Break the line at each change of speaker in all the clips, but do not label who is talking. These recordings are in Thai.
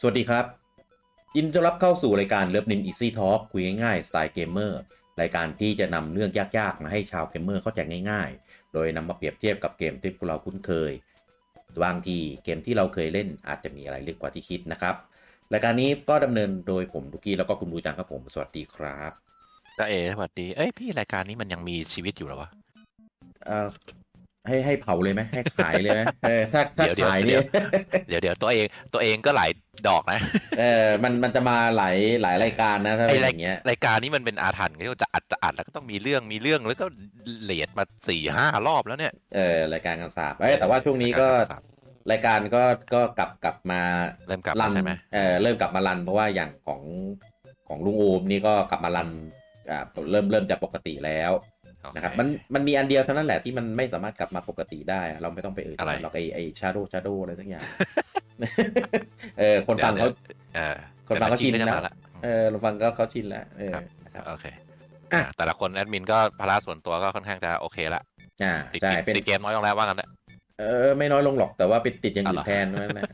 สวัสดีครับ ยินดีต้อนรับเข้าสู่รายการเลิฟนินอีซี่ทอล์กคุยง่ายๆสไตล์เกมเมอร์รายการที่จะนำเรื่องยากๆ มาให้ชาวเกมเมอร์เข้าใจง่ายๆ โดยนำมาเปรียบเทียบกับเกมที่พวกเราคุ้นเคย บางทีเกมที่เราเคยเล่นอาจจะมีอะไรลึกกว่าที่คิดนะครับ รายการนี้ก็ดำเนินโดยผมดุกกี้แล้วก็คุณบูจังครับผม สวัสดีครับ
จ้าเอ๋สวัสดี เอ้ยพี่รายการนี้มันยังมีชีวิตอยู่เหรอวะ
เอ่อให้ให้เผาเลยไหมให้ขายเลยไหมเออถ้าถ้า
เดี๋ยวเดี๋ยว
ขาย
เดี๋
เนี่ยยว
เดี๋ยวเดี๋ ยวตัวเองตัวเองก็หลายดอกนะ
เออมันมันจะมาหลายหลายรายการนะถ้าเป็นอย่างเงี้ย
รายการนี้มันเป็นอาถรรพ์ก็จะอัดจะอัดแล้วก็ต้องมีเรื่องมีเรื่องแล้วก็เลดมาสี่ห้ารอบแล้วเนี่ย
เออรายการคำสาปเอ้ยแต่ว่าช่วงนี้ก็
รายการคำสา
รายการ
ป
ก็ก็กลับกลับมา
เริ่มกลับ
รั
แล้วใช่ไหม
เออเริ่มกลับมารัน เพราะว่าอย่างของของลุงโอมนี่ก็กลับมารันอ่าเริ่มเริ่มจะปกติแล้ว
โอเ
นะครับมันมันมีอันเดียวเท่านั้นแหละที่มันไม่สามารถกลับมาปกติได้ เราไม่ต้องไปเอ่ย
อะไร
เราไอไอชาโดชาโดอะไรสัก อย่าง เออคนฟังเขา
เออ
คนฟังก็ชิน
ดี๋ยว
นะ
มาละ
เออคนฟังก็เขาชินแล้วเออ
ครับ
นะครับ
โอเค
อ่ะ
อ่ะแต่ละคนแอดมินก็ภาระส่วนตัวก็ค่อนข้างจะโอเคละ
อ่า
ติด
ใช่
เกม
เป็น
ติดเกมน้อยลงแล้วว่ากันนะ
เออไม่น้อยลงหรอกแต่ว่าไปติดอย่างอื่น
อ๋อเหรอ
แทนนั่ นนะ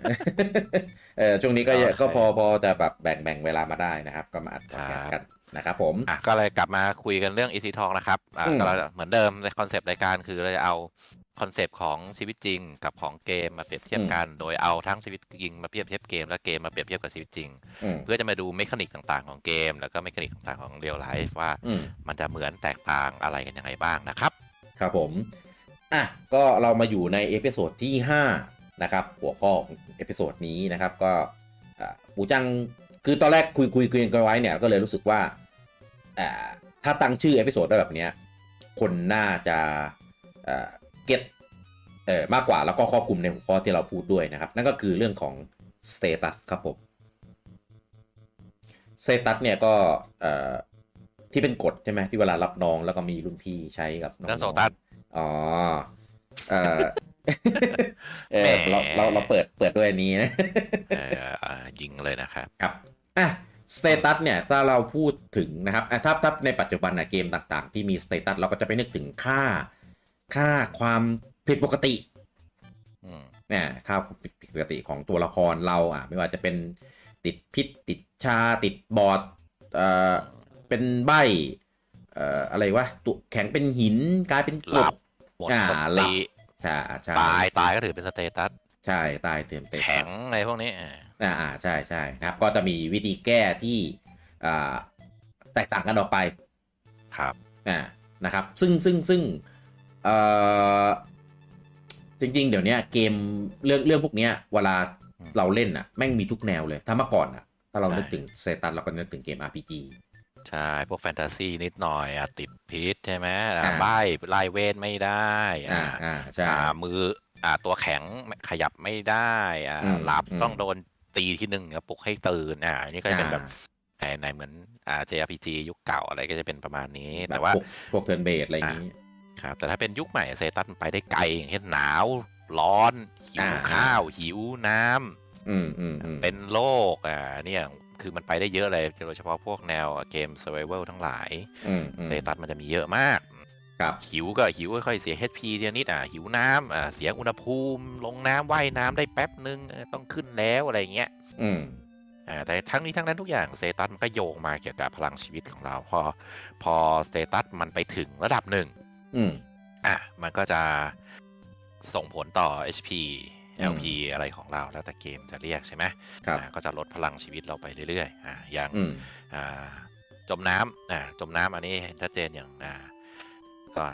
เออช่วงนี้ก็
โอเค
ก็พอพอจะแบบแบ่งแบ่งเวลามาได้นะครับ ก็มาอัดพอดแคสต์
ค
กั
รั
บ นนะครับผม
อ่ะก็เลยกลับมาคุยกันเรื่อง Easy Talk นะครับอ่ะ
อืม
ก็เราเหมือนเดิมในคอนเซปต์รายการคือเราจะเอาคอนเซปต์ของชีวิตจริงกับของเกมมาเปรียบเทียบกัน โดยเอาทั้งชีวิตจริงมาเปรียบเทียบเกมและเกมมาเปรียบเทียบกับชีวิตจริง
อืม
เพื่อจะมาดูเมคานิกต่างๆของเกม แล้วก็เมคานิกต่างๆของเรียลไลฟ์ว่า
อืม
มันจะเหมือนแตกต่างอะไรกันยังไงบ้างนะครับ
ครับผมอ่ะก็เรามาอยู่ในเอพิโซดที่ 5 นะครับ หัวข้อของเอพิโซดนี้นะครับก็อ่าปู่จังคือตอนแรกคุยคุยคุยกันไว้เนี่ยก็เลยรู้สึกว่าอ่าถ้าตั้งชื่อเอพิโซดได้แบบเนี้ยคนน่าจะอ่าเก็ตเออมากกว่าแล้วก็ครอบคลุมในหัวข้อที่เราพูดด้วยนะครับ นั่นก็คือเรื่องของสเตตัสครับผม เซตัสเนี่ยก็เอ่อที่เป็นกฎใช่ไหมที่เวลารับน้องแล้วก็มีรุ่นพี่ใช้กับน้อง
นั่น
ๆ
โซตัส
อ๋อเออเออ
แหม
เราเราเราเปิดเปิดด้วยอันนี้นะ
เอ่ออ่ะยิงเลยนะครับ
ครับอ่ะสเตตัสเนี่ยถ้าเราพูดถึงนะครับอ่ะถ้าถ้าในปัจจุบันนะเกมต่างๆ ที่มีสเตตัสเราก็จะไปนึกถึงค่า ค่าความผิดปกติ
อืม
เนี่ยค่าผิดปกติของตัวละครเราอ่ะไม่ว่าจะเป็นติดพิษติดชาติดบอดเอ่อเป็นใบเอ่ออะไรวะตัวแข็งเป็นหินกลายเป็นก
หลั
บบ
หมด
อ่า
ส
หลับ
ติ
ใช่ใช่
ตายตายก็ถือเป็นสเตตัส
ใช่ตายเติมเต็ม
แข็งอะไรพวกนี้อ่ะ
อ่าอ่าใช่ใช่นะครับ ก็จะมีวิธีแก้ที่อ่าแตกต่างกันออกไป
ครับ
อ่านะครับซึ่งซึ่งซึ่งเอ่อจริง ๆ เดี๋ยวเนี้ยเกมเรื่องเรื่องพวกเนี้ยเวลา
อืม
เราเล่นอ่ะแม่งมีทุกแนวเลย ถ้าเมื่อก่อนอ่ะ ถ้าเรา
ใช่
นึกถึงเซตันเราก็นึกถึงเกม RPG
ใช่ พวกแฟนตาซีนิดหน่อยอะติดพิษใช่ไหม
อ่า
อ่ะใบไล่เวทไม่ได้
อ่า
อ่ะ
อ่าใช่
อ่ามืออ่าตัวแข็งขยับไม่ได้อ่า
อืม
หลับ
อืม
ต้องโดนตีที่หนึ่งแล้วปลุกให้ตื่นอ่าอันนี่ก็จะเป็นแบบ
อ่า
ในในเหมือนอ่า JRPG ยุคเก่าอะไรก็จะเป็นประมาณนี้ แต่ว่า
พกพวกเทิร์นเบสอะไรอย่างนี้
ครับแต่ถ้าเป็นยุคใหม่เซตันไปได้ไกลอย่างเช่นหนาว ร้อน หิว
อ่า
ข้าว หิวน้ำ
อืมอืมอืม
เป็นโรคอ่าเนี่ยคือมันไปได้เยอะเลยโดยเฉพาะพวกแนวเกม Survival ทั้งหลาย
อืมอืม
เซตัสมันจะมีเยอะมาก
ครับ
หิวก็หิวค่อยๆเสีย HP เทียนิดอ่ะหิวน้ำอ่าเสียอุณหภูมิ ลงน้ำว่ายน้ำได้แป๊บนึงเออต้องขึ้นแล้วอะไรอย่างเงี้ย
อืม
อ่าแต่ทั้งนี้ทั้งนั้นทุกอย่างสเตตัสมันก็โยงมาเกี่ยวกับพลังชีวิตของเรา พอพอสเตตัสมันไปถึงระดับหนึ่ง
อืม
อ่ะมันก็จะส่งผลต่อ HP
อืม
LP อะไรของเราแล้วแต่เกมจะเรียกใช่ไหม
ครับ
อ่าก็จะลดพลังชีวิตเราไปเรื่อยๆอ่าอย่าง
อืม
อ่าจมน้ำอ่าจมน้ำอันนี้เห็นชัดเจนอย่างอ่าก็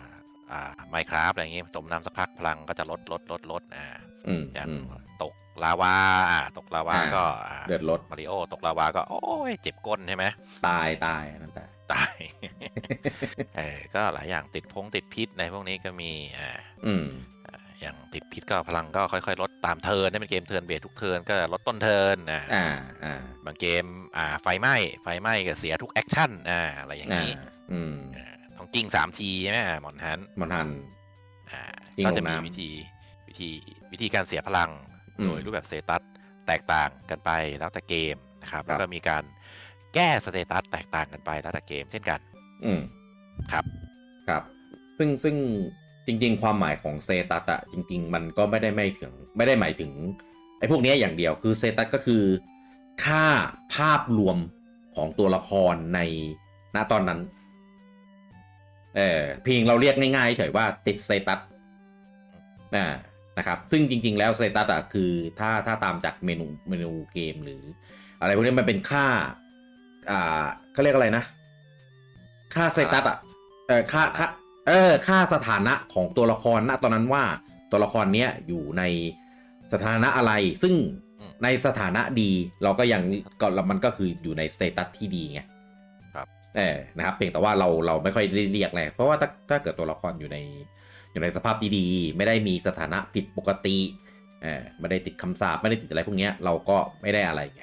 อ่าไมคราฟอะไรอย่างงี้จมน้ำสักพักพลังก็จะลดลดลดลดอ่า
อืม
อย่าง
อืม
ตกลาวาอ่าตกลาวา
อ่า
ก็อ่า
เดือดรถ
มาริโอตกลาวาก็ โอ้ยเจ็บก้นใช่ไหม
ตายตายนั่นแต่
ตาย เออก็หลายอย่างติดพงติดพิษในพวกนี้ก็มีอ่า
อืม
อ่าอย่างติดพิษก็พลังก็ค่อยๆ ลดตามเทิร์นนี่เป็นเกมเทิร์นเบสทุกเทิร์นก็ลดต้นเทิร์นนะ
อ่าอ่า
บางเกมอ่าไฟไหม้ไฟไหม้ก็เสียทุกแอคชั่นอ่าอะไรอย่าง
อ่า
นี้
อืม
อ่าต้องกิ้งสามทีใช่ไหมหมอนฮัน
มันทัน
อ่า
กิ้ง
ก็จะ
ลง
มี
น้ำ
วิธีวิธีวิธีการเสียพลัง
อืม
โดยรูปแบบสเตตัสแตกต่างกันไปแล้วแต่เกมนะครับ
ครับ
แล้วก็มีการแก้สเตตัสแตกต่างกันไปแล้วแต่เกมเช่นกัน
อืม
ครับ
ครับซึ่งซึ่งจริงๆ ความหมายของเซตัสอะจริง ๆ มันก็ไม่ได้ไม่ถึงไม่ได้หมายถึงไอ้พวกเนี้ยอย่างเดียวคือเซตัสก็คือ ค่าภาพรวมของตัวละครในณตอนนั้น เออเพียงเราเรียกง่ายๆเฉยว่าติดสเตตัสอ่านะครับ ซึ่งจริง ๆ แล้วสเตตัสอ่ะคือถ้าถ้าตามจากเมนูเมนูเกมหรือ อะไรพวกนี้มันเป็นค่า อ่าเขาเรียกอะไรนะ ค่าสเตตัสอ่ะ เออค่าค่าเออค่าสถานะของตัวละครณตอนนั้นว่าตัวละครเนี้ยอยู่ในสถานะอะไร ซึ่ง
อืม
ในสถานะดีเราก็ยังก็มันก็คืออยู่ในสเตตัสที่ดีไง
ครับ
เออนะครับเพียงแต่ว่าเราเราไม่ค่อยได้เรียกเลยเพราะว่าถ้าถ้าเกิดตัวละครอยู่ในอยู่ในสภาพที่ดีไม่ได้มีสถานะผิดปกติเออไม่ได้ติดคำสาปไม่ได้ติดอะไรพวกเนี้ยเราก็ไม่ได้อะไรไง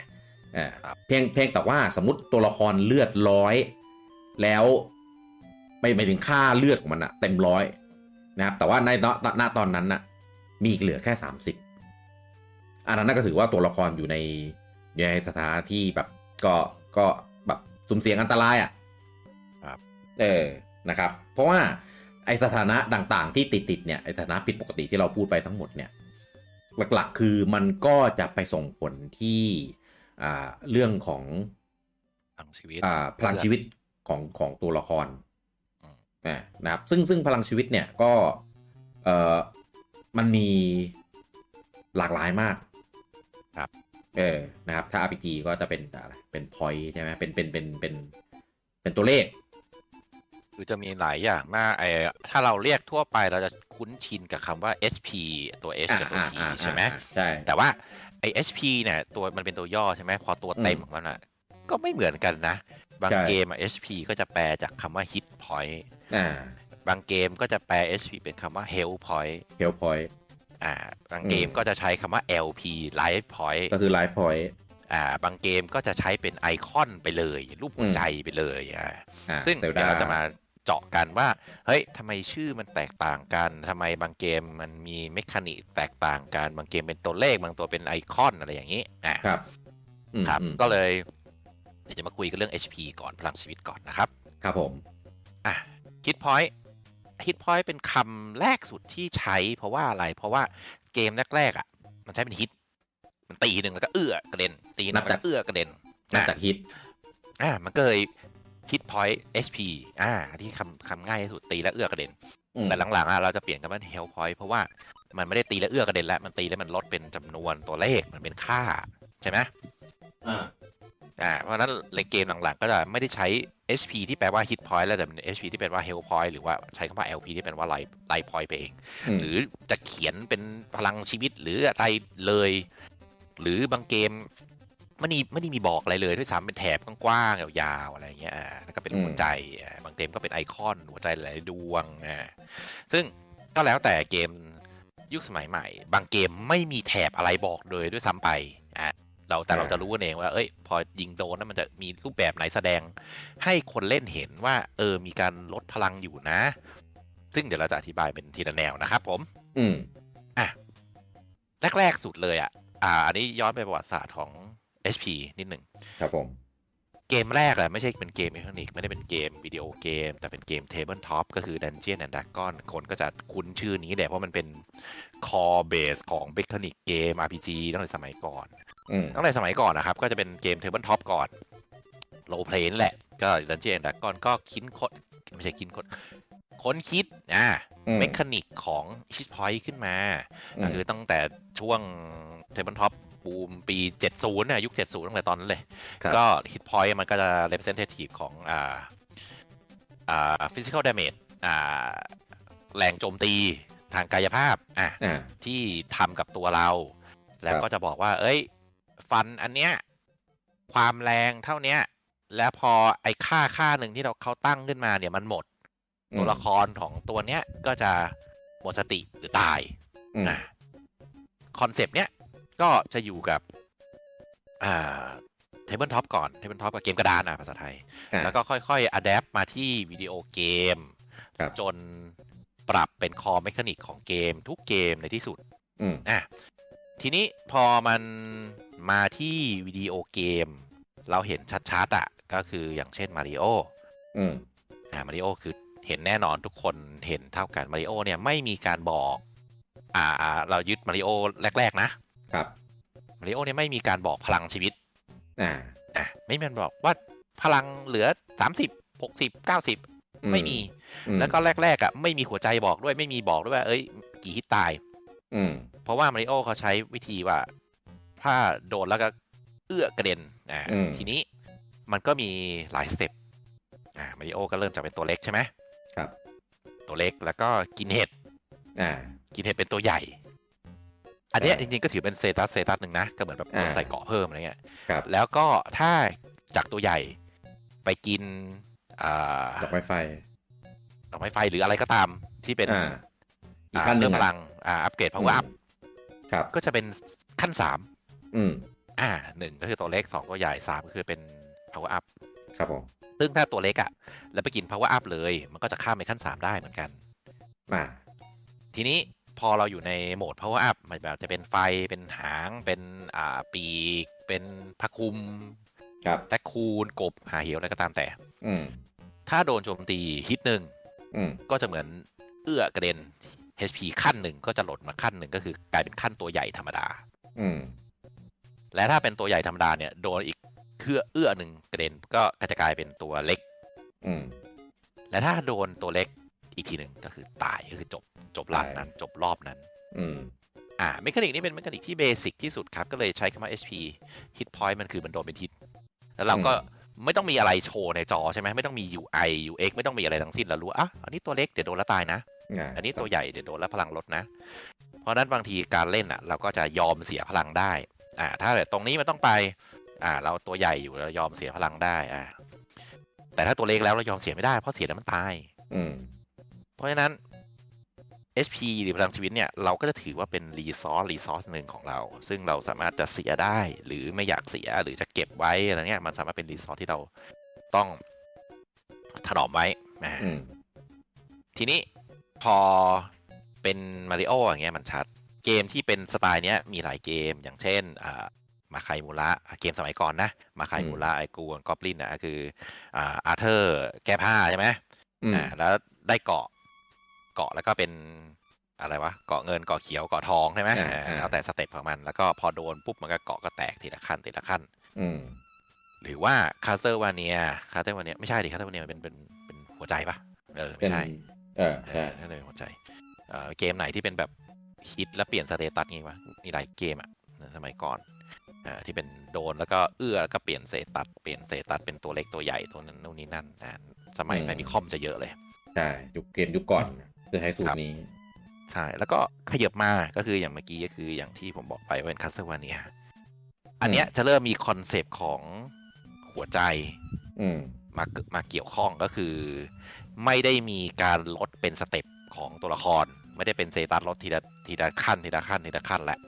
เอ่อ
ครับ
เพียงเพียงแต่ว่าสมมติตัวละครเลือดร้อย แล้วไปไปถึงค่าเลือดของมันอะเต็มร้อยนะครับแต่ว่าในณณณตอนนั้นน่ะมีเหลือแค่ 30 อันนั้นนะก็ถือว่าตัวละครอยู่ในอยู่ในสถานที่แบบก็ก็แบบสุ่มเสี่ยงอันตรายอะ
ครับ
เออนะครับ เพราะว่าไอสถานะต่างๆ ที่ติดติดๆเนี่ยไอสถานะผิดปกติที่เราพูดไปทั้งหมดเนี่ยหลักๆคือมันก็จะไปส่งผลที่ อ่าเรื่องของ
ทั้งชีวิต
อ่าพลังชีวิตของของตัวละคร
อืม
อ่านะครับซึ่งซึ่งพลังชีวิตเนี่ยก็เอ่อมันมีหลากหลายมาก
ครับ
เออนะครับถ้า RPG ก็จะเป็นอะไรเป็น point ใช่ไหมเป็นเป็นเป็นเป็นเป็นตัวเลข
คือจะมีหลายอย่างมากไอ้ถ้าเราเรียกทั่วไปเราจะคุ้นชินกับคำว่า HP ตัว H กับตัว P ใช่ไหม
ใช่
แต่ว่าไอ้ HP เนี่ยตัวมันเป็นตัวย่อใช่ไหมพอตัวเต็
อื
ม
ม
ของมันอ่ะก็ไม่เหมือนกันนะ บาง
ใช่
เกมอ่ะ HP ก็จะแปลจากคำว่า hit point
อ่า
บางเกมก็จะแปล HP เป็นคำว่า health point
เฮลพอย
อ่าบางเกม
อืม
ก็จะใช้คำว่า LP life point
ก็คือไลฟ์พอย
อ่าบางเกมก็จะใช้เป็นไอคอนไปเลย รูปหัวใจไปเลยอ่า
อ่า
ซึ่ง
เซล
เดี๋ย
ดาว
เราจะมาเจาะกันว่า เฮ้ยทำไมชื่อมันแตกต่างกันทำไมบางเกมมันมีเมคานิกแตกต่างกัน บางเกมเป็นตัวเลขบางตัวเป็นไอคอนอะไรอย่างนี้อ่า
ครับอืม
ครับ
อืม
ก็เลยเดี๋ยวจะมาคุยกันเรื่อง HP ก่อนพลังชีวิตก่อนนะครับ
ครับผม
อ่ะฮิตพอยต์ฮิตพอยต์เป็นคำแรกสุดที่ใช้ เพราะว่าอะไร เพราะว่าเกมแรกๆอ่ะ มันใช้เป็นฮิต มันตีหนึ่งแล้วก็เอื้อกระเด็น ตีหนับจากเอื้อกระเด็น
นับ
อ่ะ
จากฮิต
อ่ะมันก็เลยฮิตพอยต์ HP อ่าที่คำคำง่ายที่สุดตีแล้วเอื้อกระเด็น
อืม
แต่หลังๆอ่ะเราจะเปลี่ยนคำว่า health point เพราะว่ามันไม่ได้ตีแล้วเอื้อกระเด็นแล้วมันตีแล้วมันลดเป็นจำนวนตัวเลขมันเป็นค่าใช่ไหม
อ่า
อ่าเพราะฉะนั้นในเกมหลังๆ ก็จะไม่ได้ใช้ HP ที่แปลว่า hit point แล้วแต่เป็น HP ที่แปลว่า health point หรือว่าใช้คำว่า LP ที่แปลว่า life life point ไปเอง
อืม
หรือจะเขียนเป็นพลังชีวิตหรืออะไรเลย หรือบางเกมไม่ได้ไม่ได้มีบอกอะไรเลยด้วยซ้ำเป็นแถบกว้างๆยาวๆอะไรอย่างเงี้ยอ่าแล้วก็เป็นหัวใจอ่าบางเกมก็เป็นไอคอนหัวใจหลายๆดวงอ่าซึ่งก็แล้วแต่เกมยุคสมัยใหม่ บางเกมไม่มีแถบอะไรบอกเลยด้วยซ้ำไปอ่าเราแต่เรา
อ่า
จะรู้กันเองว่าเอ้ยพอยิงโดนนั้นมันจะมีรูปแบบไหนแสดง ให้คนเล่นเห็นว่าเออมีการลดพลังอยู่นะ ซึ่งเดี๋ยวเราจะอธิบายเป็นทีละแนวนะครับผม
อืม
แรก ๆ สุดเลยอ่ะ อ่า อันนี้ย้อนไปประวัติศาสตร์ของ HP นิดหนึ่ง
ครับผม
เกมแรกอะไม่ใช่เป็นเกมอิเล็กทรอนิกส์ไม่ได้เป็นเกมวิดีโอเกม แต่เป็นเกมเทเบิลท็อปก็คือ Dungeon and Dragon คนก็จะคุ้นชื่อนี้แหละเพราะมันเป็นคอเบสของเมคานิกเกม RPG ตั้งแต่สมัยก่อน
อืม
ตั้งแต่สมัยก่อนนะครับ ก็จะเป็นเกมเทเบิลท็อปก่อนโลเพลนแหละ ก็ดันเจียนดักก่อนก็คิดค้นไม่ใช่คิดค้นค้นคิดอ่า
อืม
เมคานิกของฮิตพอยต์ขึ้นมา ก็คือตั้งแต่ช่วงเทเบิลท็อปบูมปี 70นะยุค 70 ตั้งแต่ตอนนั้นเลย
ครับ
ก็ฮิตพอยต์มันก็จะ representative ของอ่าอ่า physical damage อ่าแรงโจมตีทางกายภาพอ่ะ
อ่า
ที่ทำกับตัวเรา แล้วก็จะบอกว่า เอ้ย ฟันอันเนี้ยความแรงเท่าเนี้ย แล้วพอไอ้ค่าค่าหนึ่งที่เราเขาตั้งขึ้นมาเนี่ยมันหมด
อืม
ตัวละครของตัวเนี้ยก็จะหมดสติหรือตาย
อืม
คอนเซปต์เนี้ยก็จะอยู่กับอ่าเทเบิลท็อปก่อนเทเบิลท็อปกับเกมกระดานอ่ะภาษาไทย
อ่า
แล้วก็ค่อยๆอัดแอปมาที่วิดีโอเกม
ครับ
จนปรับเป็นคอ m ม c h นิกของเกมทุกเกมในที่สุด
อืม
อ่ะทีนี้พอมันมาที่วิดีโอเกม เราเห็นชัดๆอ่ะก็คืออย่างเช่นมาริโอ
อืม
อ่ามาริโอคือเห็นแน่นอนทุกคนเห็นเท่ากันมาริโอเนี่ยไม่มีการบอก อ่าเรายึดมาริโอแรก ๆ นะครับ มาริโอเนี่ยไม่มีการบอกพลังชีวิต
อ่า
อ่ะไม่มันบอกว่าพลังเหลือสามสิบหกสิบเก้าสิบไม่มี
อืม
แล้วก็แรกๆอ่ะไม่มีหัวใจบอกด้วยไม่มีบอกด้วยว่าเอ้ยกี่ฮิตตาย
อืม
เพราะว่ามาริโอเขาใช้วิธีว่า ถ้าโดนแล้วก็เอื้อกระเด็นอ่า
อืม
ทีนี้มันก็มีหลายสเต็ปอ่ามาริโอก็เริ่มจากเป็นตัวเล็กใช่ไหม
ครับ
ตัวเล็กแล้วก็กินเห็ด
อ่า
กินเห็ดเป็นตัวใหญ่ อันเนี้ย
อ่า
จริงๆก็ถือเป็นเซตัสเซตัสหนึ่งนะ ก็เหมือนแบบ
อ่า
ใส่เกาะเพิ่มอะไรเงี้ย
ครับ
แล้วก็ถ้าจากตัวใหญ่ไปกินอ่า
ดอกไม้ไฟ
ดอกไม้ไฟหรืออะไรก็ตามที่เป็น
อ่า อีก
า
ขั้นหนึ่
เพิ่
ง
ม
อะ
พลังอ่าอัปเกรดพลังอัพ
ครับ
ก็จะเป็นขั้นสาม
อืม
อ่าหนึ่งก็คือตัวเล็กสองตัวใหญ่สามก็คือเป็น power up
ครับผม
ซึ่งถ้าตัวเล็กอะแล้วไปกิน power up เลย มันก็จะข้ามไปขั้นสามได้เหมือนกัน
อ่า
ทีนี้พอเราอยู่ในโหมด power up มันแบบจะเป็นไฟเป็นหางเป็นอ่าปีก เป็นพระคลุม
ครับ
แตะคูนกบหาเหวอะไรก็ตามแต่
อืม
ถ้าโดนโจมตีฮิตหนึ่ง
อืม
ก็จะเหมือนเอื้อกระเด็น HP ขั้นหนึ่งก็จะหล่นมาขั้นหนึ่งก็คือกลายเป็นขั้นตัวใหญ่ธรรมดา
อืม
และถ้าเป็นตัวใหญ่ธรรมดาเนี่ยโดนอีกเครือเอื้อหนึ่งกระเด็นก็จะกลายเป็นตัวเล็ก
อืม
และถ้าโดนตัวเล็กอีกทีหนึ่งก็คือตายก็คือจบจบรันนั้น จบรอบนั้น
อืม
อ่าเมคานิกนี่เป็นเมคานิกที่เบสิกที่สุดครับ ก็เลยใช้คำว่า HP hit point มันคือมันโดนเป็นฮิต แล้วเราก็ไม่ต้องมีอะไรโชว์ในจอใช่ไหมไม่ต้องมี UI UX ไม่ต้องมีอะไรทั้งสิ้นเรารู้อ่ะอันนี้ตัวเล็กเดี๋ยวโดนแล้วตายนะ
อ่า
อันนี้ตัวใหญ่เดี๋ยวโดนแล้วพลังลดนะ เพราะฉะนั้นบางทีการเล่นอ่ะ เราก็จะยอมเสียพลังได้อ่าถ้าเกิดตรงนี้มันต้องไป อ่า เราตัวใหญ่อยู่เรายอมเสียพลังได้อ่าแต่ถ้าตัวเล็กแล้วเรายอมเสียไม่ได้เพราะเสียแล้วมันตาย
อืม
เพราะฉะนั้น HP หรือพลังชีวิตเนี่ย เราก็จะถือว่าเป็นรีซอสรีซอสหนึ่งของเรา ซึ่งเราสามารถจะเสียได้ หรือไม่อยากเสียหรือจะเก็บไว้อะไรเนี่ยมันสามารถเป็นรีซอสที่เราต้องถนอมไว้อ่า
อืม
ทีนี้พอเป็นมาริโออย่างเงี้ยมันชัด เกมที่เป็นสไตล์เนี้ยมีหลายเกมอย่างเช่นอ่ามาคายมูระอ่ะเกมสมัยก่อนนะ มาคายมูระไอกูนกอบลินนะคืออ่าอาร์เธอร์แก้ผ้าใช่ไหม
อืม
อ่าแล้วได้เกาะเกาะแล้วก็เป็นอะไรวะเกาะเงินเกาะเขียวเกาะทองใช่ไหม
อ่า
อ่า
อ่า
แล้วแต่สเต็ปของมัน แล้วก็พอโดนปุ๊บมันก็เกาะก็แตกทีละขั้นทีละขั้น
อืม
หรือว่าคาเซอร์วาเนียคาเซอร์วาเนียไม่ใช่ดิคาเซอร์วาเนียมันเป็นเป็นเป็นหัวใจปะเออ
เป็
ไม่
น
ใช่
เออ
เอ
ใช่
อนั่นเลยหัวใจเออเกมไหนที่เป็นแบบฮิตแล้วเปลี่ยนสเตตัสงี้วะมีหลายเกมอะสมัยก่อนอ่าที่เป็นโดนแล้วก็เอื้อแล้วก็เปลี่ยนสเตตัสเปลี่ยนสเตตัสเป็นตัวเล็กตัวใหญ่ตัวนั้นนู่นนี่นั่นอ่าสมัยไฟมิคอมจะเยอะเลย
ใช่ยุคเกมยุคก่อนคือใช้สูตรนี้
ใช่ แล้วก็ขยับมาก็คืออย่างเมื่อกี้ก็คืออย่างที่ผมบอกไปว่าเป็นคัสเซวาเนียอันเนี้ยจะเริ่มมีคอนเซปต์ของหัวใจ
อืม
มามาเกี่ยวข้องก็คือ ไม่ได้มีการลดเป็นสเต็ปของตัวละคร ไม่ได้เป็นเซตัสลดทีละทีละขั้นทีละขั้นทีละขั้นแหละ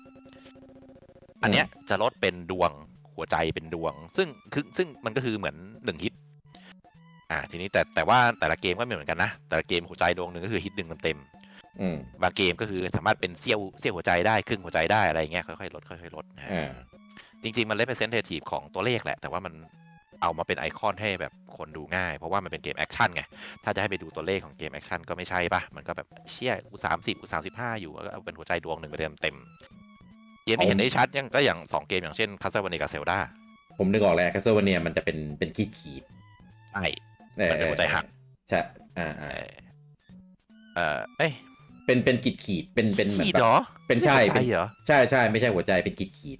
อันเนี้ยจะลดเป็นดวงหัวใจเป็นดวง ซึ่งคือซึ่งมันก็คือเหมือนหนึ่งฮิต อ่า ทีนี้แต่แต่ว่าแต่ละเกมก็ไม่เหมือนกันนะ แต่ละเกมหัวใจดวงหนึ่งก็คือฮิตหนึ่งเต็มๆ
อืม
บางเกมก็คือสามารถเป็นเซี่ยวเซี่ยวหัวใจได้ครึ่งหัวใจได้อะไรอย่างเงี้ยค่อยๆลดค่อยๆลดนะฮะ
อ่า
จริงๆ มันเล p เป็นเซนเททีฟของตัวเลขแหละ แต่ว่ามันเอามาเป็นไอคอนให้แบบคนดูง่าย เพราะว่ามันเป็นเกมแอคชั่นไง ถ้าจะให้ไปดูตัวเลขของเกมแอคชั่นก็ไม่ใช่ปะมันก็แบบเชี่ยกูสามสิบกูสามสิบห้าอยู่ก็เอาเป็นหัวใจดวงหนึ่งไปเต็มเต็มๆเกมที่เห็นได้ชัดยังก็อย่างสองเกมอย่างเช่นคัสเซอร์วันเนกับเซลดา
ผมนึกออกแล้วแคสเซิลวเนียมันจะเป็นเป็นขีดขีด
ใช่
ออ
มันเป็นหัวใจหัก
ใช่อ่าอ่า
เออเอ้ย
เป็นเป็นขีดขีดเป็นเป็นเหมือน
ขี้
แบ
เหร
บ
อ
เป็นใช่
ไม่
เป็น
ใช่หัวจเหรอ
ใช่ใช่ไม่ใช่หัวใจเป็นขีดขีด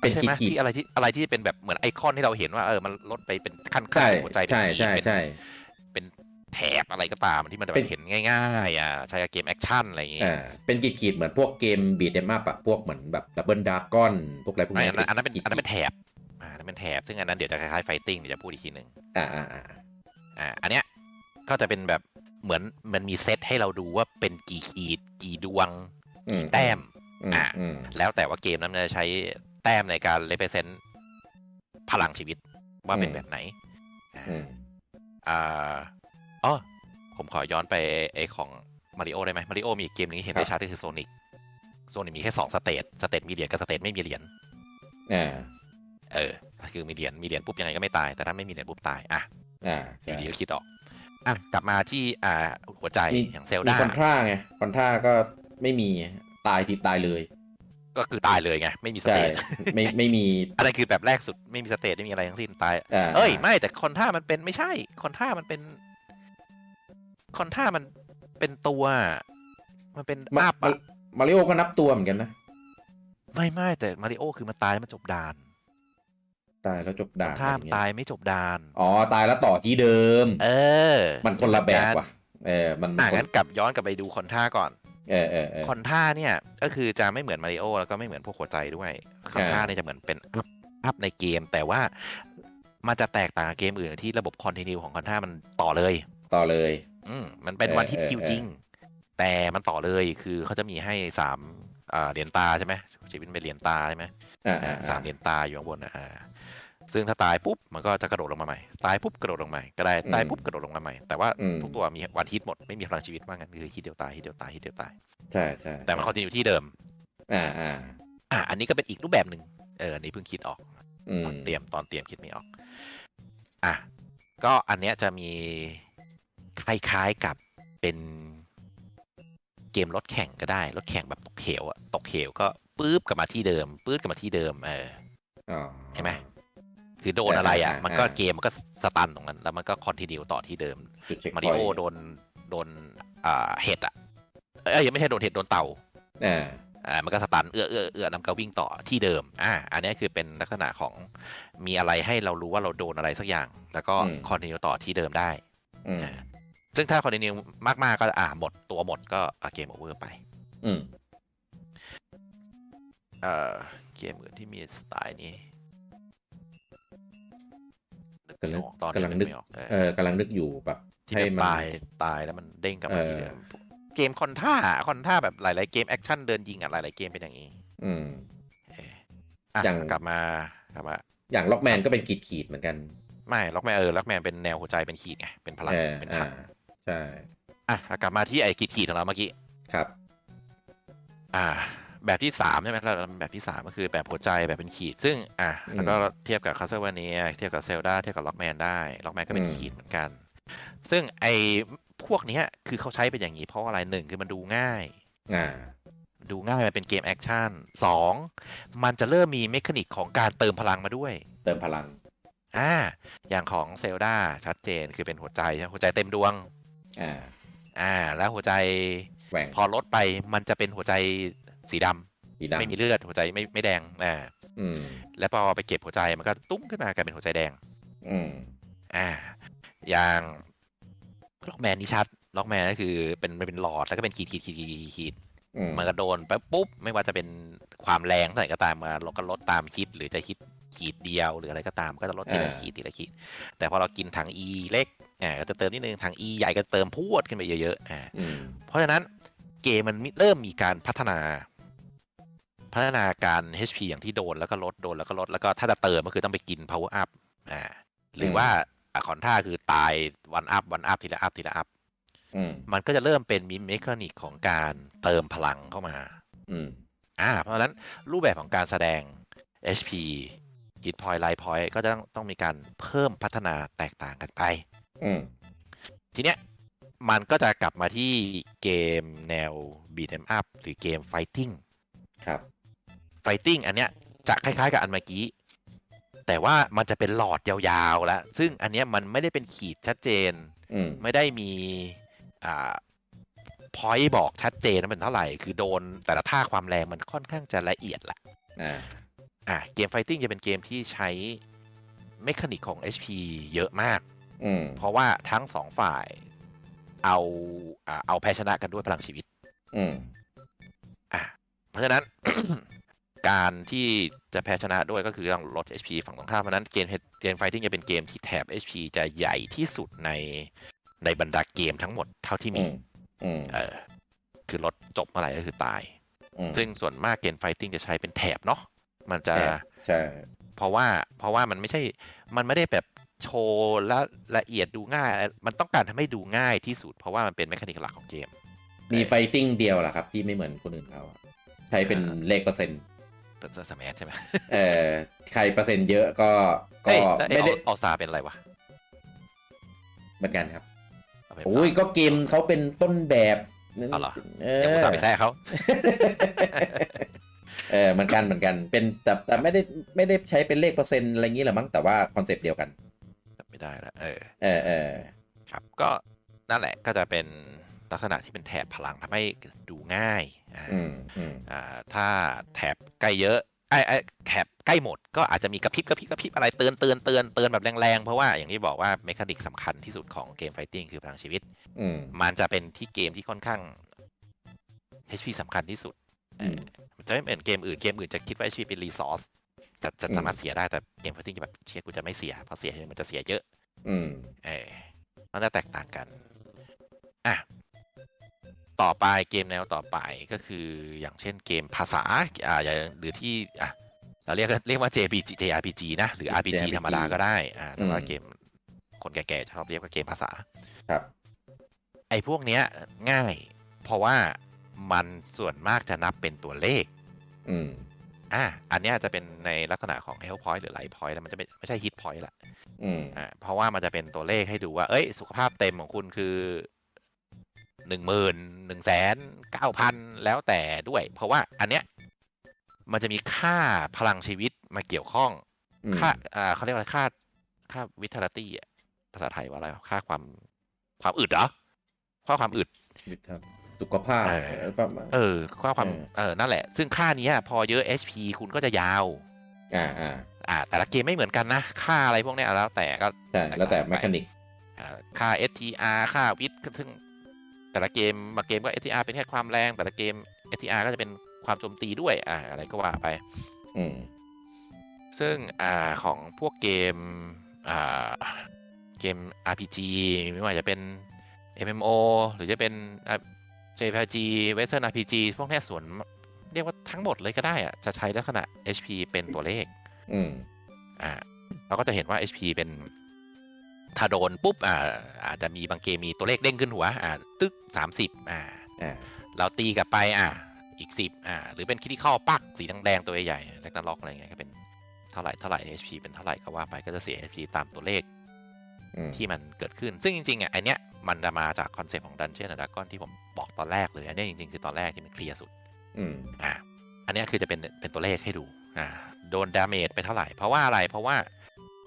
เป็น
ใช่
ขี
ไหม
ดขีด
ที่อะไรที่อะไรที่เป็นแบบเหมือนไอคอนที่เราเห็นว่าเออมันลดไปเป็นขั้นขั้
ใช่
นหัวใจเป็น
ใช่
ขีด
ใช่
เป็น
ใช่
เป็นแถบอะไรก็ตามที่มันแบ
เป็
บ
น
เห็นง่ายๆอ่ะใช้กับเกมแอคชั่นอะไรอย่างงี้
อ่าเป็นขีดขีดเหมือนพวกเกมบีดเอ็มอัพอะพวกเหมือนแบบดับเบิลดาร์กอนพวกอะไรพวก
ไม่
นี้
อันนั้นอันนั้นเป็น
ขีดขีด
อันนั้นเป็นแถบอ่าอันนั้นเป็นแถบซึ่งอันนั้นเดี๋ยวจะคล้ายๆไฟติ้งเดี๋ยวจะพูดอีกทีหนึ่ง
อ่าอ่าอ่า
อ่าอันเนี้ยก็จะเป็นแบบเหมือนมันมีเซตให้เราดูว่าเป็นกี่ขีดกี่ดวง
อืม
แต้ม
อืม
อ่ะ
อืม
แล้วแต่ว่าเกมนั้นมันจะใช้แต้มในการเลเปอร์เซนต์พลังชีวิตว่าเป็นแบบไหนอ่า
อืม
อ่าอ๋อผมขอย้อนไปไอของมาริโอได้ไหมมาริโอมีอีกเกมหนึงที่เห็นได้ชัดก็คือโซนิ c โซนิ c มีแค่สองสเตทสเตทมีเหรียญกับสเตทไม่มีเหรียญ
อ่า
เออคือมีเหรียญมีเหรียญปุ๊บยังไงก็ไม่ตายแต่ถ้าไม่มีเหรียญปุ๊บตายอ่ะ
อ่า
อ
ใช่
ยู่ดีก็คิดออกอ่ะกลับมาที่อ่าหัวใจ
มี
อย่างเซล
มี
ดา
คอนทราไงคอนทราก็ไม่มีตายทีตายเลย
ก็คือตายเลยไง ไม่มีส
ใช่
เตต
ไม่ไม่มี
อะไรคือแบบแรกสุดไม่มีสเตตไม่มีอะไรทั้งสิ้นตาย
อ่า
เอ้ยไม่แต่คอนท่ามันเป็นไม่ใช่คอนท่ามันเป็น คอนท่ามันเป็นตัว มันเป็น
มา
อาบ
มามาริโอก็นับตัวเหมือนกันนะ
ไม่ไม่แต่มาริโอคือมันตายแล้วมันจบด่าน
ตายแล้วจบ
ค
ด่า
อน
น
ท่า
อะไรเงี้
มัน
ย
ตายไม่จบด่าน
อ๋อตายแล้วต่อที่เดิม
เออ
มันคนละแบบ
เหมือกั
ว่ะเออมัน
อ่ะ
คน
งั้นกลับย้อนกลับไปดูคอนท่าก่อน
เออเออเออ
คอนท่าเนี่ย ก็คือจะไม่เหมือนมาริโอแล้วก็ไม่เหมือนพวกหัวใจด้วย คอนท่าเนี่ยจะเหมือนเป็นอัพอัพในเกม แต่ว่ามันจะแตกต่างกับเกมอื่นที่ระบบคอนติเนียของคอนท่ามันต่อเลย
ต่อเลย
อืมมันเป็น
เออ
วันที่
เออ
คิว
เออ
จริง แต่มันต่อเลยคือเขาจะมีให้สามอ่าเหรียญตาใช่ไหมชีวิตเป็นเหรียญตาใช่ไหม
อ่า
อ่า
อ่า
สามเหรียญตาอยู่ข้างบนนะอ่าซึ่งถ้าตายปุ๊บมันก็จะกระโดดลงมาใหม่ ตายปุ๊บกระโดดลงมาใหม่ก็ได้ตายปุ๊บกระโดดลงมาใหม่แต่ว่า
อืม
ทุกตัวมีวันฮิตหมดไม่มีพลังชีวิตว่างั้นคือฮิตเดียวตายฮิตเดียวตายฮิตเดียวตาย
ใช่ใช่
แต่มันคอนติเนียที่เดิม
อ่าอ่า
อ่ะอันนี้ก็เป็นอีกรูปแบบหนึ่งเอออันนี้เพิ่งคิดออก
อืม
ตอนเตรียมตอนเตรียมคิดไม่ออก อ่ะ ก็อันเนี้ยจะมีคล้ายๆกับเป็นเกมรถแข่งก็ได้ รถแข่งแบบตกเหวอะตกเหวก็ปื๊บกลับมาที่เดิมปื๊บกลับมาที่เดิมเออ
อ๋อ
ใช่ไหม คือโดนอะไร
อ่า
อ่ะ
อ่าอ่ามั
มันก็เกมมันก็สตันตรงนั้น แล้วมันก็คอนติเนียต่อที่เดิม
จุดเช็ค
มาริโอ
พยต์
โดนโดนอ่าเห็ดอ่ะเอ้ยไม่ใช่โดนเห็ดโดนเต่า
อ่า
อ่ามันก็สตันเอื้อเอื้อเอื้อแล้วมันก็วิ่งต่อที่เดิม อ่า อันนี้คือเป็นลักษณะของมีอะไรให้เรารู้ว่าเราโดนอะไรสักอย่าง แล้วก็คอนติเนียต่อที่เดิมได้
อืม
อ่าซึ่งถ้าคอนติเนียมากๆก็อ่าหมดตัวหมดก็เกมโอเวอร์ไป
อืม
เอ่อเกมอื่นที่มีสไตล์นี้นึกไม่ออกตอนนี้นึกไม่ออกเออ
เออกำลังนึกอยู่แบบ
ที่แบบ
ให้มัน
ตายตายแล้วมันเด้งกลับมาที่
เออ
เดิมเกมคอนท่าคอนท่าแบบหลาย ๆ เกมแอคชั่นเดินยิงอ่ะหลาย ๆ เกมเป็นอย่างนี้
อืม
เอออ่ะ
อย่าง
กลับมากลับมา
อย่างล็อกแมนก็เป็นขีดขีดๆเหมือนกัน
ไม่ล็อกแมนเออล็อกแมนเป็นแนวหัวใจเป็นขีดไงเป็นพลัง
เออ
เป็น
อ่า
ถัง
ใช่
อ่ะกลับมาที่ไอ้ขีดขีดของเราเมื่อกี้
ครับ
อ่า แบบที่สามใช่ไหมเราแบบที่สามก็คือแบบหัวใจแบบเป็นขีด ซึ่งอ่ะ
อืม
แล้วก็เทียบกับคาสเซวเนียเทียบกับเซลดาเทียบกับล็อกแมนได้ล็อกแมนก็เป็น
อืม
ขีดเหมือนกัน ซึ่งไอ้พวกเนี้ยคือเขาใช้เป็นอย่างนี้เพราะอะไรหนึ่งคือมันดูง่าย
อ่า
ดูง่ายมันเป็นเกมแอคชั่นสองมันจะเริ่มมีเมคานิกของการเติมพลังมาด้วย
เติมพลัง
อ่า อย่างของเซลดาชัดเจนคือเป็นหัวใจใช่ไหมหัวใจเต็มดวง
อ่า
อ่า แล้วหัวใจ
แหว่ง
พอลดไปมันจะเป็นหัวใจสีดำ
สีดำ
ไม่มีเลือดหัวใจไม่ไม่แดงอ่า
อืม
แล้วพอไปเก็บหัวใจมันก็ตุ้งขึ้นมากลายเป็นหัวใจแดง
อืม
อ่า อย่างล็อกแมนนี่ชัดล็อกแมนก็คือเป็นมันเป็นหลอดแล้วก็เป็นขีดขีดขีดขีดขีดขีด
อืม
มันก็โดนไปปุ๊บไม่ว่าจะเป็นความแรงเท่าไหร่ก็ตามมาเราก็ลดตามคิดหรือจะคิดขีดเดียวหรืออะไรก็ตามก็จะลดทีละขีดทีละขีด แต่พอเรากินถัง E เล็กอ่าก็จะเติมนิดนึงถัง E ใหญ่ก็เติมพรวดขึ้นไปเยอะๆอ่า
อืม
เพราะฉะนั้นเกมมันเริ่มมีการพัฒนา พัฒนาการ HP อย่างที่โดนแล้วก็ลดโดนแล้วก็ลดแล้วก็ถ้าจะเติมก็คือต้องไปกิน power up อ่าหรือว่าอะคอนท่าคือตายวันอัพวันอัพทีละอัพทีละอัพ
อืม
มันก็จะเริ่มเป็นมีเมคานิกของการเติมพลังเข้ามา
อืม
อ่าเพราะฉะนั้นรูปแบบของการแสดง HP กิจพอยไลพอยก็จะต้องต้องมีการเพิ่มพัฒนาแตกต่างกันไป
อืม
ทีเนี้ยมันก็จะกลับมาที่เกมแนว beat 'em up หรือเกม fighting
ครับ
fighting อันเนี้ยจะคล้ายๆกับอันเมื่อกี้ แต่ว่ามันจะเป็นหลอดยาวๆแล้ว ซึ่งอันเนี้ยมันไม่ได้เป็นขีดชัดเจน
อืม
ไม่ได้มีอ่า point บอกชัดเจนว่ามันเท่าไหร่ คือโดนแต่ละท่าความแรงมันค่อนข้างจะละเอียดละ
อ่า
อ่ะเกมไฟติ้งจะเป็นเกมที่ใช้เมคานิกของ HP เยอะมาก
อืม
เพราะว่าทั้งสองฝ่ายเอาอ่าเอาแพ้ชนะกันด้วยพลังชีวิต
อืม
อ่ะเพราะฉะนั้น การที่จะแพ้ชนะด้วยก็คือต้องลด HP ฝั่งตรงข้ามเพราะฉะนั้นเกมเกมไฟติ้งจะเป็นเกมที่แถบ HP จะใหญ่ที่สุดในในบรรดาเกมทั้งหมดเท่าที่
อื
มี
มอืม
เออคือลดจบเมื่อไหร่ก็คือตาย
อืม
ซึ่งส่วนมากเกมไฟติ้งจะใช้เป็นแถบเนาะมันจะ
ใช่ใช่
เพราะว่าเพราะว่ามันไม่ใช่ มันไม่ได้แบบโชว์และละเอียดดูง่าย มันต้องการทำให้ดูง่ายที่สุด เพราะว่ามันเป็นแมคานิกหลักของเกม
มีไฟติ้งเดียวแหละครับ ที่ไม่เหมือนคนอื่นเขาอะใช้เป็น
อ่า
เลขเปอร์เซ็นต์
เป็นสแมัใช่ไหม
เอ่อใครเปอร์เซ็นต์เยอะก็ก็
เอ้ยแล้วไอ้
ไม่
อ
ได้
อออลสตาร์เป็นอะไรวะ
เหมือนกันครับ
เาเป็น
โอ้ยก็เกมเขาเป็นต้นแบบ
เอาเหรอ
เอ
ยัง
อ
อุตส่าห์ไปแทรกเขา
เออเหมือนกันเหมือนกันเป็นแต่แต่ไม่ได้ไม่ได้ใช้เป็นเลขเปอร์เซ็นต์อะไรอย่างนี้หรอมั้งแต่ว่าคอนเซปต์เดียวกัน
จำไม่ได้ละเออ
เออเออ
ครับก็นั่นแหละก็จะเป็นลักษณะที่เป็นแถบพลังทำให้ดูง่ายอ่า
อืมอืม
อ่าถ้าแถบใกล้เยอะไอ้ไอ้แถบใกล้หมด ก็อาจจะมีกระพริบกระพริบกระพริบอะไรเตือนเตือนเตือนเตือนแบบแรงๆ เพราะว่าอย่างที่บอกว่าเมคานิกสำคัญที่สุดของเกมไฟติ้งคือพลังชีวิต
อืม
มันจะเป็นที่เกมที่ค่อนข้าง HP สำคัญที่สุดเออ
ม
มันจะไม่เหมือนเกมอื่น เกมอื่นจะคิดว่า HP เป็นรีซอสจะจะ
อืม
สามารถเสียได้แต่เกมไฟติ้งจะแบบเชียกูจะไม่เสียเพราะเสียมันจะเสียเยอะ
อืม
เออมันจะแตกต่างกัน อ่ะ ต่อไปเกมแนวต่อไปก็คืออย่างเช่นเกมภาษา อ่าอย่างหรือที่ อ่ะ เราเรียก เรียกว่า JPG JRPG นะ หรือ RPG ธรรมดาก็ได้ อ่าแต่ว่าเกมคนแก่ๆชอบเรียกว่าเกมภาษา
ครับ
ไอ้พวกเนี้ยง่าย เพราะว่ามันส่วนมากจะนับเป็นตัวเลข
อืม
อ่ะ อันเนี้ยจะเป็นในลักษณะของ health point หรือ life point แล้วมันจะไม่ไม่ใช่ hit point ละ
อืม
อ่าเพราะว่ามันจะเป็นตัวเลขให้ดูว่า เอ้ย สุขภาพเต็มของคุณคือหนึ่งหมื่นหนึ่งแสนเก้าพันแล้วแต่ด้วย เพราะว่าอันเนี้ยมันจะมีค่าพลังชีวิตมาเกี่ยวข้อง
อืม
ค่าอ่าเขาเรียกว่าอะไรค่าค่าวิทาลตี้ภาษาไทยว่าอะไรค่าความความอึดเหรอค่าความอึด
วิทยาสุขภาพ
เออ
อะไรประมาณ
เออค่าความ
เออ
เออนั่นแหละ ซึ่งค่าเนี้ย พอเยอะ HP คุณก็จะยาว
อ่าอ่า
อ่า แต่ละเกมไม่เหมือนกันนะ ค่าอะไรพวกเนี้ยแล้วแต่ก็
ใช่แล้วแต่แมคานิก
อ่าค่า STR ค่าวิทย์ก็ซึ่งแต่ละเกมบางเกมก็ STR เป็นแค่ความแรง แต่ละเกม STR ก็จะเป็นความโจมตีด้วยอ่าอะไรก็ว่าไป
อืม
ซึ่งอ่าของพวกเกมอ่าเกม RPG ไม่ว่าจะเป็น MMO หรือจะเป็นอ่า JRPG Western RPG พวกเนี้ยส่วนเรียกว่าทั้งหมดเลยก็ได้อะจะใช้ลักษณะ HP เป็นตัวเลข
อืม
อ่าเราก็จะเห็นว่า HP เป็นถ้าโดนปุ๊บอ่าอาจจะมีบางเกมมีตัวเลขเด้งขึ้นหัวอ่าตึกสามสิบอ่า
อ่า
เราตีกลับไปอ่าอีกสิบอ่าหรือเป็นคิดิคอปักสีแดงๆตัวใหญ่ๆแลกนันล็อกอะไรเงี้ยก็เป็นเท่าไหร่เท่าไหร่ HP เป็นเท่าไหร่ก็ว่าไปก็จะเสีย HP ตามตัวเลข
อืม
ที่มันเกิดขึ้น ซึ่งจริงๆอ่ะไอนเนี้ยมันจะมาจากคอนเซปต์ของ Dungeon and Dragon ที่ผมบอกตอนแรกเลย อันเนี้ยจริงๆคือตอนแรกที่มันเคลียร์สุด
อืม
อ่ะอันเนี้ยคือจะเป็นเป็นตัวเลขให้ดูอ่าโดนดาเมจไปเท่าไหร่ เพราะว่าอะไร เพราะว่า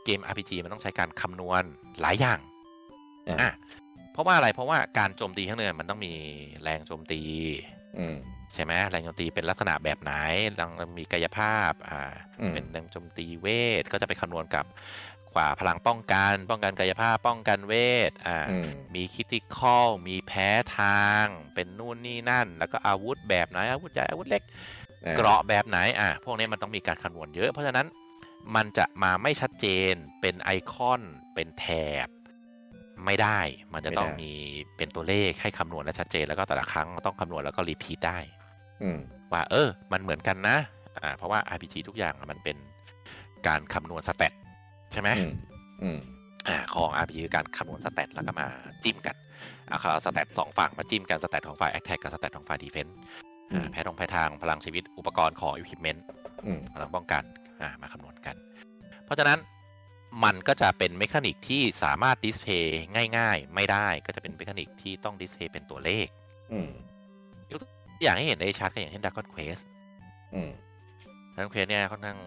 เกม RPG มันต้องใช้การคำนวณหลายอย่าง
อ่า
อ่ะ เพราะว่าอะไร เพราะว่าการโจมตีข้างเนื้อมันต้องมีแรงโจมตี
อืม
ใช่ไหมแรงโจมตีเป็นลักษณะแบบไหนลังมีกายภาพ อ่า
อืม
เป็นแรงโจมตีเวท ก็จะไปคำนวณกับขวาพลังป้องกัน ป้องกันกายภาพ ป้องกันเวท อ่า
อืม
มีคิติคอลมีแพ้ทาง เป็นนู่นนี่นั่น แล้วก็อาวุธแบบไหน อาวุธใหญ่ อาวุธเล็ก เกราะแบบไหน อ่ะ พวกนี้มันต้องมีการคำนวณเยอะ เพราะฉะนั้นมันจะมาไม่ชัดเจน เป็นไอคอน เป็นแถบ ไม่ได้ มันจะต้องมีเป็นตัวเลขให้คำนวณและชัดเจน แล้วก็แต่ละครั้งต้องคำนวณแล้วก็รีพีทได้
อืม
ว่า เออ มันเหมือนกันนะ อ่า เพราะว่า RPG ทุกอย่างอะมันเป็นการคำนวณสเตตใช่ไหม
อืมอืม
อ่าของ RPG คือการคำนวณสเตตแล้วก็มาจิ้มกันเอาเขาสเตตสองฝั่งมาจิ้มกันสเตตของฝ่ายแอคแท็กกับสเตตของฝ่ายดีเฟนต์แพ้ตรงแพ้ทางพลังชีวิตอุปกรณ์ของอุปกรณ์
อืม
พลังป้องกันอ่ามาคำนวณกัน เพราะฉะนั้นมันก็จะเป็นเมคานิกที่สามารถดิสเพย์ง่าย ๆ ไม่ได้ก็จะเป็นเมคานิกที่ต้องดิสเพย์เป็นตัวเลข
อืม
อย่างให้เห็นได้ชัดก็อย่างเช่น Dragon Quest
อืม
Dragon Quest เนี่ยค่อนข้าง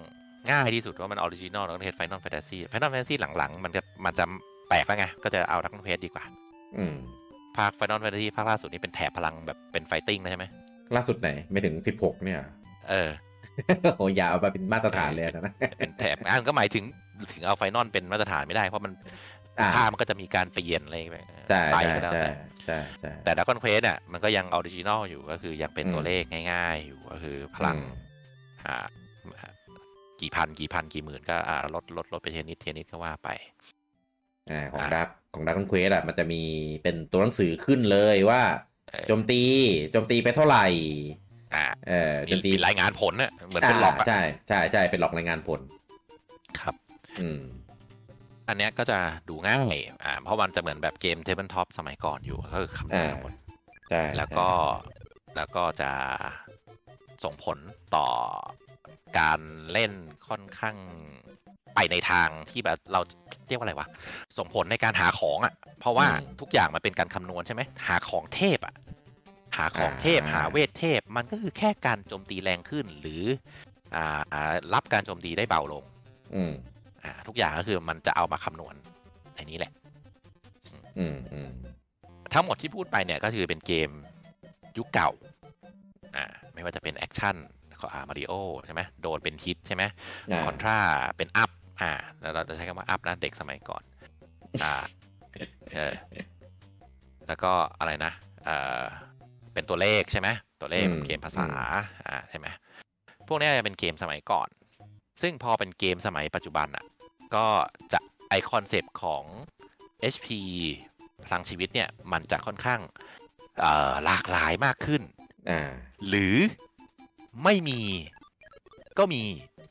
ง่ายที่สุดว่ามันออริจินอล Dragon Quest Final Fantasy Final Fantasy หลังๆ มันจะมันจะแปลกแล้วไงก็จะเอา Dragon Quest ดีกว่า
อืม
ภาค Final Fantasy ภาคล่าสุดนี่เป็นแถบพลังแบบเป็นไฟติ้งนะใช่ไหม
ล่าสุดไหนไม่ถึงสิบหกเนี่ย
เออ
โอ้ยอย่าเอามาเป็นมาตรฐานเลยนะ
เป็นแถบอ่ะมันก็หมายถึงถึงเอาไฟนอลเป็นมาตรฐานไม่ได้ เพราะมัน
อ่า
ภาพมันก็จะมีการเปลี่ยนอะไรไป
ใช่
ไป
ใช่
ก็แล้ว
ใช่ใช่
แต่
ใช่
แต่ Dragon Quest เนี่ยมันก็ยังออริจินอลอยู่ก็คือยังเป็น
อืม
ตัวเลขง่ายๆ อยู่ก็คือพลังอ่ากี่พันกี่พันกี่หมื่นก็อ่าลดลดลดไปเทนิดเทนิดก็ว่าไป
อ่าของ
อ่ะ
ดักของดักคอนเควสอ่ะมันจะมีเป็นตัวหนังสือขึ้นเลยว่า
เออ
โจมตีโจมตีไปเท่าไหร่
อ่า
เออโจ
มี
มตี
มีรายงานผลน่ะเหมือนเป็นหลอกอะ
าใช่ใช่ใช่เป็นหลอกรายงานผล
ครับ
อืม
อันเนี้ยก็จะดูง่ายอ่าเพราะมันจะเหมือนแบบเกมเทเบิลท็อปสมัยก่อนอยู่ก็คือคำนวณ
อ่า
ผล
ใช่
แล้วก็แล้วก็จะส่งผลต่อการเล่นค่อนข้างไปในทางที่แบบเราเรียกว่าอะไรวะส่งผลในการหาของอะ่ะ เพราะว่าทุกอย่างมันเป็นการคำนวณใช่ไหมหาของเทพอะ่ะ หาของเทพ
อ่า
หาเวทเทพ มันก็คือแค่การโจมตีแรงขึ้น หรืออ่าอ่ารับการโจมตีได้เบาลง
อืม
อ่าทุกอย่างก็คือมันจะเอามาคำนวณไอ้นี้แหละ
อืมอืม
ทั้งหมดที่พูดไปเนี่ยก็คือเป็นเกมยุคเก่าอ่าไม่ว่าจะเป็นแอคชั่นอามาริโอใช่ไหมโดนเป็นฮิตใช่ไหม
อ่า
คอนทราเป็นอัพ อ่าแล้วเราจะใช้คำว่าอัพนะเด็กสมัยก่อน อ่า เออ แล้วก็อะไรนะ เออเป็นตัวเลขใช่ไหม ตัวเลขเป็นเกมภาษา อ่า ใช่ไหม พวกเนี้ยจะเป็นเกมสมัยก่อน ซึ่งพอเป็นเกมสมัยปัจจุบันอ่ะ ก็จะไอคอนเซปต์ของ HP พลังชีวิตเนี่ย มันจะค่อนข้าง เอ่อ หลากหลายมากขึ้น
อ่า
หรือไม่มีก็มี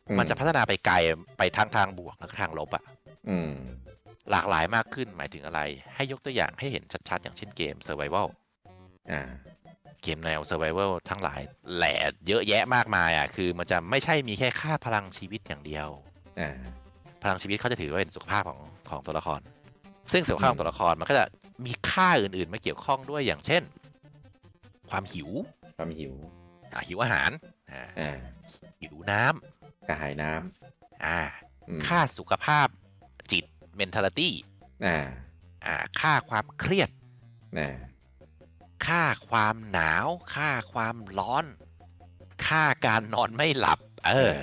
มั
มันจะพัฒนาไปไกลไปทางทางบวกและทางลบอะ
อืม
หลากหลายมากขึ้นหมายถึงอะไร ให้ยกตัวอย่างให้เห็นชัดๆ อย่างเช่นเกม Survival
อ่า
เกมแนว Survival ทั้งหลายแหล่เยอะแยะมากมายอะคือมันจะไม่ใช่มีแค่ค่าพลังชีวิตอย่างเดียว
อ่า
พลังชีวิตเขาจะถือว่าเป็นสุขภาพของของตัวละคร ซึ่งสุขภาพ
อืม
ของตัวละครมันก็จะมีค่าอื่นๆมาเกี่ยวข้องด้วยอย่างเช่น ความหิว
ความหิว
อ่ะหิวอาหารอ่ะ
อ่า
หิวน้ำ
กระหายน้
อ่ะ
ำอืม
ค่าสุขภาพจิต mentality
อ่า
อ่าค่าความเครียด
อ่า
ค่าความหนาว ค่าความร้อน ค่าการนอนไม่หลับ เออ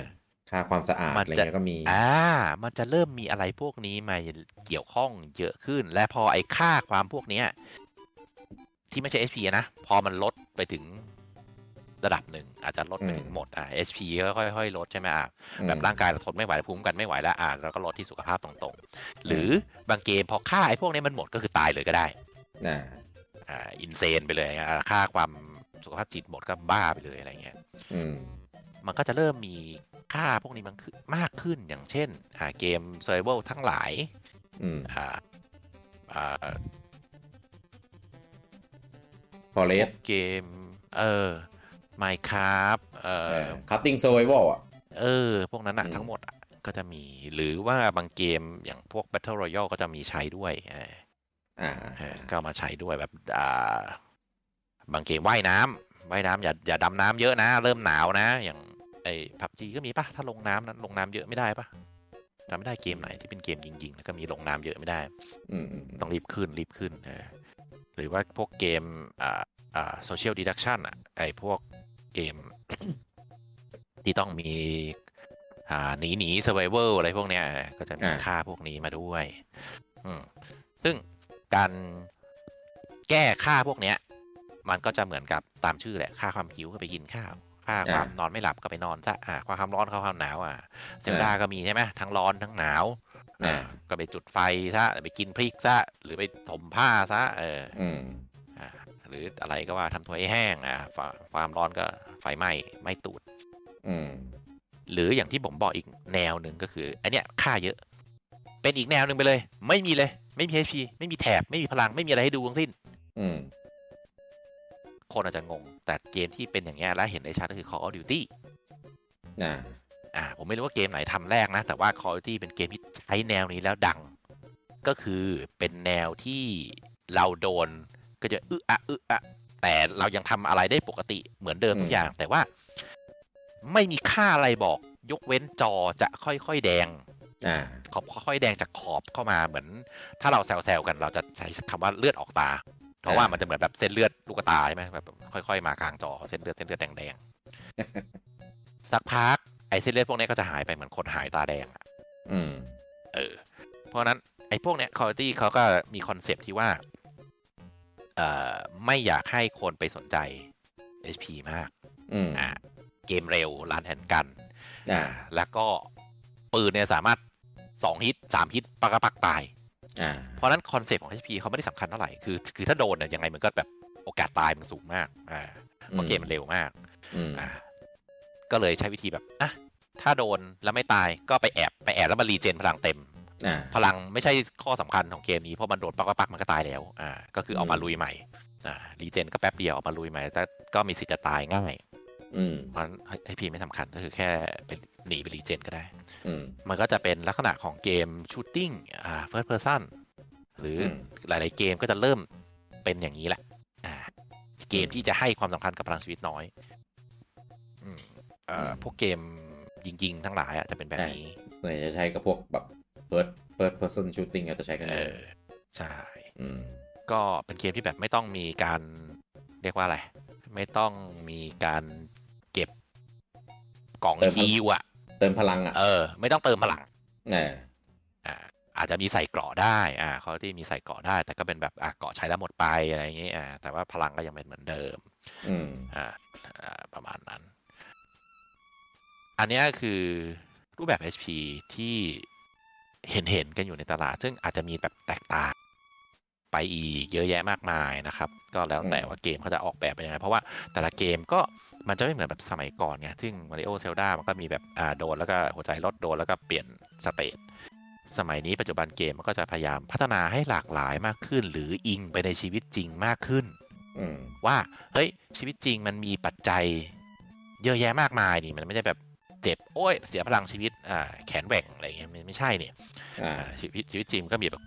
ค่าความสะอาด
มันจะ
อะไรเงี้ยก็มี
อ่า มันจะเริ่มมีอะไรพวกนี้มาเกี่ยวข้องเยอะขึ้น และพอไอ้ค่าความพวกเนี้ย ที่ไม่ใช่ HP นะ พอมันลดไปถึงระดับหนึ่ง อาจจะลดไปถึง
อืม
หมดอ่า HP ก็ค่อยๆลดใช่ไหมอ่ะ
อืม
แบบร่างกายเราทนไม่ไหวแล้วภูมิคุ้มกันไม่ไหวแล้วอ่าเราก็ลดที่สุขภาพตรงๆ หรืออบางเกมพอค่าไอ้พวกนี้มันหมดก็คือตายเลยก็ได้
อ่า
อ่าอินเซนไปเลยอ่าค่าความสุขภาพจิตหมดก็บ้าไปเลยอะไรเงี้ย
อืม
มันก็จะเริ่มมีค่าพวกนี้มันขึ้นมากขึ้นอย่างเช่นอ่าเกม s u r v i v a l ทั้งหลาย
อืม
อ่าอ่า
พอเล
พว
ส
กเกม เออ Minecraft เออ
คัตติ้งเซอร์ไวอ่ะ
เออ พวกนั้นนะ
อืม
ทั้งหมดอะก็จะมีหรือว่าบางเกมอย่างพวก Battle Royale ก็จะมีใช้ด้วยอ่า
อ่า
เออก็เอามาใช้ด้วยแบบอ่าบางเกมว่ายน้ำว่ายน้ำอย่าอย่าดำน้ำเยอะนะ เริ่มหนาวนะ อย่างไอ้พับจีก็มีปะถ้าลงน้ำนั้นลงน้ำเยอะไม่ได้ปะจำไม่ได้เกมไหนที่เป็นเกมยิงๆแล้วก็มีลงน้ำเยอะไม่ได้
อืมอืมอืม
ต้องรีบขึ้นรีบขึ้นเออหรือว่าพวกเกมอ่าอ่าโซเชียลดีดักชันอ่ะไอ้พวกเกม ที่ต้องมีอ่าหนีหนีเซอร์ไวเวอร์อะไรพวกเนี้ยเออก็จะมี
อ่า
ค่าพวกนี้มาด้วย อืมซึ่งการแก้ค่าพวกเนี้ย มันก็จะเหมือนกับตามชื่อแหละ ค่าความหิวก็ไปกินข้าว ค่าความนอนไม่หลับก็ไปนอนซะอ่าความร้อนความหนาวอ่ะเซลดาก็มีใช่ไหมทั้งร้อนทั้งหนาว
อ่า
ก็ไปจุดไฟซะไปกินพริกซะหรือไปถมผ้าซะเออ
อืม
อ่าหรืออะไรก็ว่าทำตัวให้แห้งอ่าฟาความร้อนก็ไฟไหม้ไหม้ตูด
อืม
หรืออย่างที่ผมบอกอีกแนวหนึ่งก็คืออันเนี้ยค่าเยอะ เป็นอีกแนวหนึ่งไปเลย ไม่มีเลย ไม่มี HP ไม่มีแถบไม่มีพลังไม่มีอะไรให้ดูทั้งสิ้น
อืม
คนอาจจะงง แต่เกมที่เป็นอย่างเงี้ยแล้วเห็นได้ชัดก็คือ Call of Duty
อ่า
อ่าผมไม่รู้ว่าเกมไหนทำแรกนะ แต่ว่า Call of Duty เป็นเกมที่ใช้แนวนี้แล้วดัง ก็คือเป็นแนวที่เราโดนก็จะอึะอะอึะอะแต่เรายังทำอะไรได้ปกติเหมือนเดิมทุก
อืม
อย่าง แต่ว่าไม่มีค่าอะไรบอก ยกเว้นจอจะค่อยๆแดง
อ่า
ขอบค่อยๆแดงจากขอบเข้ามาเหมือน ถ้าเราแซวๆกันเราจะใช้คำว่าเลือดออกตา เพราะว่ามันจะเหมือนแบบเส้นเลือดลูกตาใช่ไหมแบบค่อย ๆ มากลางจอเส้นเลือดเส้นเลือดแดงๆ สักพักไอ้เส้นเลือดพวกเนี้ยก็จะหายไปเหมือนคนหายตาแดงอะ
อืม
เออ เพราะฉะนั้นไอ้พวกเนี้ยคุณตี้เขาก็มีคอนเซปต์ที่ว่าเอ่อไม่อยากให้คนไปสนใจ HP มาก
อืม
อ่ะเกมเร็วรันแอนกัน
อ่า
แล้วก็ปืนเนี่ยสามารถสองฮิตสามฮิตปักกะปักตาย
อ่า
เพราะฉะนั้นคอนเซปต์ของ HP เขาไม่ได้สำคัญเท่าไหร่ คือ คือถ้าโดนเนี่ยยังไงมันก็แบบโอกาสตายมันสูงมาก อ่า เพราะเกมมันเร็วมาก
อืม
อ่า ก็เลยใช้วิธีแบบอ่ะถ้าโดนแล้วไม่ตายก็ไปแอบไปแอบแล้วมารีเจนพลังเต็ม
อ่า
พลังไม่ใช่ข้อสำคัญของเกมนี้ เพราะมันโดนปักปักปักมันก็ตายแล้ว อ่า ก็คือ
ม
อเออกมาลุยใหม่ อ่า รีเจนก็แป๊บเดียวเออกมาลุยใหม่แต่ก็มีสิทธิ์จะตายง่าย
อืม
เพราะฉะนั้น HP ไม่สำคัญก็คือแค่ไปหนีไปรีเจนก็ได้
อืม
มันก็จะเป็นลักษณะของเกมชูตติ้งอ่า first person หรืออ
ม
หลาย ๆ เกมก็จะเริ่มเป็นอย่างนี้แหละอ่า เกมที่จะให้ความสำคัญกับพลังชีวิตน้อยอืมเอ่ออ
ม
พวกเกมยิงๆทั้งหลายอะจะเป็นแบบนี้
ส่วนใหญ่จะใช้กับพวกแบบ first first person shooting เราจะใช้กัน
เอ
เย
อ ใช่
อืม
ก็เป็นเกมที่แบบไม่ต้องมีการเรียกว่าอะไร ไม่ต้องมีการเก็บกล่อง
เติม
ชีวอะ
เติมพลังอ่ะ
เออ ไม่ต้องเติมพลัง
เออ
อ่าอาจจะมีใส่เกราะได้ อ่าเขาที่มีใส่เกราะได้ แต่ก็เป็นแบบอ่ะเกราะใช้แล้วหมดไปอะไรอย่างงี้อ่า แต่ว่าพลังก็ยังเป็นเหมือนเดิม
อืม
อ่าอ่าประมาณนั้น อันเนี้ยคือรูปแบบ HP ที่เห็นเห็นๆกันอยู่ในตลาด ซึ่งอาจจะมีแบบแตกต่างไปอีกเยอะแยะมากมายนะครับ ก็แล้วแต่
อืม
ว่าเกมเขาจะออกแบบเป็นยังไง เพราะว่าแต่ละเกมก็มันจะไม่เหมือนแบบสมัยก่อนไง ซึ่ง Mario Zelda มันก็มีแบบอ่าโดนแล้วก็หัวใจลดโดนแล้วก็เปลี่ยนสเตจ สมัยนี้ปัจจุบันเกมมันก็จะพยายามพัฒนาให้หลากหลายมากขึ้น หรืออิงไปในชีวิตจริงมากขึ้น
อืม
ว่าเฮ้ยชีวิตจริงมันมีปัจจัยเยอะแยะมากมายนี่มันไม่ใช่แบบเจ็บโอ้ยเสียพลังชีวิตอ่าแขนแหว่งอะไรเงี้ยมันไม่ใช่เนี่ย
อ่า
อ่าชีวิตชีวิตจริงมันก็มีแบบ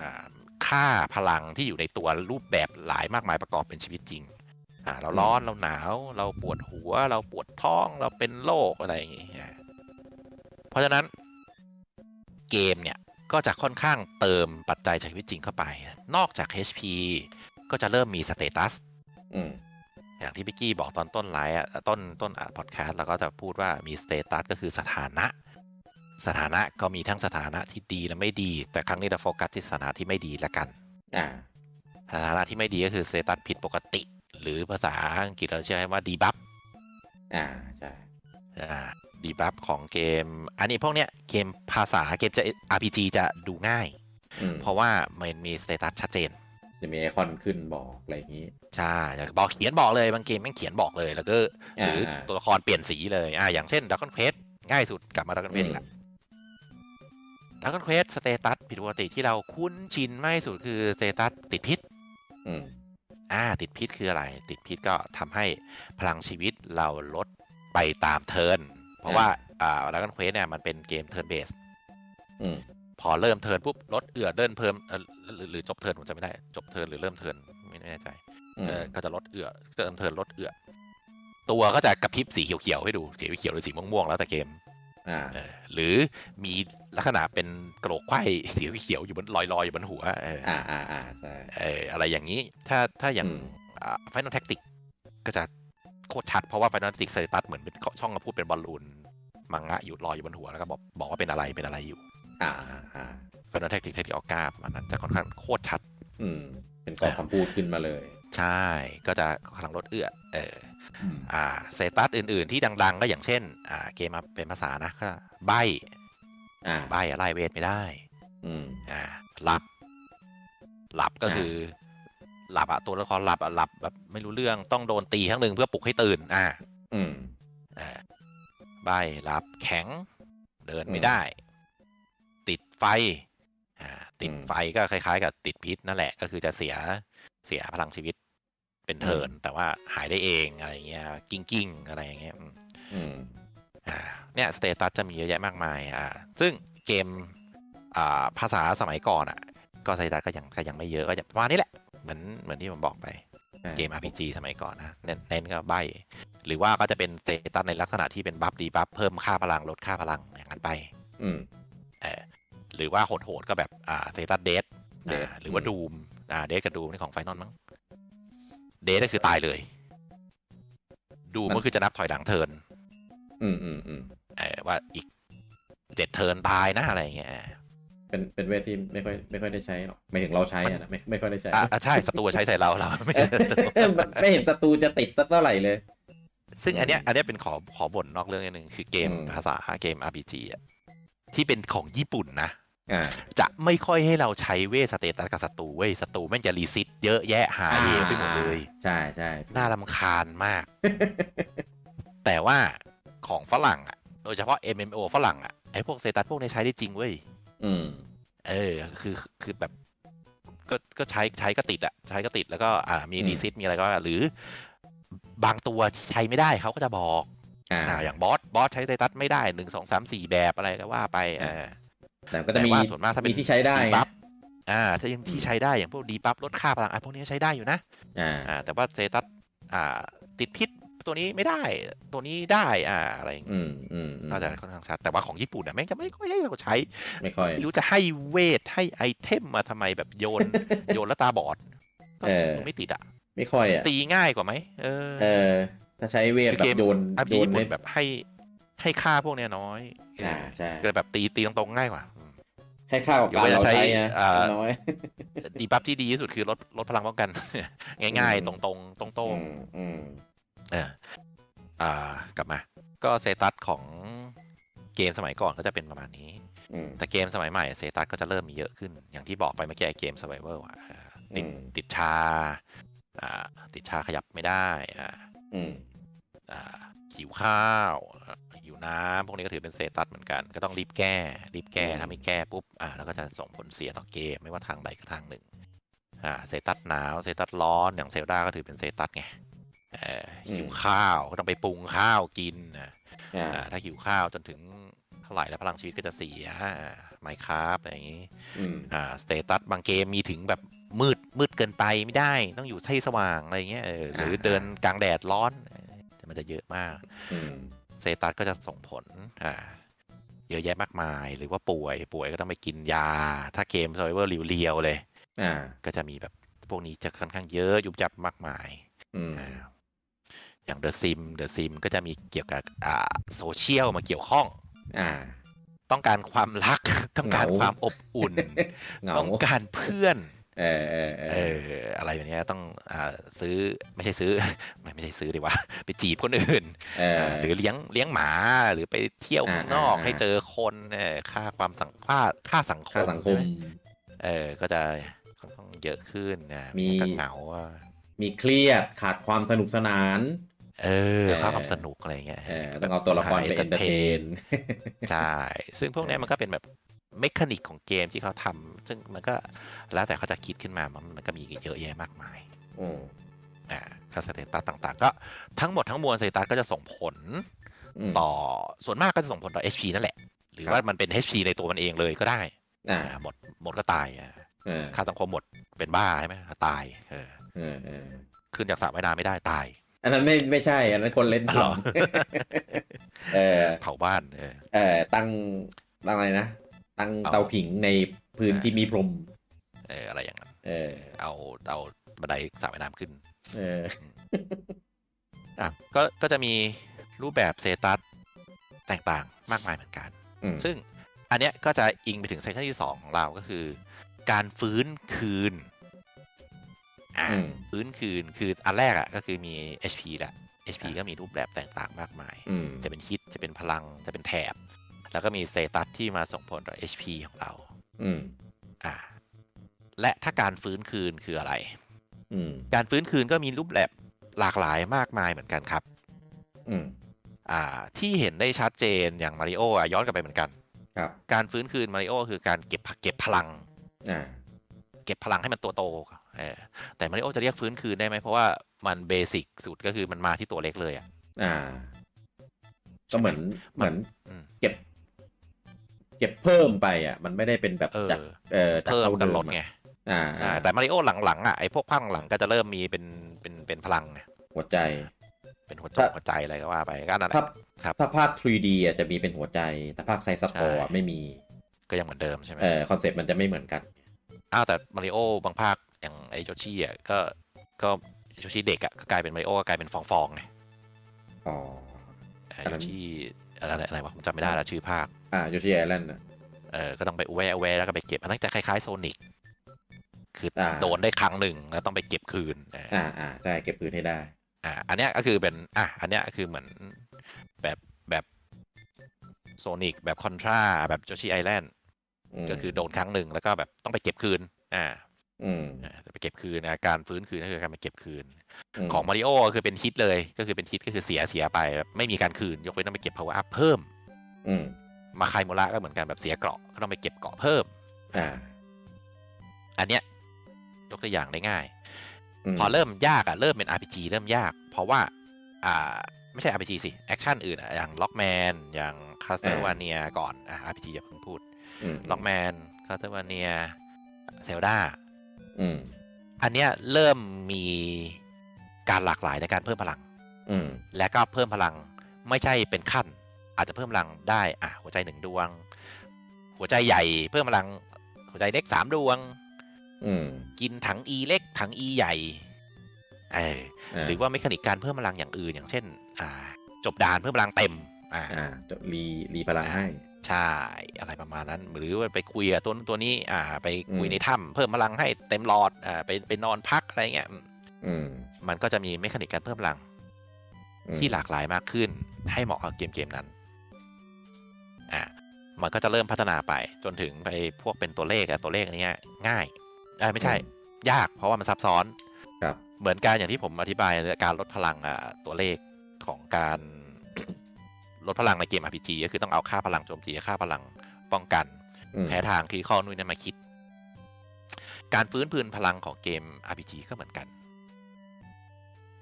อ่าค่าพลังที่อยู่ในตัวรูปแบบหลายมากมายประกอบเป็นชีวิตจริงอ่าเราร้อนเราหนาว เราปวดหัว เราปวดท้องเราเป็นโรคอะไรอย่างงี้อ่าเพราะฉะนั้นเกมเนี่ยก็จะค่อนข้างเติมปัจจัยจากชีวิตจริงเข้าไป นอกจาก HP ก็จะเริ่มมีสเตตัส
อืม
อย่างที่พี่กี้บอกตอนต้นไลฟ์อะต้นต้นพอดแคสต์เราก็จะพูดว่ามีสเตตัสก็คือสถานะ สถานะก็มีทั้งสถานะที่ดีและไม่ดี แต่ครั้งนี้เราโฟกัสที่สถานะที่ไม่ดีละกัน
อ่า
สถานะที่ไม่ดีก็คือสเตตัสผิดปกติ หรือภาษาอังกฤษเราใช้คำว่าดีบัฟ
อ่า ใช่
ดีบัฟของเกม อันนี้พวกเนี้ยเกมภาษาเกมจะ RPG จะดูง่าย
อืม
เพราะว่ามันมีสเตตัสชัดเจน
จะมีไอคอนขึ้นบอก อะไรอย่างนี้
ใช่อยากจะบอกเขียนบอกเลยบางเกมแม่งเขียนบอกเลยแล้วก็ห
อ่า
รือ
อ่า
ตัวละครเปลี่ยนสีเลยอ่าอย่างเช่นดักคอนเควสง่ายสุดกลับมาดักคอนเควสอีกแล้วดักคอนเควสสเตตัสผิดปกติที่เราคุ้นชินมากที่สุดคือสเตตัสติดพิษ
อืม
อ่าติดพิษคืออะไร ติดพิษก็ทำให้พลังชีวิตเราลดไปตามเทิร์นเพราะว่าอ่าดักคอนเควสเนี่ยมันเป็นเกมเทิร์นเบส
อืม
พอเริ่มเทิร์นปุ๊บลดเอือดเดินเพิ่มเอ่อหรือหรือจบเทิร์นผมจำไม่ได้ จบเทิร์นหรือเริ่มเทิร์นไม่แน่ใจ
อืม
เออก็จะลดเอือเติมเทิร์นลดเอือตัวก็จะกระพริบสีเขียวๆให้ดูสีเขียวหรือสีม่วงๆแล้วแต่เกม
อ่า
เออหรือมีลักษณะเป็นกระโหลกไขว้สีเขียวๆอยู่บนลอยๆอยู่บนหัวเออ
อ่า อ่า อ่า ใช่
เอออะไรอย่างนี้ ถ้าถ้าอย่าง
อืม
ไฟนอลแท็กติกก็จะโคตรชัดเพราะว่าไฟนอลแท็กติกสเตตัสเหมือนเป็นช่องมาพูดเป็นบอลลูนมังงะอยู่ลอยอยู่บนหัวแล้วก็บอกบอกว่าเป็นอะไรเป็นอะไรอยู่
อ่า อ่า อ่า
ไฟนอลแท็กติกแท็กติกออกกาประมาณนั้นจะค่อนข้างโคตรชัด
อืม เป็นกรอบคำพูดขึ้นมาเลย
ใช่ก็จะกำลังลดเอื้อเออ
อืม
อ่าสเตตัสอื่นๆที่ดัง ๆ ก็อย่างเช่นอ่าเกมมาเป็นภาษานะก็ใบ
อ่า
ใบอะไล่เวทไม่ได้
อืม
อ่าหลับ หลับก็คือ หลับอะตัวละครหลับอะหลับแบบไม่รู้เรื่องต้องโดนตีครั้งหนึ่งเพื่อปลุกให้ตื่นอ่า
อืม
อ่าใบหลับแข็ง เดินไม่ได้ ติดไฟอ่าติด
อืม
ไฟก็คล้าย ๆ กับติดพิษนั่นแหละก็คือจะเสียเสียพลังชีวิตเป็นเทิร์น
อืม
แต่ว่าหายได้เองอะไรอย่างเงี้ยกิ้งๆอะไรอย่างเงี้ยอืม
อืม
อ่าเนี่ยสเตตัสจะมีเยอะแยะมากมายอ่าซึ่งเกมอ่าภาษาสมัยก่อนอ่ะ ก็สเตตัสก็ยังก็ยังไม่เยอะก็จะประมาณนี้แหละ เหมือนเหมือนที่ผมบอกไป
อ่า
เกม RPG สมัยก่อนนะเน้นเน้นก็ใบ หรือว่าก็จะเป็นสเตตัสในลักษณะที่เป็นบัฟดีบัฟเพิ่มค่าพลังลดค่าพลังอย่างนั้นไป
อืม
เออหรือว่าโหดๆก็แบบอ่าสเตตัสเดท
Death
หรือว่าดูมอ่าเดทกับดูมนี่ของไฟนอลมั้งเดทก็คือตายเลยดูมก็คือจะนับถอยหลังเทิร์น
อืม อืม อืม
เออว่าอีกเจ็ดเทิร์นตายนะอะไรอย่างเงี้ยอ่ะ
เป็น เป็นเวทที่ไม่ค่อย ไม่ค่อยได้ใช้หรอกไม่ถึงเราใช้อะนะ ไม่ ไม่ค่อยได้ใช้
อ่ะใช่ศัตรูใช้ใส่เราเราไม่
เอ
ใช่ศัตรู
อ ไม่เห็นศัตรูจะติดสักเท่าไหร่เลย
ซึ่งอันเนี้ยอันเนี้ยเป็นขอขอบ่นนอกเรื่องนิดนึงคือเกม
อืม
ภาษาเกม RPG อ่ะที่เป็นของญี่ปุ่นนะ
อ่า
จะไม่ค่อยให้เราใช้เวทสเตตัสกับศัตรูเว้ยศัตรูแม่งจะรีซิตเยอะแยะหาเองไปหมดเลย
ใช่ใช่
น่ารำคาญมาก แต่ว่าของฝรั่งอ่ะโดยเฉพาะ MMO ฝรั่งอ่ะไอ้พวกสเตตัสพวกนี้ใช้ได้จริงเว้ย
อืม
เออ คือ คือแบบ ก็ ก็ใช้ ใช้ก็ติดอะใช้ก็ติด แล้วก็ อ่า มี
อืม
ดีซิตมีอะไรก็ว่าหรือ บางตัวใช้ไม่ได้เขาก็จะบอก
อ่า
อ่า อย่างบอส บอสใช้ไตตัสไม่ได้หนึ่งสองสามสี่แบบอะไรก็ว่าไป อ่า
แต่ก็จะมี
แต่ว่าส่วนมากถ้าเป็น
มีที่ใช้ได้
ดี
ไง
บัฟ อ่าถ้ายังที่ใช้ได้อย่างพวกดีบัฟลดค่าพลังอ่ะพวกนี้ใช้ได้อยู่นะ
อ่า
อ่าแต่ว่าเซตัสอ่าติดพิษตัวนี้ไม่ได้ตัวนี้ได้อ่าอะไรอย่างเงี้ย
อืมอืมอืม
น่าจะค่อนข้างชัดแต่ว่าของญี่ปุ่นอ่ะแม่งจะไม่ค่อยให้เราใช้
ไม่ค่อย
ไม่รู้จะให้เวทให้ไอเทมมาทำไมแบบโย น โยนแล้วตาบอดก็
เออ
มึงไม่ติดอ่ะ
ไม่ค่อยอ่ะ
ตีง่ายกว่าไหมเออ
เออ ถ้าใช้เวท
คือ
แบ
เก
บ
ม
โยน
อา
โย
บี
น
ญี่ปุ่น
เ
แบบให้ให้ค่าพวกเนี้ยน้อย
อ่าใช่
เกิดแบบตีตีตรงๆง่ายกว่าอืม
ให้ค่ากับการ
ยกเว้น
เรา
ใช้
ใช้นะ
อ่า
มันน้อย
ดีบัฟที่ดีที่สุดคือลดลดพลังป้องกัน ง่าย
อื
ๆ
ม
ตรงๆตรงๆ
อืมอืม
เอออ่ากลับมา ก็เซตัสของเกมสมัยก่อนก็จะเป็นประมาณนี้
อืม
แต่เกมสมัยใหม่เซตัสก็จะเริ่มมีเยอะขึ้น อย่างที่บอกไปเมื่อกี้ไอ้เกมสไบเวอร์อ่ะติด
อืม
ติดชาอ่าติดชาขยับไม่ได้ อ่า
อืม
อ่าหิวข้าวอ่าหิวน้ำพวกนี้ก็ถือเป็นเซตัสเหมือนกัน ก็ต้องรีบแก้ รีบแก้ถ้าไม่แก้ปุ๊บอ่าแล้วก็จะส่งผลเสียต่อเกมไม่ว่าทางใดก็ทางหนึ่งอ่าเซตัสหนาวเซตัสร้อนอย่างเซลดาก็ถือเป็นเซตัสไงเอ่อหิวข้าวก็ต้องไปปรุงข้าวกินนะ
อ่า
อ่าถ้าหิวข้าวจนถึงเท่าไหร่แล้วพลังชีวิตก็จะเสียไมค์ครับอะไรอย่างนี้
อืม
อ่าสเตตัสบางเกมมีถึงแบบมืดมืดเกินไปไม่ได้ต้องอยู่ที่สว่างอะไรอย่างเงี้ยเออหรือ
อ่า
เดินกลางแดดร้อนเออแต่มันจะเยอะมาก
อืม
สเตตัสก็จะส่งผลอ่าเยอะแยะมากมายหรือว่าป่วยป่วยก็ต้องไปกินยา ถ้าเกม s u r v i v o r เรียวๆเลย
อ่า
ก็จะมีแบบพวกนี้จะค่อนข้างเยอะยุบยับมากมาย
อืม
อ่าอย่างเดอะซิมเดอะซิมก็จะมีเกี่ยวกับอ่าโซเชียลมาเกี่ยวข้อง
อ่า
ต้องการความรัก ต้องการ
เหงา
ความอบอุ่น
เหงา
ต้องการเพื่อน
เออเออเอ
เอ
อ
ออะไรแบบเนี้ยต้องอ่าซื้อไม่ใช่ซื้อ ไม่ไม่ใช่ซื้อดีว่า ไปจีบคนอื่น
เออ
าหรือเลี้ยงเลี้ยงหมาหรือไปเที่ยวข้างนอก
อ่าอ่า
ให้เจอคนเออค่าความสังค่าค่าสังค
ค่าม สังคม
ใช่ไหเออก็จะค่อนข้างเยอะขึ้นนะ
มี
นก็เหงาอะ
มีเครียดขาดความสนุกสนาน
เออ
เออ
ค่าความสนุกอะไรย่างเงี้ย
เออต้องเอาตัวละครไปเอนเตอร์เทน
ใช่ ซึ่งพวกเนี้ยมันก็เป็นแบบเมคานิกของเกมที่เขาทำ ซึ่งมันก็แล้วแต่เขาจะคิดขึ้นมา มันมันก็มีเยอะแยะมากมาย
อืม
อ่าคาสเตตัสต่างๆ ก็ทั้งหมดทั้งมวลสเตตัสก็จะส่งผล
ม
ต่อ ส่วนมากก็จะส่งผลต่อ HP นั่นแหละ หรือ
ครับ
ว่ามันเป็น HP ในตัวมันเองเลยก็ได้
อ่า
อ่าหมดหมดก็ตายอ่า
เออ
ค่าสังคมหมดเป็นบ้าใช่ไหมตายเออ
เออเออ
ขึ้นจากสระว่ายน้ำไม่ได้ตาย
อันนั้นไม่ไม่ใช่ อันนั้นคนเล่น
อ๋อเหรอ
เออ
เผาบ้านเออ
เออตั้งตั้งอะไรนะ ตั้ง
เอา
เตาผิงในพื้นที่มีพรม
เอออะไรอย่างนั้น
เออ
เอาเอาบันไดสระว่ายน้ำขึ้น
เออ
อ่ะก็ก็จะมีรูปแบบเซตัสแตกต่างมากมายเหมือนกัน
อืม
ซึ่งอันเนี้ยก็จะอิงไปถึงเซสชันที่ 2 ของเราก็คือ การฟื้นคืนอ่ะ
อืม
ฟื้นคืนคืออันแรกอ่ะก็คือมี HP ละ HP ก็มีรูปแบบแตกต่างมากมาย
อืม
จะเป็นฮิตจะเป็นพลังจะเป็นแถบ แล้วก็มีเซตัสที่มาส่งผลต่อ HP ของเรา
อืม
อ่ะและถ้าการฟื้นคืนคืออะไร
อืม
การฟื้นคืนก็มีรูปแบบหลากหลายมากมายเหมือนกันครับ
อืม
อ่าที่เห็นได้ชัดเจนอย่างมาริโออ่ะย้อนกลับไปเหมือนกัน
ครับ
การฟื้นคืนมาริโอคือการเก็บผักเก็บพลัง
อ่า
เก็บพลังให้มันตัวโตเออแต่มาริโอจะเรียกฟื้นคืนได้ไหมเพราะว่ามันเบสิกสุดก็คือมันมาที่ตัวเล็กเลยอ่ะ
อ่า ก็เหมือนเหมื
มัน
อน
อืม
เก็บ เก็บเพิ่มไปอ่ะ มันไม่ได้เป็นแบบ
เออ
จากเออจาก
เพิ่ม
เท่า
กัน
เดิ
ล
ม
ด
อะ
ไง
อ่า
ใช่แต่มาริโอหลังๆอ่ะไอ้พวกภาคหลังๆก็จะเริ่มมีเป็นเป็นเป็นพลังไง
หัวใจ
เป็นหัวใจ
ถ้า
หัวใจอะไรก็ว่าไปก็นั่นแหละ
ถ้า
ครับ
ถ้าภาค 3D อ่ะจะมีเป็นหัวใจ แต่ภาคไซส์สกอร์
ใช่
ไม่มี
ก็ยังเหมือนเดิมใช่ไหม
เออคอนเซ็ปต์มันจะไม่เหมือนกัน
อ้าวแต่มาริโอบางภาคอย่างไอ้โยชิอ่ะก็ก็ไอ้โยชิเด็กอ่ะก็กลายเป็นมาริโอก็กลายเป็นฟองๆไง
อ๋อ
เอ่อ
อัน
อ
นั้
ยู่
น
ที่อะไรอะไรอะไรวะผมจำไม่ได้แล้วชื่อภาค
อ่าโยชิไอแลนด์อ่ะ
เออก็ต้องไปแวะแวะแล้วก็ไปเก็บ อันนั้นจะคล้ายๆโซนิกคืออา โดนได้ครั้งหนึ่งแล้วต้องไปเก็บคืนเอออ
อ่าอ่าใช่เก็บพื้นให้ได้
อ่าอันเนี้ยก็คือเป็นอ่ะอันเนี้ยคือเหมือนแบบแบบโซนิกแบบคอนทราแบบโจชิไอแลนด์
อืม
ก็คือโดนครั้งหนึ่งแล้วก็แบบต้องไปเก็บคืนอ่า
อืม
อ่าไปเก็บคืนอ่ะการฟื้นคืนก็คือการไปเก็บคืน
ม
ของมาริโอคือเป็นฮิตเลยก็คือเป็นฮิตก็คือเสียเสียไปแบบไม่มีการคืนยกเว้นต้องไปเก็บ power up เพิ่ม
อืม
มาคายโมระก็เหมือนกันแบบเสียเกราะก็ต้องไปเก็บเกราะเพิ่ม
อ่า
อันเนี้ยยกตัวอย่างได้ง่าย
ม
พอเริ่มยากอะเริ่มเป็น RPG เริ่มยาก เพราะว่า อ่า ไม่ใช่ RPG สิแอคชั่นอื่นอะอย่างล็อกแมนอย่างคาสเตอร์วาเนียก่อนอ่ะ RPG อย่าเพิ่งพูด
ม
ล็อกแมนคาสเตอร์วาเนีย เซลดา
อืม
อันเนี้ยเริ่มมีการหลากหลายในการเพิ่มพลัง
อืม
และก็เพิ่มพลังไม่ใช่เป็นขั้น อาจจะเพิ่มพลังได้อ่ะหัวใจหนึ่งดวง หัวใจใหญ่เพิ่มพลัง หัวใจเล็กสามดวง
อืม
กินถังอีเล็กถังอีใหญ่เออ
อ่า
หรือว่าเมคานิกการเพิ่มพลังอย่างอื่นอย่างเช่น อ่า จบด่านเพิ่มพลังเต็มอ่า
อ่าจะรีรีพลังให้
ใช่ อะไรประมาณนั้น หรือว่าไปคุยกับตัวนู้นตัวนี้ อ่า ไปคุย
อืม
ในถ้ำเพิ่มพลังให้เต็มหลอด อ่า ไปไปนอนพักอะไรเงี้ย
อืม
มันก็จะมีเมคานิกการเพิ่มพลัง
อืม
ที่หลากหลายมากขึ้น ให้เหมาะกับเกมเกมนั้น อ่า มันก็จะเริ่มพัฒนาไปจนถึงไปพวกเป็นตัวเลขอะตัวเลขอันเนี้ยง่ายเอ่าไม่ใช่ ยาก เพราะว่ามันซับซ้อน
ครับ
เหมือนการอย่างที่ผมอธิบายเลยการลดพลังอ่ะตัวเลขของการ ลดพลังในเกม RPG ก็คือต้องเอาค่าพลังโจมตีกับค่าพลังป้องกัน
อืม
แพ้ทางคริข้อนู่นนั่นมาคิด การฟื้นพืนพลังของเกม RPG ก็เหมือนกัน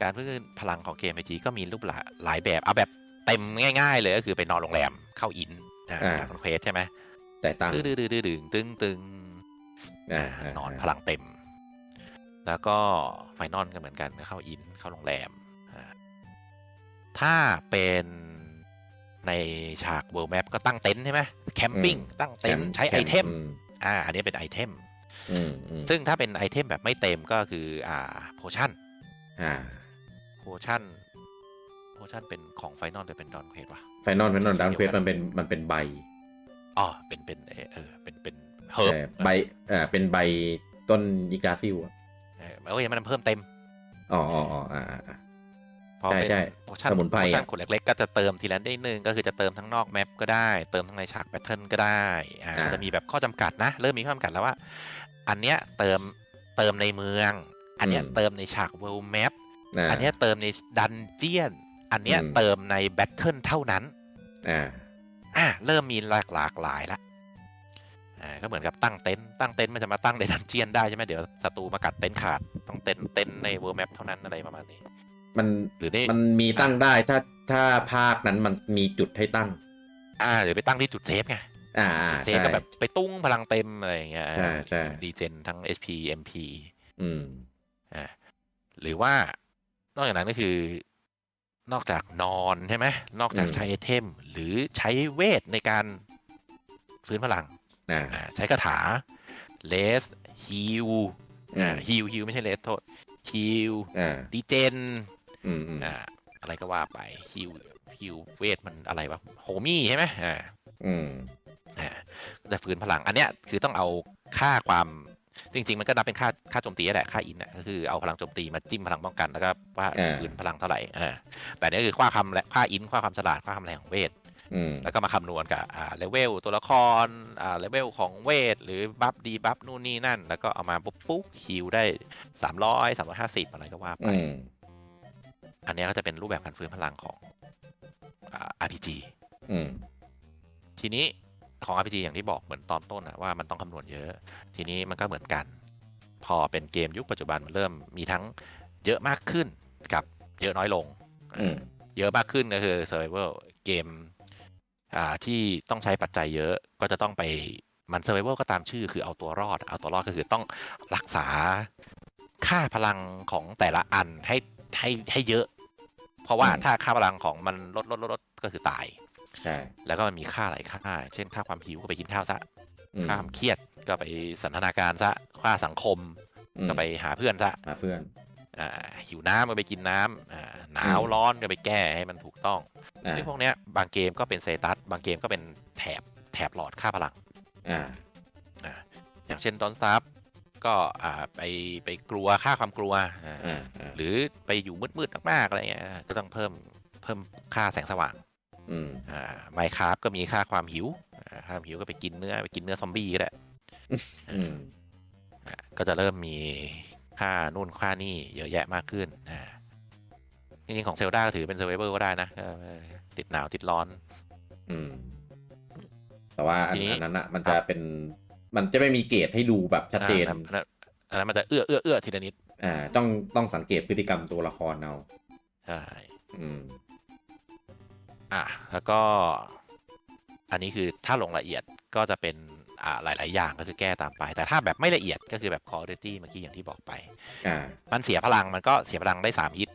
การฟื้นพื้นพลังของเกม RPG ก็มีรูปหลาหลายแบบเอาแบบเต็มง่าย ๆ เลยก็คือไปนอนโรงแรมเข้าอินนะ
อ่า
คอนเควสใช่ไหม
แต่ายตังค์
ดื้อๆๆๆดึงตึงตึง
อ่า
ๆนอนพ
า
ลังเต็ม แล้วก็ไฟนอลก็เหมือนกันเข้าอินเข้าโรงแรมอ่าถ้าเป็นในฉากเวิลด์แมปก็ตั้งเต็นท์ใช่ไหมแคมปิ้งตั้งเต็นท์ใช้
แค
ไอเท
ม
มอ่าอันนี้เป็นไอเทม
อืมอืม
ซึ่งถ้าเป็นไอเทมแบบไม่เต็มก็คืออ่าโพชั่น
อ่า
โพชั่นโพชั่นเป็นของไฟนอลหรือเป็นดอนเควสวะ
ไฟนอลไฟนอลดาวเควสมันเป็นมันเป็นใบ
อ๋อเป็นเป็นเออเออเป็นเป็นเฮิร์บ
แต่ใบอ่าเป็นใบต้นอิกาซิลอะ
เออเอ้ยมันเพิ่มเต็ม
อ๋ออ๋ออ๋ออ่าอ่าอ่า
พอเป็น
ใช่ใช่
โพชั่น
สมุนไพร
โพชั่น
อะ
ขวดเล็กๆก็จะเติมทีละนิดนึงก็คือจะเติมทั้งนอกแมปก็ได้ เติมทั้งในฉากแพทเทิร์นก็ได้อ่า
อ่า
จะมีแบบข้อจำกัดนะ เริ่มมีข้อจำกัดแล้วว่า อันเนี้ยเติมเติมในเมือง อันเนี้ยเติมในฉากเวลแมป
อ่า
อันเนี้ยเติมในดันเจียน อันเนี้ย
อืม
เติมในแบทเทิลเท่านั้น
อ่า
อ่ะเริ่มมีหลากหลากหลายละอ่าก็เหมือนกับตั้งเต็นท์ตั้งเต็นท์มันจะมาตั้งในดันเจียนได้ใช่ไหมเดี๋ยวศัตรูมากัดเต็นท์ขาดต้องเต็นท์เต็นท์ในเวอร์แมปเท่านั้นอะไรประมาณนี้
มัน
หรือได้
มันมีตั้งได้ถ้าถ้าภาคนั้นมันมีจุดให้ตั้ง
อ่าหรือไปตั้งที่จุดเซฟไง
อ่า
จุ
อ่า
ดเซฟ
ใช่
ก็แบบไปตุ้งพลังเต็มอะไรอย่างเงี้ย
ใช่ใช่
ดีเจนทั้ง HP MP
อืม
อ่าหรือว่านอกจากนั้นก็คือ นอกจากนอนใช่ไหมนอกจาก
อืม
ใช้ไอเทม หรือใช้เวทในการฟื้นพลัง
อ่า
อ่าใช้คาถาเลสฮิว
อ่า
ฮิวฮิวไม่ใช่เลสโทษฮิว
อ่า
ดีเจน
อืมอืม
อ่าอะไรก็ว่าไปฮิวฮิวเวทมันอะไรวะโฮมี่ใช่ไหมอ่า
อืม
อ่าก็จะฟื้นพลังอันเนี้ยคือต้องเอาค่าความจริง ๆ มันก็นับเป็นค่าค่าโจมตีนั่นแหละค่าอินน่ะก็คือเอาพลังโจมตีมาจิ้มพลังป้องกันแล้วก็ว่าฟื้นพลังเท่าไหร่อ่าแต่อันนี่คือค่าคำและค่าอินค่าความฉลาดค่าคำแรงของเวท
อืม
แล้วก็มาคำนวณกับอ่าเลเวลตัวละครอ่าเลเวลของเวท หรือบัฟดีบัฟนู่นนี่นั่น แล้วก็เอามาปุ๊บปุ๊บฮิวได้ 300 350 อะไรก็ว่าไป
อืม
อันเนี้ยก็จะเป็นรูปแบบการฟื้นพลังของอ่า RPG
อืม
ทีนี้ของ RPG อย่างที่บอกเหมือนตอนต้นอะว่ามันต้องคำนวณเยอะ ทีนี้มันก็เหมือนกัน พอเป็นเกมยุคปัจจุบันมันเริ่มมีทั้งเยอะมากขึ้นกับเยอะน้อยลง
อืม
เยอะมากขึ้นก็คือ Survival เกมอ่าที่ต้องใช้ปัจจัยเยอะก็จะต้องไปมัน Survival ก็ตามชื่อคือเอาตัวรอด เอาตัวรอดก็คือต้องรักษาค่าพลังของแต่ละอันให้ให้ให้เยอะ เพราะว่าถ้าค่าพลังของมันลดลดลดลดก็คือตาย
ใช่
แล้วก็มันมีค่าหลายค่า เช่นค่าความหิวก็ไปกินข้าวซะ
อืม
ค่าความเครียดก็ไปสันทนาการซะ ค่าสังคม
อืม
ก็ไปหาเพื่อนซะ
หาเพื่อน
อ่าหิวน้ำก็ไปกินน้ำอ่าหนาว
อืม
ร้อนก็ไปแก้ให้มันถูกต้อง
อ่า
ซึ่งพวกเนี้ยบางเกมก็เป็นเซตัส บางเกมก็เป็นแถบแถบหลอดค่าพลัง
อ่า
อ่าอย่างเช่นดอนซับก็อ่าไปไปกลัวค่าความกลัวอ่า
อ่าอ่า
หรือไปอยู่มืดๆมากๆอะไรเงี้ยอ่าก็ต้องเพิ่มเพิ่มค่าแสงสว่าง
อืม
ไมคราฟก็มีค่าความหิวอ่าความหิวก็ไปกินเนื้อไปกินเนื้อซอมบี้ก็ได้
อืม
อ่าก็จะเริ่มมีค่านู่นค่านี่เยอะแยะมากขึ้นอ่าจริงๆของเซลดาก็ถือเป็นเซอร์ไวเวอร์ก็ได้นะเออติดหนาวติดร้อน
อืมแต่ว่าอัน
ทีนี้
อันนั้นอ่ะ มันจะเป็น มันจะไม่มีเกจให้ดูแบบชัดเจน
อ่าอันนั้นอันนั้นมันจะเอื้อเอื้อเอื้อทีละนิด
อ่า ต้องต้องสังเกตพฤติกรรมตัวละครเอา
ใช่
อืม
อ่ะแล้วก็ อันนี้คือถ้าลงละเอียดก็จะเป็น อ่าหลาย ๆ อย่างก็คือแก้ตามไป แต่ถ้าแบบไม่ละเอียดก็คือแบบคอร์ดิตี้เมื่อกี้อย่างที่บอกไป
อ่า
มันเสียพลังมันก็เสียพลังได้สามฮิต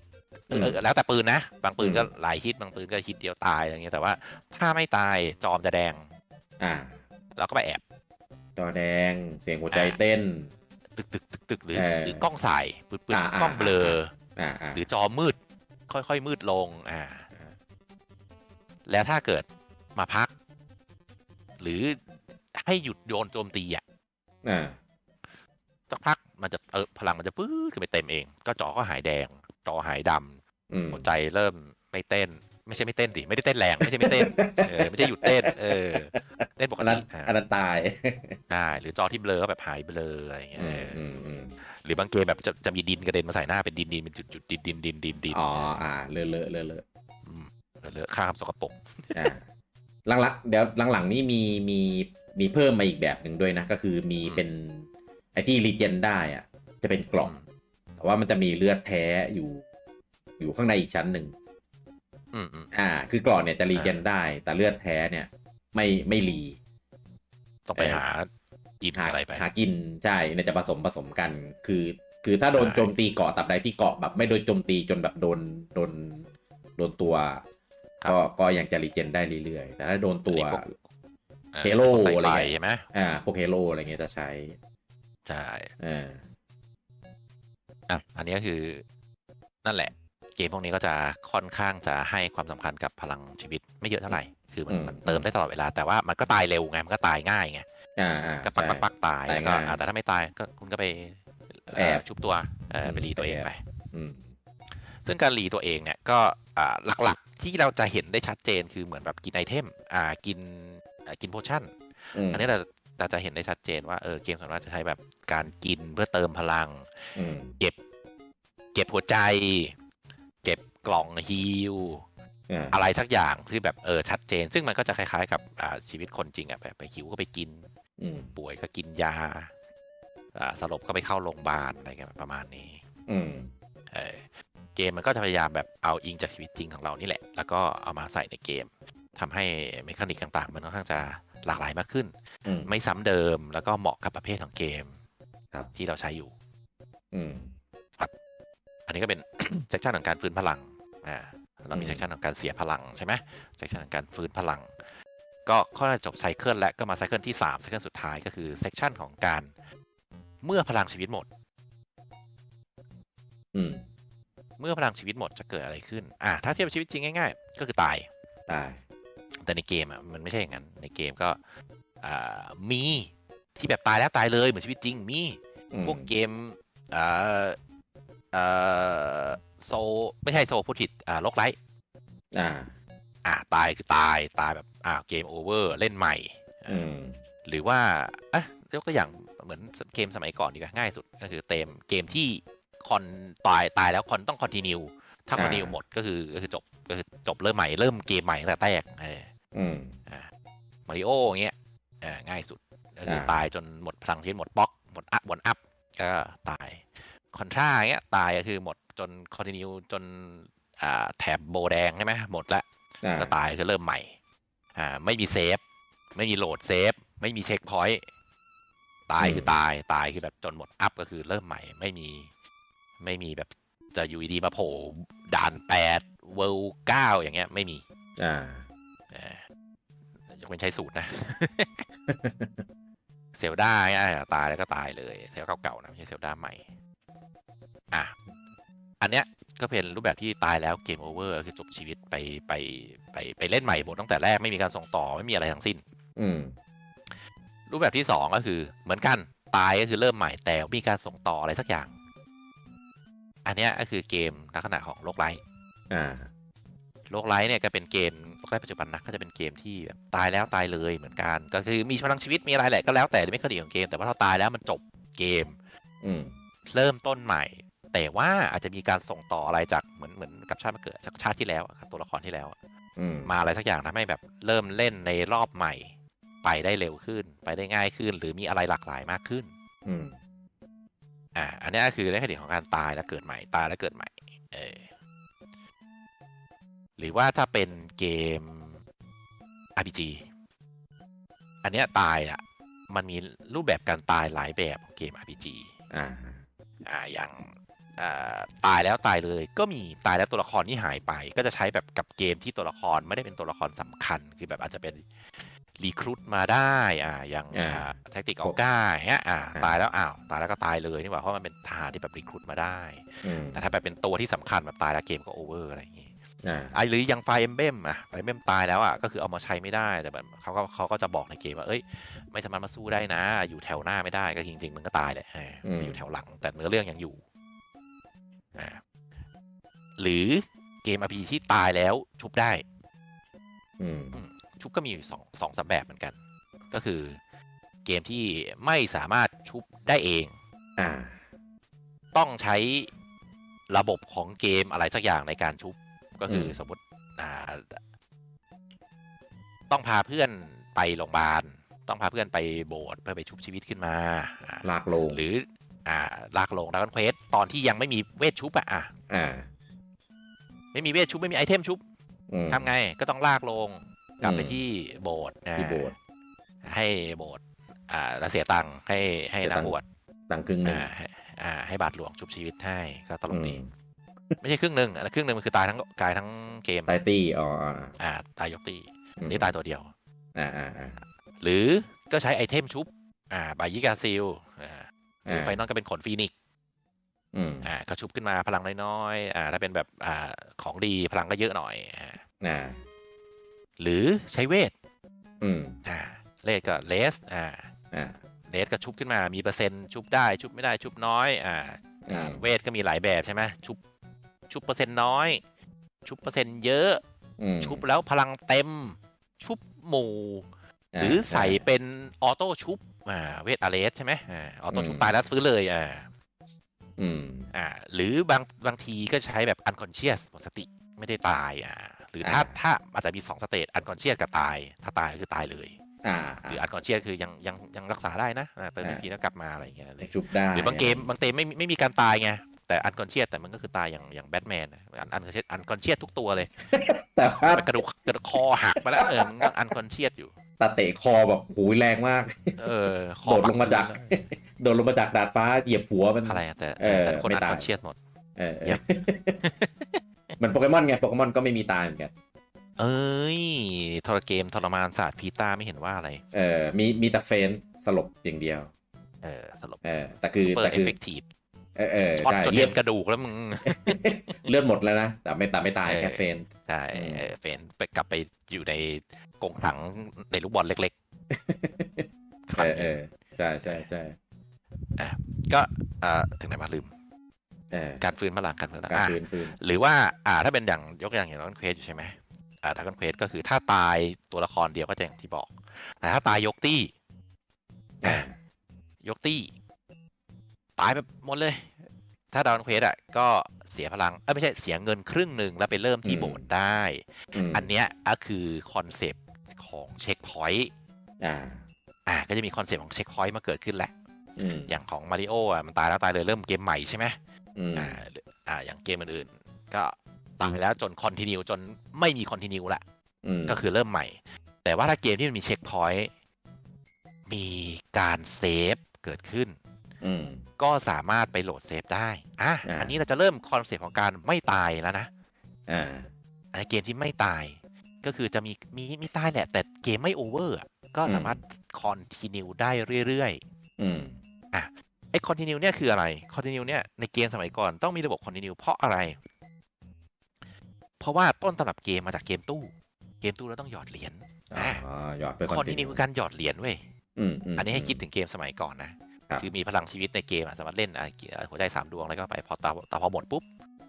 เออ
อืม
แล้วแต่ปืนนะ บางปืนก็
อืม
หลายฮิตบางปืนก็ฮิตเดียวตายอะไรเงี้ยแต่ว่าถ้าไม่ตายจอมจะแดง
อ่า
เราก็ไปแอบ
จอแดงเสียงหัวใจเต้น
ตึกตึกตึกตึกหรือ
เออ
หรือกล้องสายปืนปืน
อ่าอ่าก
ล้องเบลอ
อ่ อ่าอ่า
หรือจอมืด ค่อยๆมืดลงอ่า แล้วถ้าเกิดมาพัก หรือให้หยุดโยนโจมตีอ่ะ
อ่า
สักพักมันจะเออพลังมันจะปื๊ดขึ้นไปเต็มเอง ก็จอก็หายแดง จอหายดำ
อืม
หัวใจเริ่มไม่เต้น ไม่ใช่ไม่เต้นดิไม่ได้เต้นแรงไม่ใช่ไม่เต้นเออไม่ใช่หยุดเต้น เออ เต้นปก
อัน
ติ
นั้นอันนั้นตาย
ได้หรือจอที่เบลอก็แบบหายเบลออะไรอย่างเงี้ย
อืม
เอออ
อืมอืม
หรือบางเกมแบบจะจะมีดินกระเด็นมาใส่หน้าเป็นดินดินเป็นจุดจุดดินดินดินดินดิน
อ๋ออ่าเลอะเลอะเลอะเลอะ
มเลอะข้ามสกปรก
อ่าหลังๆเดี๋ยวหลังๆนี่มีมีมีเพิ่มมาอีกแบบหนึ่งด้วยนะ ก็คือมีเป็นไอที่รีเจนได้อ่ะ จะเป็นกล่อง แต่ว่ามันจะมีเลือดแท้อยู่ อยู่ข้างในอีกชั้นหนึ่ง
อืมอืม
อ่า คือกล่องเนี่ยจะรีเจนได้ แต่เลือดแท้เนี่ย ไม่ไม่รี
ต้องไป
เออ
หากิน
หา
อะไรไป
หากินใช่เนี่ยจะผสมผสมกัน คือ คือถ้าโดน
ใช่
โจมตีเกาะตับใดที่เกาะแบบ ไม่โดนโจมตีจนแบบโดนโดนโดนตัว ก็ก็ยังจะรีเจนได้เรื่อยๆแต่ถ้าโดนตัว
ออ
เฮโร่
ใส่
อะไร
ไป
เงี้ย
ใช่ไหม
อ่าพวกเฮโร่อะไรเงี้ยจะใช้
ใช่
อ่า
อ่ะอันนี้ก็คือ นั่นแหละ เกมพวกนี้ก็จะค่อนข้างจะให้ความสำคัญกับพลังชีวิตไม่เยอะเท่าไหร่คือมันมันเติมได้ตลอดเวลาแต่ว่ามันก็ตายเร็วไงมันก็ตายง่ายไง
อ่าอ่า
ก็ปัก
ใช่
ปักปักตาย
ตาย
แล้วก็
ง่าย
อ่าแต่ถ้าไม่ตายก็คุณก็ไปเ
แอบ
ชุบตัวเอ่ออ
ม
ไปรีตัวเอง
ไปแอบ
ไป
อืม
ซึ่งการรีตัวเองเนี่ยก็อ่าหลักๆ ที่เราจะเห็นได้ชัดเจนคือเหมือนแบบกินไอเทมอ่ากินอ่ากินโพชั่น
อืม
อันนี้เราเราจะเห็นได้ชัดเจนว่าเออเกมส่วนมากจะใช้แบบการกินเพื่อเติมพลัง
อืม
เก็บ เก็บหัวใจ เก็บกล่องฮิล
อ่า
อะไรสักอย่างที่แบบเออชัดเจน ซึ่งมันก็จะคล้ายๆกับอ่าชีวิตคนจริงอะแบบไปหิวก็ไปกิน
อืม
ป่วยก็กินยาอ่าสลบก็ไปเข้าโรงพยาบาลอะไรเงี้ยประมาณนี้
อืม
เออเกมมันก็จะพยายามแบบเอาอิงจากชีวิตจริงของเรานี่แหละ แล้วก็เอามาใส่ในเกมทำให้เมคานิกต่างๆ มันค่อนข้างจะหลากหลายมากขึ้น
อืม
ไม่ซ้ำเดิมแล้วก็เหมาะกับประเภทของเกม
ครับ
ที่เราใช้อยู่
อืม
อันนี้ก็ เป็น เซกชันของการฟื้นพลังอ่าเรามี
อืม
เซกชันของการเสียพลังใช่ไหมเซกชันของการฟื้นพลัง ก็ข้อจบไซเคิลและก็มาไซเคิลที่3ไซเคิลสุดท้ายก็คือเซกชันของการเมื่อพลังชีวิตหมด
อืม
เมื่อพลังชีวิตหมดจะเกิดอะไรขึ้น อ่า ถ้าเทียบกับชีวิตจริงง่ายๆ ก็คือตาย
ตาย
แต่ในเกมอ่ะมันไม่ใช่อย่างนั้น ในเกมก็อ่ามีที่แบบตายแล้วตายเลยเหมือนชีวิตจริง มี
อืม
พวกเกมอ่าอ่าโซไม่ใช่โซพูดผิดอ่าโลกไร้
อ่า
อ่าตายคือตายตายแบบอ่าเกมโอเวอร์เล่นใหม่
อืม
หรือว่าอ่ะยกตัวอย่างเหมือนเกมสมัยก่อนดีกว่าง่ายสุดก็คือเกมเกมที่คอนตายตายแล้วคอนต้องคอนติเนียถ้าคอนติเนียหมดก็คือก็คือจบก็คือจบเริ่มใหม่เริ่มเกมใหม่ตั้งแต่แรกเออ
อืม
มาริโออย่างเงี้ยเออง่ายสุดก็คืออา ตายจนหมดพลังชีวิตหมดป๊อกหมดอัพหมดอัพก็ตายคอนทราอย่างเงี้ยตายก็คือหมดจนคอนติเนียจนอ่าแถบโบแดงใช่ไหมหมดละ
อ่า
ก็ตายก็เริ่มใหม่ อ่า ไม่มีเซฟ ไม่มีโหลดเซฟ ไม่มีเช็คพอยต์ ตายคือตาย ตายคือแบบจนหมดอัพก็คือเริ่มใหม่ ไม่มี ไม่มีแบบจะอยู่ดีๆมาโผล่ด่านแปดเวลเก้าอย่างเงี้ย ไม่มี
อ่า
เออยกเป็นใช้สูตรนะ เซลดาเนี่ยอ่ะตายแล้วก็ตายเลย เซลเก่าๆนะไม่ใช่เซลดาใหม่ อ่ะ อันเนี้ยก็เป็นรูปแบบที่ตายแล้วเกมโอเวอร์คือจบชีวิตไปไปไปไปเล่นใหม่หมดตั้งแต่แรกไม่มีการส่งต่อไม่มีอะไรทั้งสิ้น
อืม
รูปแบบที่สองก็คือ เหมือนกันตายก็คือเริ่มใหม่แต่มีการส่งต่ออะไรสักอย่าง อันเนี้ยก็คือเกมลักษณะของโลกไร้
อ่า
โลกไร้เนี่ยก็เป็นเกมโลกไร้ปัจจุบันนะก็จะเป็นเกมที่แบบตายแล้วตายเลยเหมือนกัน ก็คือมีพลังชีวิตมีอะไรแหละก็แล้วแต่ไม่คดีของเกม แต่ว่าเราตายแล้วมันจบเกม
อืม
เริ่มต้นใหม่ แต่ว่าอาจจะมีการส่งต่ออะไรจากเหมือนเหมือนกับชาติมาเกิดจากชาติที่แล้วอะครับตัวละครที่แล้วอะ
อืม
มาอะไรสักอย่างทำให้แบบเริ่มเล่นในรอบใหม่ ไปได้เร็วขึ้น ไปได้ง่ายขึ้น หรือมีอะไรหลากหลายมากขึ้น
อืม
อ่าอันนี้ก็คือในคดีของการตายแล้วเกิดใหม่ตายแล้วเกิดใหม่เออหรือว่าถ้าเป็นเกม RPG อันเนี้ยตายอะ มันมีรูปแบบการตายหลายแบบของเกม RPG
อ่า
อ่าอย่างอ่าตายแล้วตายเลยก็มีตายแล้วตัวละครที่หายไป ก็จะใช้แบบกับเกมที่ตัวละครไม่ได้เป็นตัวละครสำคัญ คือแบบอาจจะเป็นรีครูทมาได้อ่าอย่าง
อ่า
แท็กติกออก้าอย่างเงี้ยอ่า
อ่า
ตายแล้วอ้าวตายแล้วก็ตายเลยนี่หว่าเพราะมันเป็นทหารที่แบบรีครูทมาได้
อืม
แต่ถ้าแบบเป็นตัวที่สำคัญแบบตายแล้วเกมก็โอเวอร์อะไรอย่างงี้
อ่า
ไอะหรือยังไฟเอมเบมอ่ะไฟเอมเบมตายแล้วอ่ะก็คือเอามาใช้ไม่ได้แต่แบบเขาก็เขาก็จะบอกในเกมว่าเอ้ย ไม่สามารถมาสู้ได้นะ อยู่แถวหน้าไม่ได้ก็จริงๆมันก็ตายแหละเอออไปอยู่แถวหลัง แต่เนื้อเรื่องยังอยู่อ่าหรือเกมอพีที่ตายแล้วชุบได้
อืม
ชุบก็มีอยู่สองสองสามแบบเหมือนกัน ก็คือเกมที่ไม่สามารถชุบได้เอง
อ่า
ต้องใช้ระบบของเกมอะไรสักอย่างในการชุบก็คืออ
ม
สมมติอ่า ต้องพาเพื่อนไปโรงพยาบาล ต้องพาเพื่อนไปโบสถ์เพื่อไปชุบชีวิตขึ้นมาอ่า
ลากลง
หรือ อ่า ลากลงดักเควสตอนที่ยังไม่มีเวทชุบอะอ่ะ
อ่า
ไม่มีเวทชุบไม่มีไอเทมชุบ
อืม
ทำไงก็ต้องลากลงกลับไป
อืม
ที่โบสถ์นะ
ที่โบสถ์
ให้โบสถ์อ่าแล้วเสียตังค์ให้ให้
เสีย
นั
ตั
ก
งค์
บวช
ต่างครึ่งหนึ่ง
อ่าให้อ่า ให้บาทหลวงชุบชีวิตให้ก็ตล
อื
กดี
ม
ไม่ใช่ครึ่งหนึ่งอันนั้นครึ่งหนึ่งมันคือตายทั้งกายทั้งเกม
ไตตี้อ๋ออ่า
อ่า ตายยกตี
อืม
นี่ตายตัวเดียว
อ่าอ่าอ่า
หรือก็ใช้ไอเทมชุบ อ่าบายิกาซิล อ่าหรือไฟนอลก็เป็นขนฟีนิกซ์
อืม
อ่าก็ชุบขึ้นมาพลังน้อยๆ อ่าถ้าเป็นแบบอ่าของดีพลังก็เยอะหน่อยอ่า
อ่า
หรือใช้เวท
อืม
อ่า เลสก็เลส อ่า
อ่า
เลสก็ชุบขึ้นมา มีเปอร์เซ็นต์ชุบได้ชุบไม่ได้ชุบน้อย อ่า
อ่า
อ่าเวทก็มีหลายแบบใช่ไหมชุบ ชุบเปอร์เซ็นต์น้อย ชุบเปอร์เซ็นต์เยอะ
อืม
ชุบแล้วพลังเต็ม ชุบหมู่
า
หรือใส่เป็นออโต้ชุบอ่าเวทอาเลสใช่ไหมอ่าออโต้ชุบตายแล้วฟื้นเลยอ่า
อืม
อ่าหรือบางบางทีก็ใช้แบบอันคอนเชียสหมดสติไม่ได้ตายอ่าหรือถ้า
อ่า
ถ้าอาจจะมีสองสเตจอันคอนเชียสกับตาย ถ้าตายก็คือตายเลย
อ่า
หรือ
อ่า
อันคอนเชียสคือยังยังยังรักษาได้นะอ่าเติม
อ่า
ทีแล้วกลับมาอะไรอย่างเงี้ยเลย
จุบได้
หรือบางเกมบางเกมไม่ไม่มีการตายไงแต่อันคอนเชียสแต่มันก็คือตายอย่างอย่างแบทแมนอันอันคอนเชียสอันคอนเชียสทุกตัวเลย
แต่ว่า
แต่กระดูกกระดูกคอหักไปแล้วเออมันอันคอนเชียสอยู่
ตาเตะคอแบบโหูยแรงมาก
เออคอ
โดดลงมาจาก
ปักพื้นแล้ว
โดนลงมาจากดาดฟ้าเหยียบหัวมัน
อะไรอะแต่
เออ
แต่คน
ไม่
อ่าน
ตาย
คนเชียดหมด
เออเอ
เยี่
อย
ม
เห มือนโปเกมอนไงโปเกมอนก็ไม่มีตาเหมือนกัน
เอ้ยทรเกมทรมานศาสตร์พีตาไม่เห็นว่าอะไร
เออมีมีแต่เฟนสลบอย่างเดียว
เออสลบ
เออแต่คือ
เปิด
แต่
เอ
คื
ฟ
อ
เฟกตีฟ
เออเออ
ช็อต
ใช่
จน
เลื
เลื
อ
อ
ด
ดกระดูกแล้ว มึง
เลือดหมดแล้วนะแต่ไม่แต่ไม่ตาย
เออ
แค่เฟน
ใช่
อืม
เออเฟนไปกลับไปอยู่ในกรงขังในลูกบอลเล็กๆ
เออเออใช่ใช่ใช่
ก็เอ่อถึงไหนมาลืม
เออ
การฟื้นพลังการฟื้นพลัง
การ
อ่ะ
คืนคืน
หรือว่าอ่าถ้าเป็นอย่างยกอย่างอย่างดอนเควสอยู่ใช่ไหมอ่าดอนเควสก็คือถ้าตายตัวละครเดียวก็จะอย่างที่บอก แต่ถ้าตายยกตี้
อ่าย
กตี้ ตายแบบหมดเลย ถ้าดาวน์เควสอ่ะก็เสียพลังเอ้ยไม่ใช่เสียเงินครึ่งหนึ่งแล้วไปเริ่มที่โบสถ์ได้
ม
อันเนี้ยก็คือคอนเซปต์ของเช็คพอยต์
อ่า
อ่ะก็จะมีคอนเซปต์ของเช็คพอยต์มาเกิดขึ้นแหละ
อืม
อย่างของมาริโออ่ะมันตายแล้วตายเลยเริ่มเกมใหม่ใช่ไหม
อืม
อ่าหรืออ่าอย่างเกมอื่นๆ ก็ตายแล้วจนคอนติเนียจนไม่มีคอนติเนียละ
อืม
ก็คือเริ่มใหม่ แต่ว่าถ้าเกมที่มันมีเช็คพอยต์มีการเซฟเกิดขึ้น
อืม
ก็สามารถไปโหลดเซฟได้ อ่ะ
อ่า
อันนี้เราจะเริ่มคอนเซปต์ของการไม่ตายแล้วนะ
อ่า
ในเกมที่ไม่ตาย ก็คือจะมีมีมีตายแหละ แต่เกมไม่โอเวอร์อะก็สามารถคอนติเนียได้เรื่อย
อืม
ๆ ไอ้คอนติเนียเนี่ยคืออะไร คอนติเนียเนี่ยในเกมสมัยก่อนต้องมีระบบคอนติเนียเพราะอะไร เพราะว่าต้นตำรับเกมมาจากเกมตู้ เกมตู้เราต้องหยอดเหรียญ
อ๋อหยอดไป
คอนติเนียคือการหยอดเหรียญเว้ย
อืมอืม
อันนี้ให้คิดถึงเกมสมัยก่อนนะครับ คือมีพลังชีวิตในเกมอะสามารถเล่นอ่ะหัวใจสามดวงแล้วก็ไปพอตาตาพอหมดปุ๊บ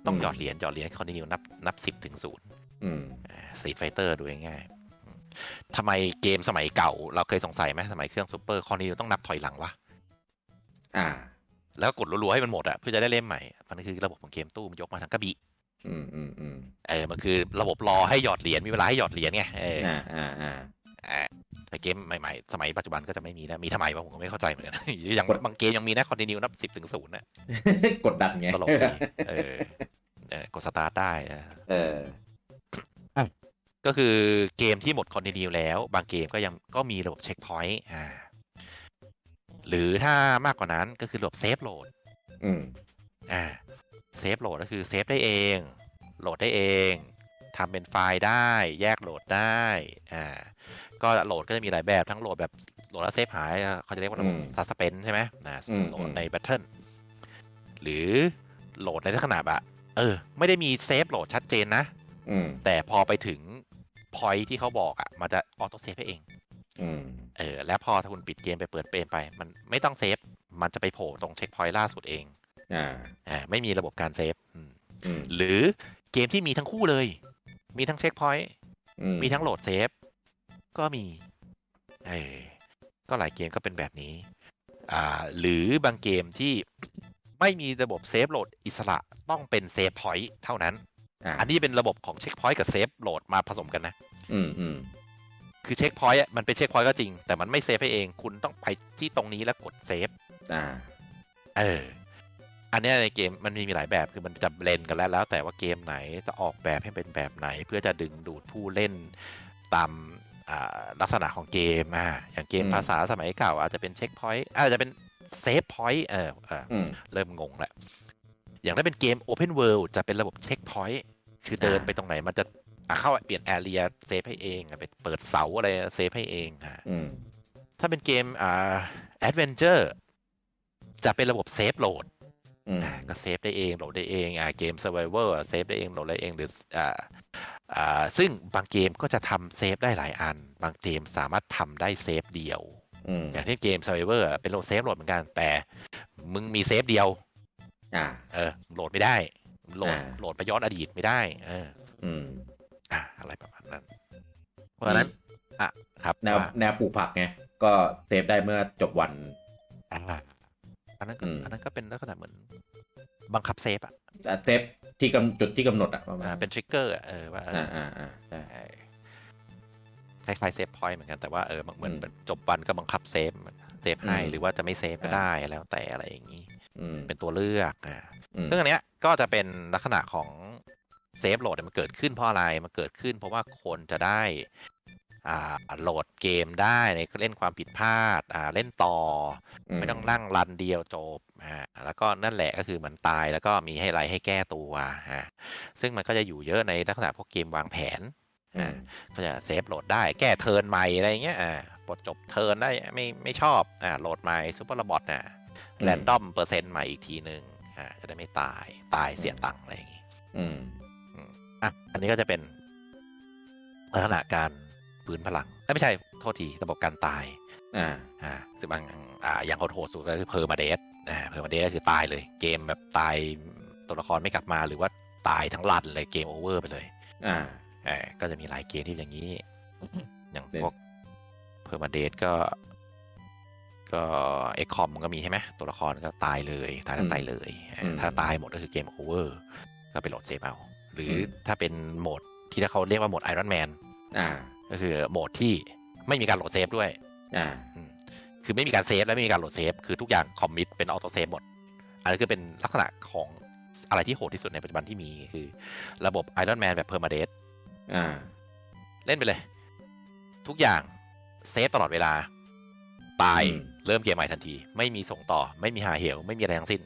ต้อง
อืม
หยอดเหรียญหยอดเหรียญคอนติเนียนับนับสิบถึงศูนย์
อืม
สตรีทไฟเตอร์ดูง่ายๆอืมทำไมเกมสมัยเก่า เราเคยสงสัยไหมสมัยเครื่องซูเปอร์คอนติเนียต้องนับถอยหลังวะ
อ่า
แล้วกดรัวๆให้มันหมดอะเพื่อจะได้เล่นใหม่ มันคือระบบของเกมตู้มันยกมาทางกระบี่
อืมอืมอืม
เออมันคือระบบรอให้หยอดเหรียญมีเวลาให้หยอดเหรียญไงเอออ
อ่าอ่าอ่า
อ่ะแต่เกมใหม่ๆ สมัยปัจจุบันก็จะไม่มีแล้วมีทำไมวะผมก็ไม่เข้าใจเหมือนกัน อย่าง
กด
บางเกมยังมีนะคอนติเนียนับสิบถึงศูนย์นะ
กดดันไง
ตลกดีเออเออกดสตาร์ทได้นะ
เออ
ก็คือเกมที่หมดคอนติเนียแล้ว บางเกมก็ยังก็มีระบบเช็คพอยต์อ่า หรือถ้ามากกว่านั้นก็คือระบบเซฟโหลด
อืม
อ่าเซฟโหลดก็คือเซฟได้เอง โหลดได้เอง ทำเป็นไฟล์ได้ แยกโหลดได้ อ่า ก็โหลดก็จะมีหลายแบบ ทั้งโหลดแบบโหลดแล้วเซฟหาย เขาจะเรียกว่าระบบ
อืม
ซัสเพนใช่ไหมนะ
อืม
โหล
อื
ด
ม
ในแบทเทิลหรือโหลดในลักษณะแบบเออ ไม่ได้มีเซฟโหลดชัดเจนนะ
อืม
แต่พอไปถึงพอยที่เขาบอกอ่ะ มันจะออโต้เซฟให้เอง
อืม
เออ แล้วพอถ้าคุณปิดเกมไปเปิดเกมไป มันไม่ต้องเซฟ มันจะไปโผล่ตรงเช็คพอยต์ล่าสุดเอง
อ่า
อ่า ไม่มีระบบการเซฟอืม
อืม
หรือเกมที่มีทั้งคู่เลย มีทั้งเช็คพอยต์
อื
มีทั้งโหลดเซฟ ก็มี เออก็หลายเกมก็เป็นแบบนี้ อ่า หรือบางเกมที่ ไม่มีระบบเซฟโหลดอิสระต้องเป็นเซฟพอยต์เท่านั้น
อ่า
อันนี้เป็นระบบของเช็คพอยต์กับเซฟโหลดมาผสมกันนะ
อืมอืม
คือเช็คพอยต์อะมันเป็นเช็คพอยต์ก็จริง แต่มันไม่เซฟให้เอง คุณต้องไปที่ตรงนี้แล้วกดเซฟ
อ่า
เออ อันเนี้ยในเกมมันมีหลายแบบคือมันจะเบลนกันแล้วแล้วแต่ว่าเกมไหนจะออกแบบให้เป็นแบบไหน เพื่อจะดึงดูดผู้เล่นตามอ่าลักษณะของเกมอ่าอย่างเกมภาษาสมัยเก่า อาจจะเป็นเช็คพอยต์อาจจะเป็นเซฟพอยต์เออเออ
อืม
เริ่มงงแล้วอย่างถ้าเป็นเกม Open World จะเป็นระบบเช็คพอยต์คือเดิน
อ่า
ไปตรงไหนมันจะอ่ะเข้าเปลี่ยนแอเรียเซฟให้เองอ่ะไปเปิดเสาอะไรเซฟให้เองอ่า
อืม
ถ้าเป็นเกมอ่าแอดเวนเจอร์จะเป็นระบบเซฟโหลด
อืม
อ่าก็เซฟได้เองโหลดได้เองอ่าเกม s u r v i v o r เซฟได้เองโหลดได้เองหรืออ่าอ่าซึ่งบางเกมก็จะทำเซฟได้หลายอัน บางเกมสามารถทำได้เซฟเดียว
อืม
อย่างเช่นเกม s u r v i v o r เป็นโหลดเซฟโหลดเหมือนกัน แต่มึงมีเซฟเดียว
อ่า
เออโหลดไม่ได้โหลด
อ่า
โหลดไปย้อนอดีตไม่ได้เออ
อืม
อ่ะอะไรประมาณนั้น เพราะฉะนั้นอ่ะครับ
แนว
ว่า
แนวปลูกผักไงก็เซฟได้เมื่อจบวัน
อ่าอันนั้นก็
อืม
อันนั้นก็เป็นลักษณะเหมือน บังคับเซฟอะ
อ่ะเซฟที่กำจุดที่กำหนดอ่ะประมาณ
อ่าเป็นทริกเกอร์เออว่าเออ
อ่าอ่าอ่าใช่
เออคล้ายๆเซฟพอยต์เหมือนกันแต่ว่าเออเหมือน
อืม
เหมือนจบวันก็บังคับเซฟเซฟให้
อืม
หรือว่าจะไม่เซฟก็
อ่า
ได้แล้วแต่อะไรอย่างนี้
อืม
เป็นตัวเลือกอ่า
อืม
ซึ่งอันเนี้ยก็จะเป็นลักษณะของเซฟโหลดเนี่ยมันเกิดขึ้นเพราะอะไรมันเกิดขึ้น เพราะว่าคนจะได้ อ่าโหลดเกมได้ในเล่นความผิดพลาดอ่าเล่นต่อ ไม่ต้องนั่งรันเดียวจบอ่าแล้วก็นั่นแหละก็คือเหมือนตายแล้วก็มีให้ไรให้แก้ตัวอ่าซึ่งมันก็จะอยู่เยอะในลักษณะพวกเกมวางแผน
อื
อ่าม ก็จะเซฟโหลดได้แก้เทิร์นใหม่อะไรเงี้ยอ่าปลดจบเทิร์นได้ไม่ไม่ชอบอ่าโหลดใหม่ซูเปอร์ระบอทน่ะแรนดอมเปอร์เซ็นต์ใหม่อีกทีหนึ่งอ่าจะได้ไม่ตายตายเสียตังค์อะไรอย่างงี้
อืม
อ่ะอันนี้ก็จะเป็นลักษณะการฟื้นพลังเอ้ยไม่ใช่โทษทีระบบการตาย
อ่า
อ่าซึ่งบางอ่าอย่างโหดๆสุดก็คือเพอร์มาเดสนะเพอร์มาเดสก็คือตายเลย เกมแบบตายตัวละครไม่กลับมาหรือว่าตายทั้งรันเลยเกมโอเวอร์ไปเลย
อ่า
เออก็จะมีหลายเกมที่เป็น อย่างนี้ อย่าง
เป็น
พวกเพอร์มาเดสก็ ก็เอ็กคอมก็มีใช่ไหมตัวละครก็ตายเลยตายทั้งตายเลยเออถ้าตายหมดก็คือเกมโอเวอร์ก็ไปโหลดเซฟเอาหรือถ้าเป็นโหมดที่เขาเรียกว่าโหมดไอรอนแมน
อ่า
ก็คือโหมดที่ไม่มีการโหลดเซฟด้วย
อ่า
คือไม่มีการเซฟและไม่มีการโหลดเซฟ คือทุกอย่างคอมมิตเป็นออโต้เซฟหมด อันนี้คือเป็นลักษณะของอะไรที่โหดที่สุดในปัจจุบันที่มีคือ ระบบ Iron Man แบบ Permadeath
อ่า
เล่นไปเลย ทุกอย่างเซฟตลอดเวลา ตาย
อืม
เริ่มเกมใหม่ทันที ไม่มีส่งต่อ ไม่มีหาเหว ไม่มีอะไรทั้ง สิ้น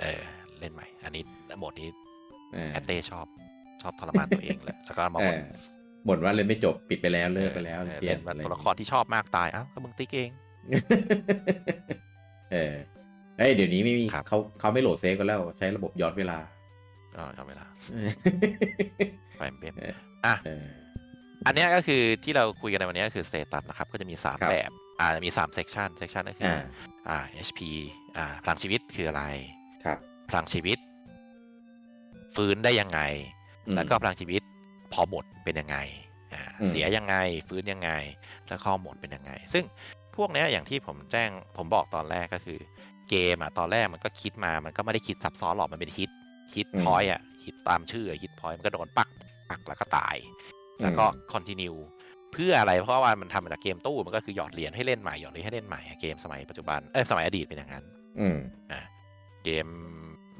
เออ เล่นใหม่ อันนี้โหมดนี้
อ่า
แอตเต้ชอบชอบทรมานตัวเองแหละ แล้วก็มา
เอ
บ่น
อบ่นว่าเล่นไม่จบปิดไปแล้วเลิกไปแล้ว
เออ
ปย
เล่นมา
อไ
ตัวละครที่ชอบมากตายอ้าวก็มึงติ๊กเอง
เออเอ้ยเดี๋ยวนี้ไม่มี
ครับ
เขาเขาไม่โหลดเซฟกันแล้วใช้ระบบย้อนเวลา
อ๋อจำเวลา
เออ
แฟมเบม
เออ
อันเนี้ยก็คือที่เราคุยกันในวันเนี้ยก็คือสเตตัสนะครับ ก็จะมี
ครั
3
บ
แบบ อ่ามี3เซกชันเซกชันก็คือ
อ่า
ออ่า HP อ่าพลังชีวิตคืออะไร
ครับ
พลังชีวิต ฟื้นได้ยังไง
อืม
แล้วก็พลังชีวิตพอหมดเป็นยังไงอ่า
อืม
เสียยังไง ฟื้นยังไง แล้วข้อหมดเป็นยังไง ซึ่งพวกเนี้ยอย่างที่ผมแจ้งผมบอกตอนแรกก็คือ เกมอ่ะตอนแรกมันก็คิดมามันก็ไม่ได้คิดซับซ้อนหรอกมันเป็นฮิตฮิตพอยอ่ะฮิตตามชื่อฮิตพอยมันก็โดนปักปักแล้วก็ตาย แล้วก็ continue เพื่ออะไรเพราะว่ามันทำมาจากเกมตู้มันก็คือหยอดเหรียญให้เล่นใหม่หยอดเหรียญให้เล่นใหม่เกมสมัยปัจจุบันเอ้ยสมัยอดีตเป็นอย่างนั้น
อืม
เกม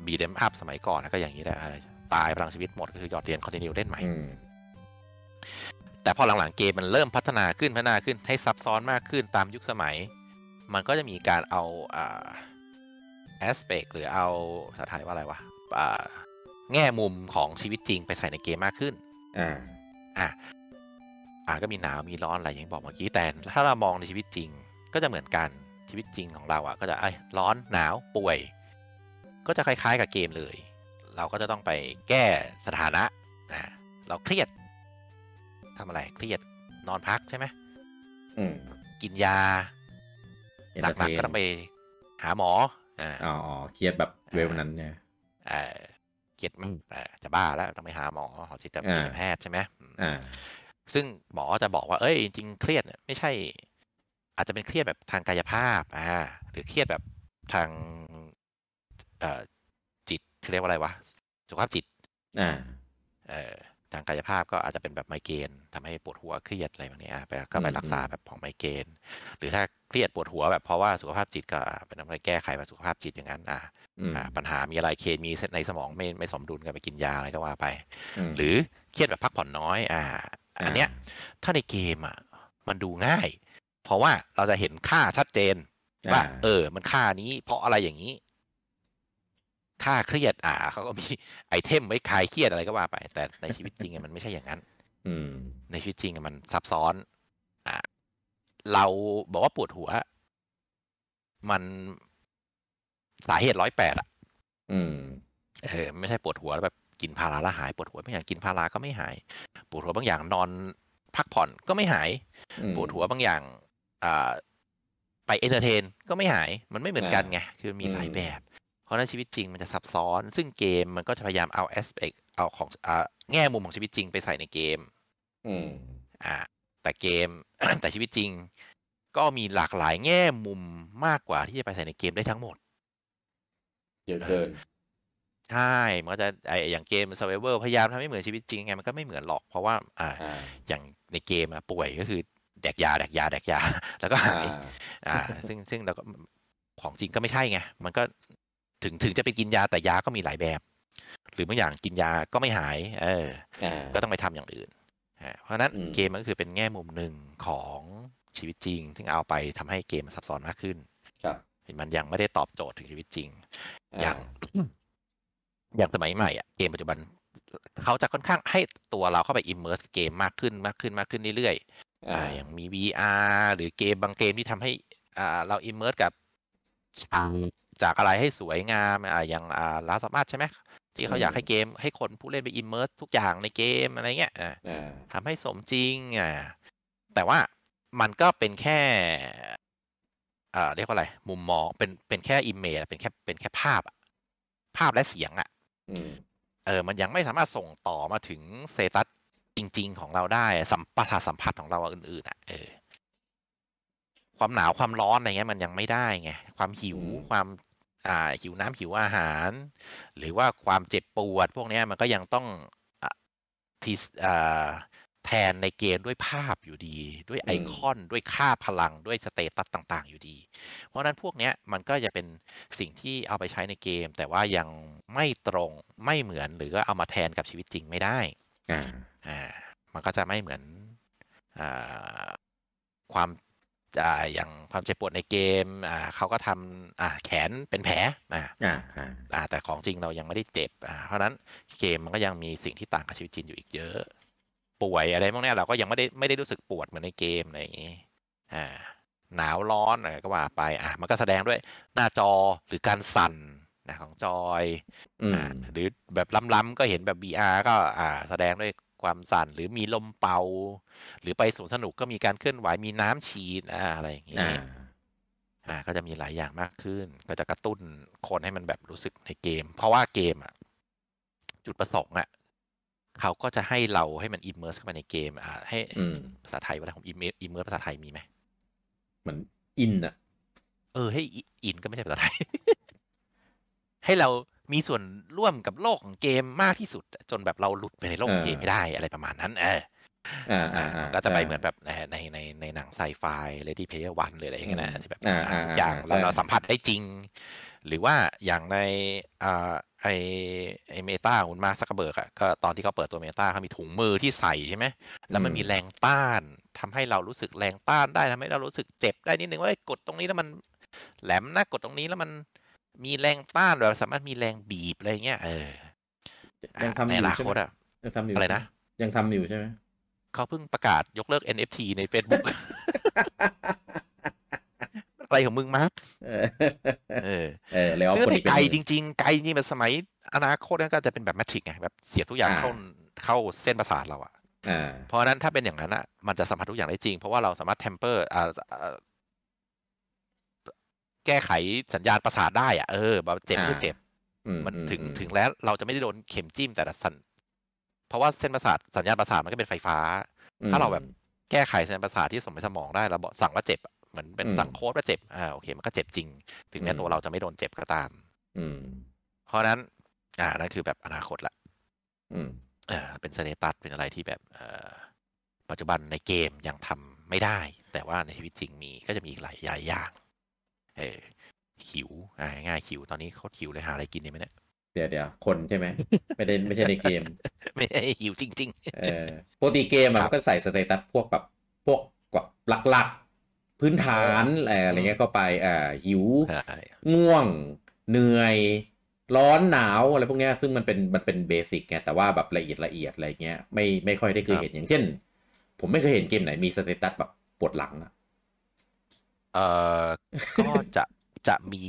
beat them up สมัยก่อนนะก็อย่างนี้แหละเออตายพลังชีวิตหมดก็คือหยอดเหรียญ continue เล่นใหม่
อืม
แต่พอหลังๆเกมมันเริ่มพัฒนาขึ้นพัฒนาขึ้นให้ซับซ้อนมากขึ้นตามยุคสมัย มันก็จะมีการเอาอ่า aspect หรือเอาภาษาไทยว่าอะไรวะอ่าแง่มุมของชีวิตจริงไปใส่ในเกมมากขึ้น
อ่า
อ่ะอ่ะก็มีหนาวมีร้อนอะไรอย่างที่บอกเมื่อกี้แต่ถ้าเรามองในชีวิตจริง ก็จะเหมือนกันชีวิตจริงของเราอ่ะ ก็จะไอ้ยร้อนหนาวป่วย ก็จะคล้ายๆกับเกมเลย เราก็จะต้องไปแก้สถานะนะเราเครียดทำอะไรเครียดนอนพักใช่ไหม
อืม
กินยาหนักๆก็ต้องไปหาหมออ่า
อ๋ออ๋อเครียดแบบเวลนั้นเนี่ย
เอ่อเกลียดมากเอ่อจะบ้าแล้วต้องไปหาหมอหอจิต
อ่า
จิตแพทย์ใช่ไหม
อ่า
ซึ่งหมอจะบอกว่าเอ้ยจริงๆเครียดเนี่ยไม่ใช่ อาจจะเป็นเครียดแบบทางกายภาพอ่าหรือเครียดแบบทางเอ่อจิตเขาเรียกว่าอะไรวะสุขภาพจิต
อ่า
เอ่อทางกายภาพก็อาจจะเป็นแบบไมเกรนทำให้ปวดหัวเครียดอะไรแบบนี้อ่ะไปก็ไป
อืม
รักษาแบบของไมเกรนหรือถ้าเครียดปวดหัวแบบเพราะว่าสุขภาพจิตก็อ่ะเป็นอะไรแก้ไขมาสุขภาพจิตอย่างนั้นอ่ะ
อืม
อ่าปัญหามีอะไรเคมีในสมองไม่ไม่สมดุลก็ไปกินยาอะไรก็ว่าไป
ม
หรือเครียดแบบพักผ่อนน้อย อ่า อันเนี้ยถ้าในเกมอ่ะมันดูง่าย เพราะว่าเราจะเห็นค่าชัดเจนว่า
อ่า
เออ มันค่านี้ เพราะอะไรอย่างนี้ ค่าเครียดอ่าเขาก็มี ไอเทมไว้คลายเครียดอะไรก็ว่าไป แต่ในชีวิตจริงอะมันไม่ใช่อย่างนั้น
อืม
ในชีวิตจริงอะมันซับซ้อนอ่ะเราบอกว่าปวดหัว มันสาเหตุร้อยแปดอะ
อืม
เออไม่ใช่ปวดหัวแล้วแบบกินพาราแล้วหายปวดหัวบางอย่างกินพาราก็ไม่หายปวดหัวบางอย่างนอนพักผ่อนก็ไม่หาย
อืม
ปวดหัวบางอย่างอ่าไปเอนเตอร์เทนก็ไม่หายมันไม่เหมือนกันไงคือมีหลาย
อืม
แบบ เพราะฉะนั้นชีวิตจริงมันจะซับซ้อน ซึ่งเกมมันก็จะพยายามเอาแอสเปกเอาของอ่าแง่มุมของชีวิตจริงไปใส่ในเกม
อืม
อ่าแต่เกม แต่ชีวิตจริง ก็มีหลากหลายแง่มุมมากกว่าที่จะไปใส่ในเกมได้ทั้งหมด
เยอะเกิน
ใช่มันก็จะไออย่างเกม survivor พยายามทำให้เหมือนชีวิตจริงไงมันก็ไม่เหมือนหรอกเพราะว่า อ่า
อ่า
อย่างในเกมอะป่วยก็คือแดกยาแดกยาแดกยา แล้วก็
อ่า
หายอ่า ซึ่งซึ่งเราก็ของจริงก็ไม่ใช่ไงมันก็ถึงถึงจะไปกินยาแต่ยาก็มีหลายแบบ หรือบางอย่างกินยาก็ไม่หาย เออ
อ่า
ก็ต้องไปทำอย่างอื่นอ่าเพราะฉะนั้น
อืม
เกมมันก็คือเป็นแง่มุมหนึ่งของชีวิตจริง ซึ่งเอาไปทำให้เกมมันซับซ้อนมากขึ้น
ครับ
มันยังไม่ได้ตอบโจทย์ถึงชีวิตจริง
า
อย่าง อย่างสมัยใหม่อะเกมปัจจุบันเขาจะค่อนข้างให้ตัวเราเข้าไปอิมเมอร์สเกมมากขึ้นมากขึ้นมากขึ้นเรื่อยๆ
อ่า
อ่าอย่างมี VR หรือเกมบางเกมที่ทำให้อ่าเราอิมเมอร์สกับฉากจากอะไรให้สวยงามอ่าอย่างอ่าลาสามารถใช่ไหมที่เขาอยากให้เกมให้คนผู้เล่นไปอิมเมอร์สทุกอย่างในเกมอะไรเงี้ยอ่า
อ่า
ทำให้สมจริงอ่ะแต่ว่ามันก็เป็นแค่เอ่อเรียกว่าอะไร มุมมองเป็นเป็นแค่อิมเมจเป็นแค่เป็นแค่ภาพอะภาพและเสียงอ่ะ
อืม
เออมันยังไม่สามารถส่งต่อมาถึงสเซตัสจริง ๆ ของเราได้อะสัมปทาสัมผัสของเราอื่นๆอ่ะเออความหนาวความร้อนอะไรเงี้ยมันยังไม่ได้ไงความหิว
อืม
ความ อ่าหิวน้ำหิวอาหาร หรือว่าความเจ็บปวด พวกเนี้ยมันก็ยังต้องอ่ะพิสอ่าแทนในเกมด้วยภาพอยู่ดี ด้วยไอคอนด้วยค่าพลังด้วยสเตตัสต่าง ๆ อยู่ดี เพราะฉะนั้นพวกเนี้ยมันก็จะเป็นสิ่งที่เอาไปใช้ในเกม แต่ว่ายังไม่ตรงไม่เหมือนหรือว่าเอามาแทนกับชีวิตจริงไม่ได้
อ่า
อ่ามันก็จะไม่เหมือนอ่าความอ่าอย่างความเจ็บปวดในเกมอ่าเขาก็ทำอ่าแขนเป็นแผลอ่า
อ่า อ่า
อ่าแต่ของจริงเรายังไม่ได้เจ็บอ่าเพราะฉะนั้นเกมมันก็ยังมีสิ่งที่ต่างกับชีวิตจริงอยู่อีกเยอะ ป่วยอะไรพวกเนี้ยเราก็ยังไม่ได้ไม่ได้รู้สึกปวดเหมือนในเกมอะไรอย่างนี้อ่าหนาวร้อนอะไรก็ว่าไปอ่ามันก็แสดงด้วยหน้าจอหรือการสั่นนะของจอย
อืม
อ่าหรือแบบล้ำๆก็เห็นแบบ VR ก็อ่าแสดงด้วยความสั่น หรือมีลมเป่า หรือไปสวนสนุกก็มีการเคลื่อนไหวมีน้ำฉีดอ่าอะไรอย่างงี้
อ่า
อ่าก็จะมีหลายอย่างมากขึ้น ก็จะกระตุ้นคนให้มันแบบรู้สึกในเกม เพราะว่าเกมอ่ะจุดประสงค์อ่ะเขาก็จะให้เราให้มันอิมเมอร์สเข้าไปในเกมอ่าให้
อืม
ภาษาไทยว่าอะไรผมอิมเมอร์ภาษาไทยมีไหม
เหมือนอินอ่ะ
เออให้อินก็ไม่ใช่ภาษาไทย ให้เรามีส่วนร่วมกับโลกของเกมมากที่สุด จนแบบเราหลุดไปในโลกของเกมไม่ได้อะไรประมาณนั้น เออ
อ่าอ่า
อ่า
อ่า
มันก็จะไป
ใช่
เหมือนแบบในในในในหนังไซไฟ Lady Player One หรืออะไรอย่างเงี้ย
อื
นะ
ม
ที่แบบ
อ่าอ่า
ทุกอย่าง
อ่าใช่
เราเราสัมผัสได้จริง หรือว่าอย่างในอ่า ไอไอเมตาของคุณมาร์คซักเบิร์กอะก็ตอนที่เขาเปิดตัวเมตาเขามีถุงมือที่ใส่ใช่ไหม แล้วมันมีแรงต้านทำให้เรารู้สึกแรงต้านได้ทำให้เรารู้สึกเจ็บได้นิดนึงว่าเอ้ยกดตรงนี้แล้วมันแหลมนะกดตรงนี้แล้วมันมีแรงต้านแบบสามารถมีแรงบีบอะไรเงี้ยเอออ่ะ
ยังทำอ
ในอยู่นา
ใช่
ค
ไหม
ตอะ
ยังทำอยู่
อะไรนะ
ยังทำอยู่ใช่ไหม
เขาเพิ่งประกาศยกเลิก NFT ใน Facebook อะไรของมึงมาร์ค
เออ
เออ
เออแล้ว
ซึ่ง
คน
ไป
นี้เป็น
ไกลจริง ๆ ไกลจริงๆแบบสมัยอนาคตนั้นก็จะเป็นแบบแมทริกซ์ไงแบบเสียบทุกอย่าง
อ่า
เข้าเข้าเส้นประสาทเราอะ
อ่า
เพราะฉะนั้นถ้าเป็นอย่างนั้นอะมันจะสัมผัสทุกอย่างได้จริง เพราะว่าเราสามารถเทมเปอร์อ่าอ่าแก้ไขสัญญาณประสาทได้อะเออแบบเจ็บ
อ่า
ก็เจ็บ
อื
มัน
อื
ถึง
อื
ถึงแล้วเราจะไม่ได้โดนเข็มจิ้มแต่ละสันเพราะว่าเส้นประสาทสัญญาณประสาทมันก็เป็นไฟฟ้า
อืม
ถ้าเราแบบ แก้ไขสัญญาณประสาทที่ส่งไปสมองได้เราบอกสั่งว่าเจ็บอะเหมือนเป็น
อืม
สั่งโค้ดว่าเจ็บอ่าโอเค มันก็เจ็บจริง ถึงแม้
อืม
ตัวเราจะไม่โดนเจ็บก็ตาม
อืม
เพราะฉะนั้น อ่า นั่นคือแบบอนาคตละ
อืม
เออเป็นสเตตัส เป็นอะไรที่แบบเออปัจจุบันในเกมยังทำไม่ได้ แต่ว่าในชีวิตจริงมีก็จะมีอีกหลายหลายอย่าง เออหิวอ่าง่ายๆหิว ตอนนี้โคตรหิวเลยหาอะไรกินดีไหมเนี่ย
เดี๋ยวเดี๋ยวคนใช่ไหมไม่ได้ไม่ใช่ในเกม
ไม่ได้หิวจริง
เออปกติเกมอะ
ครั
มัน
บ
ก็ใส่สเตตัสพวกแบบพวกแบบหลักๆ พื้นฐานเอ่ออะไรเงี้ยเข้าไปอ่าหิว
ๆใช่
ง่วง เหนื่อย ร้อนหนาวอะไรพวกเนี้ยซึ่งมันเป็นมันเป็นเบสิกไงแต่ว่าแบบละเอียดละเอียดอะไรเงี้ยไม่ไม่ค่อยได้เคยเห็นอย่างเช่น ผมไม่เคยเห็นเกมไหนมีสเตตัสแบบปวดหลังอะ
เออก็จะจะมี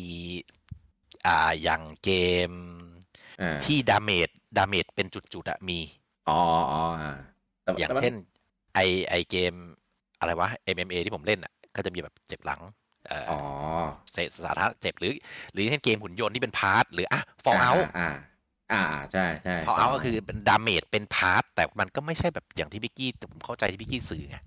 อ่าอย่างเกม
อ่า
ที่ดาเมจดาเมจเป็นจุดๆอะมี
อ๋ออ๋ออ่าแต่
อย่าง
แต่มัน
เช่น ไอไอเกมอะไรวะ MMA ที่ผมเล่นอ่ะ ก็จะมีแบบเจ็บหลัง เอ่ออ
อ๋อ
เสสาธารณะเจ็บหรือ หรือเช่นเกมหุ่นยนต์ที่เป็นพาร์ทหรืออ่ะฟอลเอา
อ่าอ่าอ่าใช่ใช่
ฟอลเอาก็คือเป็นดาเมจเป็นพาร์ทแต่มันก็ไม่ใช่แบบอย่างที่พี่กี้ผมเข้าใจที่พี่กี้สื่อไง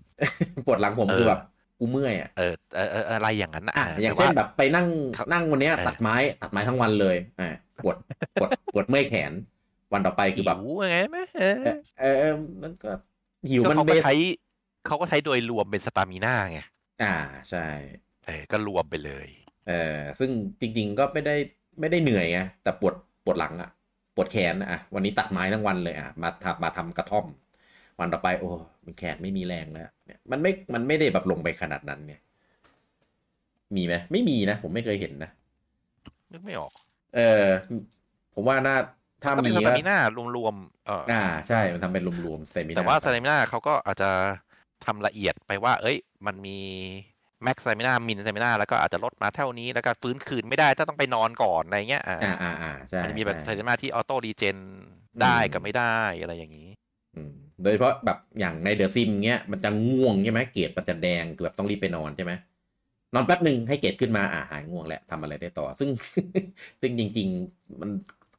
ปวดหลังผม
เออ
คือแบบกูเมื่อยอะ
เออเออเอออะไรอย่างนั้น
อ่ะ
นะะ
อย่าง
ต่
เช่น
ว่า
แบบไปนั่ง
ครับ
นั่งวันเนี้ย
เออ
ตัดไม้ตัดไม้ทั้งวันเลยอ่าปวดปวดปวดเมื่อยแขน วันต่อไปคือแบบ
หิวไงไหมเออ
เออเออเออมันก็หิว
ก็
มัน
เขา
เบ
ก็
ส
ใช้เขาก็ใช้โดยรวมเป็นสตามิน่าไง
อ่าใช่
เออก็รวมไปเลย
เออซึ่งจริงๆก็ไม่ได้ไม่ได้เหนื่อยไงแต่ปวดปวดหลังอะปวดแขนอะวันนี้ตัดไม้ทั้งวันเลยอะมาทำมาทำกระท่อม วันต่อไปโอ้มันแขนไม่มีแรงแล้วเนี่ยมันไม่มันไม่ได้แบบลงไปขนาดนั้นเนี่ย มีไหมไม่มีนะ ผมไม่เคยเห็นนะ
นึกไม่ออก
เออ ผมว่าน่าถ้า
ก็เป็
มี
นส
ก็
ตามิน่ารวมๆเออ
อ่าใช่มันทำเป็นรวมๆสเตมินา
แต่ว่าสเตมิน่าเขาก็อาจจะทำละเอียดไปว่า เอ้ย มันมีแม็กสเตมิน่ามินสเตมิน่าแล้วก็อาจจะลดมาเท่านี้แล้วก็ฟื้นคืนไม่ได้ถ้าต้องไปนอนก่อนอะไรเงี้ยอ่า
อ่าอ่าอ่าใช่
มันจะมีแบบส
ใช่
เตมิน่าที่ออโต้ดีเจนได้
อืม
กับไม่ได้อะไรอย่างนี้
อืมโดยเฉพาะแบบอย่างในเดอะซิมเงี้ยมันจะง่วงใช่ไหมเกรดมันจะแดงคือแบบต้องรีบไปนอนใช่ไหมนอนแป๊บหนึ่งให้เกรดขึ้นมาอ่าหายง่วงแล้วทำอะไรได้ต่อ ซึ่ง ซึ่งจริง ๆ มัน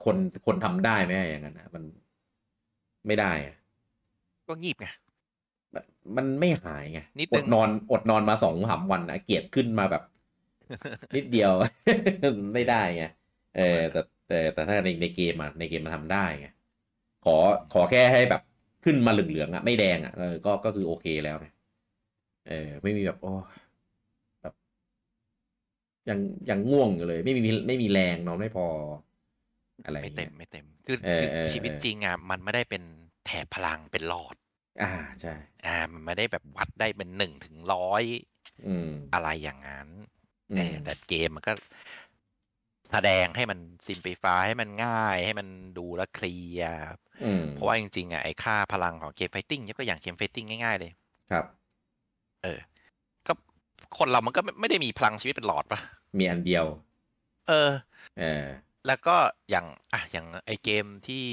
คนคนทำได้ไหมอย่างนั้นนะมันไม่ได้อะ
ก็งีบไง
มันมันไม่หายไง
นิด
อ
นึ
ด
ง
นอนอดนอนมาสองสามวันนะเกรดขึ้นมา แบบ นิดเดียว ไม่ได้ไง เออแต่แต่แต่ถ้าในในเกมอะในเกมมันทำได้ไง ขอขอแค่ให้แบบขึ้นมาเหลืองๆอะไม่แดงอะเออก็ก็คือโอเคแล้วไงเออ ไม่มีแบบโอ้แบบยังยังง่วงอยู่เลย ไม่มีไม่มีแรงนอนไม่พอ อะไรอย่า
ไม่
ง
เต็
เงี้
ม
ย
ไม่เต็ม คือ
เออ
คือ
เออ
ชีวิต
เออ
จริงอ่ะมันไม่ได้เป็นแถบพลังเป็นหลอด
อ่าใช่
อ่า มันไม่ได้แบบวัดได้เป็นหนึ่งถึงร้อย
อืม
อะไรอย่างนั้น
อื
เอ
ม
อแต่เกมมันก็แสดงให้มันซิมพลิฟายให้มันง่าย ให้มันดูและเคลียร์
อืม
เพราะว่าจริงๆอ่ะไอ้ค่าพลังของเกมไฟติ้งยกตัวอย่างเกมไฟติ้งง่ายๆเลย
ครับ
เออ ก็คนเรามันก็ไม่ไม่ได้มีพลังชีวิตเป็นหลอดปะ
มีอันเดียว
เออ
เออ
แล้วก็อย่างอ่ะอย่างไอเกมที่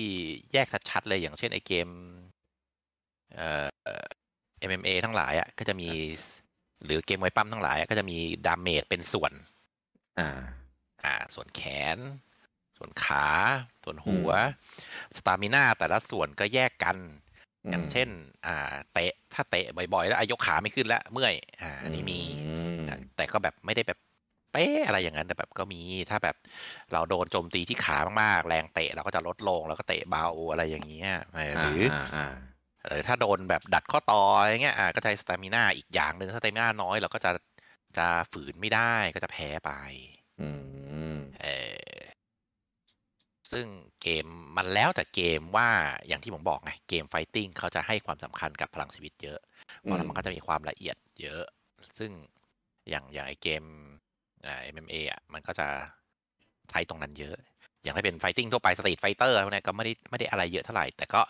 แยกชัดๆเลยอย่างเช่นไอเกม เอ่อ MMA ทั้งหลายอ่ะก็จะมี หรือเกมไวยปั้มทั้งหลายอ่ะก็จะมีดาเมจเป็นส่วน
อ่า
อ่าส่วนแขน ส่วนขา ส่วนหัวสตามิน่าแต่ละส่วนก็แยกกัน อย่างเช่น อ่า เตะถ้าเตะบ่อยๆ แล้วอายกขาไม่ขึ้นแล้วเมื่อย อ่าอันนี้มี
อืม
อ่ะแต่ก็แบบไม่ได้แบบเป๊ะอะไรอย่างนั้นแต่แบบก็มีถ้าแบบเราโดนโจมตีที่ขามากๆ แรงเตะเราก็จะลดลงแล้วก็เตะเบาอะไรอย่างเงี้ยเออหรือ
าา
หรือถ้าโดนแบบดัดข้อต่ออะไรเงี้ยอ่ะก็ใช้สตามิน่าอีกอย่างหนึ่งถ้าสตามิน่าน้อยเราก็จะจะฝืนไม่ได้ก็จะแพ้ไป
อืม
เออ ซึ่งเกมมันแล้วแต่เกมว่าอย่างที่ผมบอกไงเกมไฟติ้งเขาจะให้ความสำคัญกับพลังชีวิตเยอะ เพราะแล้วมันก็จะมีความละเอียดเยอะ ซึ่งอย่างอย่างไอเกมอ่า MMA อ่ะมันก็จะใช้ตรงนั้นเยอะ อย่างถ้าเป็นไฟติ้งทั่วไปสตรีทไฟเตอร์พวกเนี้ยก็ไม่ได้ไม่ได้อะไรเยอะเท่าไหร่ แต่ก็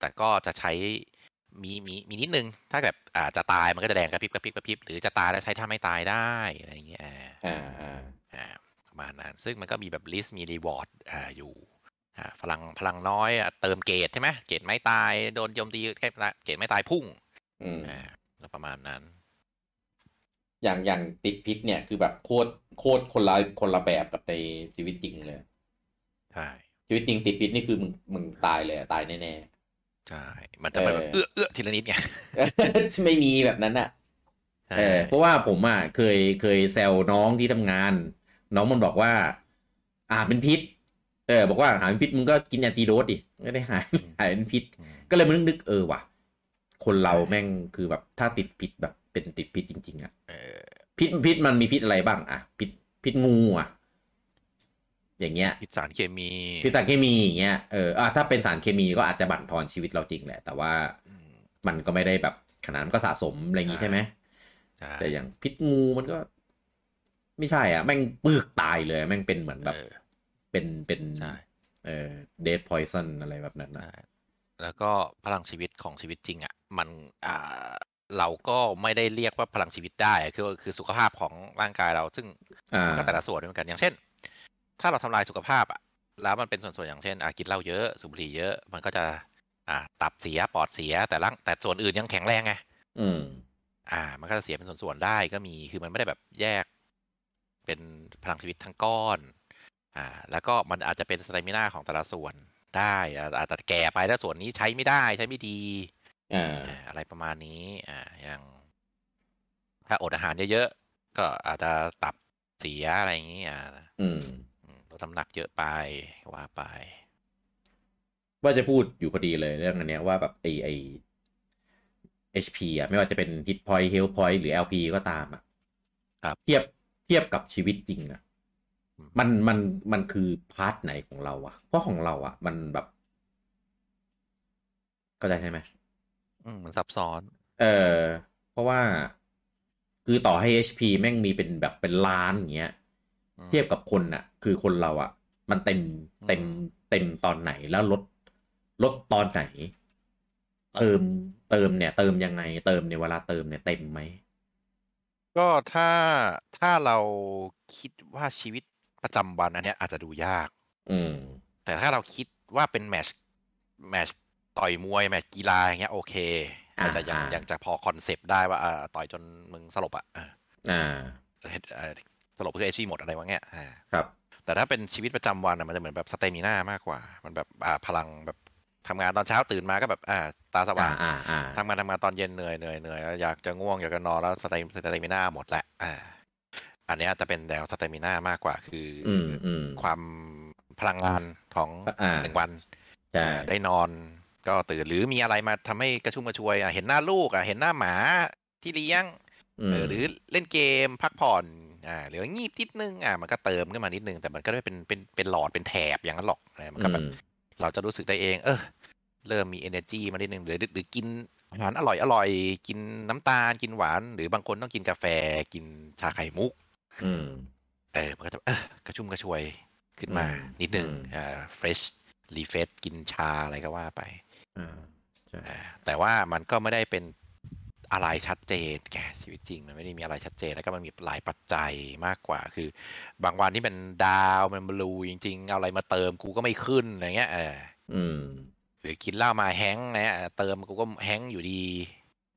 แต่ก็จะใช้มีมีมีนิดนึง ถ้าแบบอ่าจะตายมันก็จะแดงกระพริบกระพริบกระพริบหรือจะตายแล้วใช้ท่าไม่ตายได้อะไรอย่างเงี้ยอ่า
อ่าอ่า
อ่าประมาณนั้นซึ่งมันก็มีแบบลิสต์มีรีวอร์ดอ่าอยู่อ่าพลังพลังน้อยอ่ะเติมเกรดใช่ไหมเกรดไม่ตายโดนโจมตีแค่เกรดไม่ตายพุ่ง
อืม
อ่าแล้วประมาณนั้น
อย่างอย่างติดพิษเนี่ยคือแบบโคตรโคตรคนละคนละแบบกับในชีวิตจริงเลย
ใช่
ชีวิตจริงติดพิษนี่คือมึงมึงตายเลยอะตายแน่
ใช่มันจะไม่แบบ
เออ
เอื้อเอื้อทีละนิดไง
ๆ ไม่มีแบบนั้นอะ
ใช่
เออเพราะว่าผมอ่ะเคยเคยแซวน้องที่ทำงาน น้องมันบอกว่า อ่าเป็นพิษ เออ บอกว่าหาเป็นพิษมึงก็กินแอนติโดสดิไม่ได้หาย หายเป็นพิษ
ม
ก็เลยมานึกนึกเออว่ะ คนเราแม่งคือแบบถ้าติดพิษแบบเป็นติดพิษจริง ๆอะ
เออ
พิษพิษมันมีพิษอะไรบ้างอะพิษพิษงูอะอย่างเงี้ย
พิษสารเคมี
พิษสารเคมีอย่างเงี้ยเอออ่ะถ้าเป็นสารเคมีก็อาจจะบั่นทอนชีวิตเราจริงแหละ แต่ว่า
อืม
มันก็ไม่ได้แบบขนาดนั้นก็สะสมอะไรอย่างงี้ใช่ไหม
ใช่
แต่อย่างพิษงูมันก็ ไม่ใช่อ่ะ แม่งปึกตายเลยแม่งเป็นเหมือนแบบ
เออ
เป็นเป็น
ใช่
เออเดทพอยซันอะไรแบบนั้นนะ
ใช่แล้วก็พลังชีวิตของชีวิตจริง อ่ะ มันอ่าเราก็ไม่ได้เรียกว่าพลังชีวิตได้คือคือสุขภาพของร่างกายเราซึ่ง
อ่า
ก็แต่ละส่วนด้วยเหมือนกันอย่างเช่น ถ้าเราทำลายสุขภาพอะแล้วมันเป็นส่วนๆอย่างเช่นอากินเหล้าเยอะสูบบุหรี่เยอะ มันก็จะ อ่า ตับเสียปอดเสียแต่ร่างแต่ส่วนอื่นยังแข็งแรงไง
อืม
อ่า มันก็จะเสียเป็นส่วนๆได้ก็มีคือมันไม่ได้แบบแยก เป็นพลังชีวิตทั้งก้อน อ่า แล้วก็มันอาจจะเป็นสเตมินาของแต่ละส่วนได้อ่าอาจจะแก่ไปแล้วส่วนนี้ใช้ไม่ได้ใช้ไม่ดี
อ่า
อ่าอะไรประมาณนี้ อ่า อย่าง ถ้าอดอาหารเยอะๆ ก็อาจจะตับเสียอะไรอย่างนี้อ่า
อืม
อืมลดน้ำหนักเยอะไปว่าไป
ว่าจะพูดอยู่พอดีเลยเรื่องอันเนี้ยว่าแบบไอไอ HP อ่ะไม่ว่าจะเป็น Hit Point Health Point หรือ LP ก็ตามอ่ะ
ครับ
เทียบเทียบกับชีวิตจริงอ่ะ
อืม
มันมันมันคือพาร์ทไหนของเราอ่ะ เพราะของเราอ่ะ มันแบบเข้าใจใช่ไหม
อืมมันซับซ้อน
เออเพราะว่าคือต่อให้ HP แม่งมีเป็นแบบเป็นล้านอย่างเงี้ย
อืม
เทียบกับคนน่ะ คือคนเราอ่ะ มันเต็มเต็ม
อืม
เต็มตอนไหนแล้วลดลดตอนไหน เติมเติมเนี่ย เติมยังไง เติมในยเวลาเติมเนี่ยเต็มไหม
ก็ถ้าถ้าเราคิดว่าชีวิตประจำวันอันเนี้ยอาจจะดูยาก
อืม
แต่ถ้าเราคิดว่าเป็นแมชแมชต่อยมวยแมชกีฬาอย่างเงี้ยโอเคอาจจะยัง
อ่าๆ
ยังจะพอคอนเซปต์ได้ว่าอ่าต่อยจนมึงสลบอ่ะอ่า
อ่า
เฮ็ดอ่าสลบเพื่อเอชีหมดอะไรวะเงี้ยอ่า
ครับ
แต่ถ้าเป็นชีวิตประจำวันอะมันจะเหมือนแบบสเตมิน่ามากกว่า มันแบบอ่าพลังแบบทำงานตอนเช้าตื่นมาก็แบบอ่าตาส
อ่า
ว่าง
อ่าอ่า
ทำงานทำงานตอนเย็นเหนื่อยเหนื่อยเหนื่อยแล้วอยากจะง่วงอยากจะนอนแล้วสเตมิสเตมิน่าหมดแหละอ่า อันเนี้ยจะเป็นแนวสเตมิน่ามากกว่าคืออ
อืมอืม
ความพลังงานของ
อ่า
หนึ่งวัน
ใช่
อ่าได้นอนก็ตื่นหรือมีอะไรมาทำให้กระชุ่มกระชวยอ่ะเห็นหน้าลูกอ่ะเห็นหน้าหมาที่เลี้ยง
ม
เออหรือเล่นเกมพักผ่อนอ่าหรือว่างีบนิดนึงอ่ามันก็เติมขึ้นมานิดนึงแต่มันก็ไม่เป็นเป็นเป็นหลอดเป็นแถบอย่างนั้นหรอกนะมันก็แบบ
อืม
เราจะรู้สึกได้เอง เออเริ่มมี energy มานิดนึงหรือหรือหรือกินอาหารอร่อยอร่อยกินน้ำตาลกินหวาน หรือบางคนต้องกินกาแฟกินชาไข่มุก
อืม
เออมันก็จะเออกระชุ่มกระชวยขึ้นมา
อืม
นิดนึง
อืม
อ่า fresh refresh กินชาอะไรก็ว่าไป
อ่าใช่
อ่าแต่ว่ามันก็ไม่ได้เป็นอะไรชัดเจนแกชีวิตจริง มันไม่ได้มีอะไรชัดเจน แล้วก็มันมีหลายปัจจัยมากกว่า คือ บางวันที่มันดาวมันบลูจริง ๆ เอาอะไรมาเติมกูก็ไม่ขึ้นอะไรเงี้ยเออ
อืม
หรือกินเหล้ามาแฮงก์นะฮะเติมกูก็แฮงก์อยู่ดี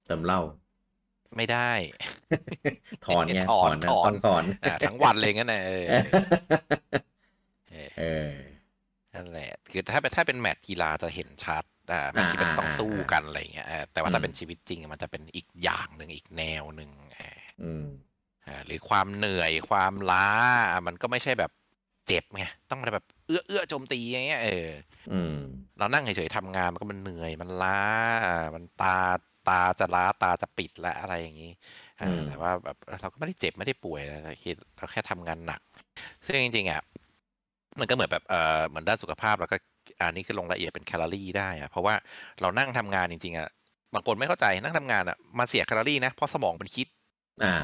เติม เหล้า
ไม่ได้
ถอนเนี่ยถ
ถอ
อน นนะ
ถอน
ต้องถอน
อ่าทั้งวันเลยงั้นนะเออเออ
เออ
นั่นแหละคือถ้าเป็นถ้าเป็นแมตช์กีฬาจะเห็นชัดอ่าแมตช์ที่มันต้องสู้กันอะไรเงี้ยเออแต่ว่าถ้าเป็นชีวิตจริงมันจะเป็นอีกอย่างหนึ่งอีกแนวหนึ่งเออ
อืม
อ่าหรือความเหนื่อยความล้าอ่ะมันก็ไม่ใช่แบบเจ็บไงต้องแบบเอื้อเอื้อโจมตีอย่างเงี้ยเออ
อืม
เรานั่งเฉยๆทำงานมันก็มันเหนื่อยมันล้าอ่ามันตาตาจะล้าตาจะปิดและอะไรอย่างนี้อ่า
อืม
แต่ว่าแบบเราก็ไม่ได้เจ็บไม่ได้ป่วยนะแต่คิดเราแค่ทำงานหนัก ซึ่งจริงๆอ่ะ มันก็เหมือนแบบเออเหมือนด้านสุขภาพแล้วก็อันนี้คือลงรายละเอียดเป็นแคลอรี่ได้อะเพราะว่าเรานั่งทำงานจริงๆอะบางคนไม่เข้าใจนั่งทำงานอะมาเสียแคลอรี่นะเพราะสมองมันคิด
อ่า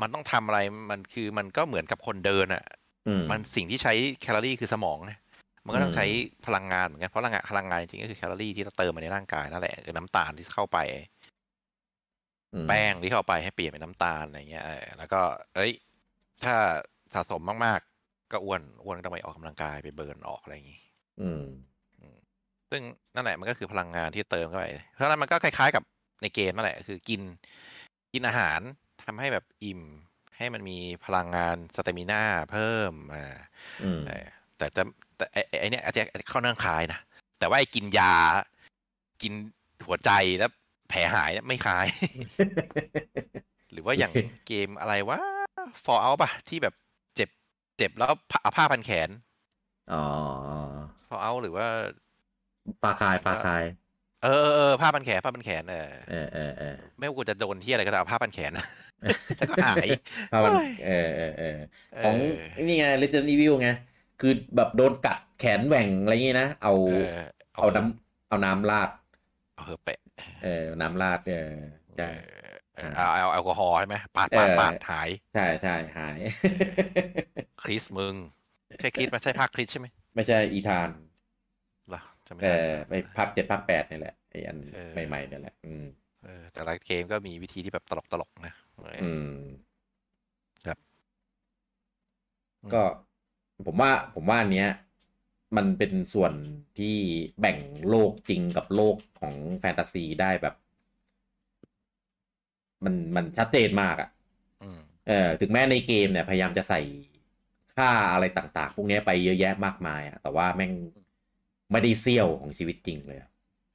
มันต้องทำอะไรมันคือมันก็เหมือนกับคนเดินอะ
อืม
มันสิ่งที่ใช้แคลอรี่คือสมองนะมันก็ต้อ
อื
ง
ม
ใช้พลังงานเหมือนกัน เพราะพลังงานพลังงานจริงๆก็คือแคลอรี่ที่เราเติมมาในร่างกายนั่นแหละคือน้ำตาลที่เข้าไป
อืม
แป้งที่เข้าไปให้เปลี่ยนเป็นน้ำตาลอะไรเงี้ยเออแล้วก็ เอ้ย ถ้าสะสมมากๆ ก็อ้วนอ้วนก็ต้องไปออกกำลังกายไปเบิร์นออกอะไรอย่างงี้
อืม
ซึ่งนั่นแหละมันก็คือพลังงานที่เติมเข้าไป เพราะฉะนั้นมันก็คล้ายๆกับในเกมนั่นแหละ คือกินกินอาหารทำให้แบบอิ่ม ให้มันมีพลังงานสเตมิน่าเพิ่มอ่า
อืม
เออแต่แต่แต่ไอ้ไอ้ไอ้เนี่ยอาจจะเข้าเนื่องคล้ายนะ แต่ว่าไอ้กินยา กินหัวใจแล้วแผลหายเนี่ยไม่คล้าย หรือว่าอย่าง
โอเค
เกมอะไรวะ for out ป่ะ ที่แบบเจ็บเจ็บแล้วผ้าเอาผ้าพันแขน
อ๋อ
for out หรือว่า
ปลาคายปลาคาย
เออเออเออผ้าพันแขนผ้าพันแขนเออ
เออเออเออ
ไม่ว่ากูจะโดนที่อะไรก็ตามเอาผ้าพันแขน แล้วก็หาย
เอามัน
โอ้ย
เออเออเออ
เ
ของนี่ไง Resident Evil ไง คือแบบโดนกัดแขนแหว่งอะไรอย่างงี้นะ เอา
เออ
เอาน้ำเอาน้ำราด
เอาเหอะเปะ
เออ น้ำราดเออใช่
เออเอาเอาแอลกอฮอล์ใช่ไหมปาดปาด
เออ
ปาดหาย
ใช่ใช่หาย
คริสมึงใช่คริสไหมใช่ภาคคริสใช่ไหม
ไม่ใช่อีธาน
เหรอจำไม่
เอ
ได้
อไปภาคเจ็ดภาคแปดนี่แหละไออัน
เออ
ใหม่ๆนี่แหละ อืม
เออแต่ละเกมก็มีวิธีที่แบบตลกตลกๆนะเอออ
อืม
ครับ
ก็ผมว่าผมว่าอันเนี้ย มันเป็นส่วนที่แบ่งโลกจริงกับโลกของแฟนตาซีได้แบบ มันมันชัดเจนมากอะ่ะ
อืม
เออถึงแม้ในเกมเนี่ย พยายามจะใส่ค่าอะไรต่างๆ พวกเนี้ยไปเยอะแยะมากมายอะ่ะ แต่ว่าแม่งไม่ได้เซี่ยวของชีวิตจริงเลยอะ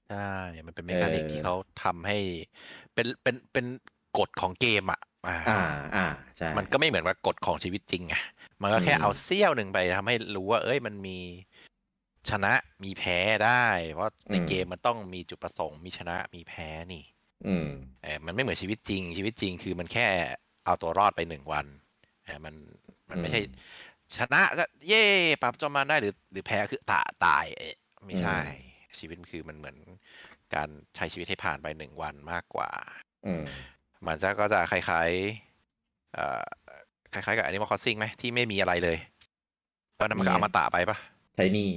ใช่มันเป็นเมคานิก
เออ
ที่เขาทำให้ เป็นเป็นเป็นกฎของเกมอ่ะอ่า
อ่า อ่าใช่
มันก็ไม่เหมือนว่ากฎของชีวิตจริงไงมันก็แค่
อืม
เอาเสี้ยวหนึ่งไปทำให้รู้ว่า เอ้ยมันมีชนะมีแพ้ได้ เพราะในเกมมันต้องมีจุดประสงค์มีชนะมีแพ้นี่
อืม
เออมันไม่เหมือนชีวิตจริง ชีวิตจริง คือมันแค่เอาตัวรอดไปหนึ่งวันเออมันมันไม่ใช่
อืม
ชนะก็เย่ปรับจอมมารได้หรือหรือแพ้คือตาตายเอ๊ะไม่ใช่
อื
ชีวิตมันคือมันเหมือนการใช้ชีวิตให้ผ่านไปหนึ่งวันมากกว่า
อืม
มันจะก็จะคล้ายๆเอ่อคล้ายๆกับ Animal Crossing ไหมที่ไม่มีอะไรเลยตอนนั้นมันก็
มี
อ
ไง
มตะไปปะ
ใช้หนี่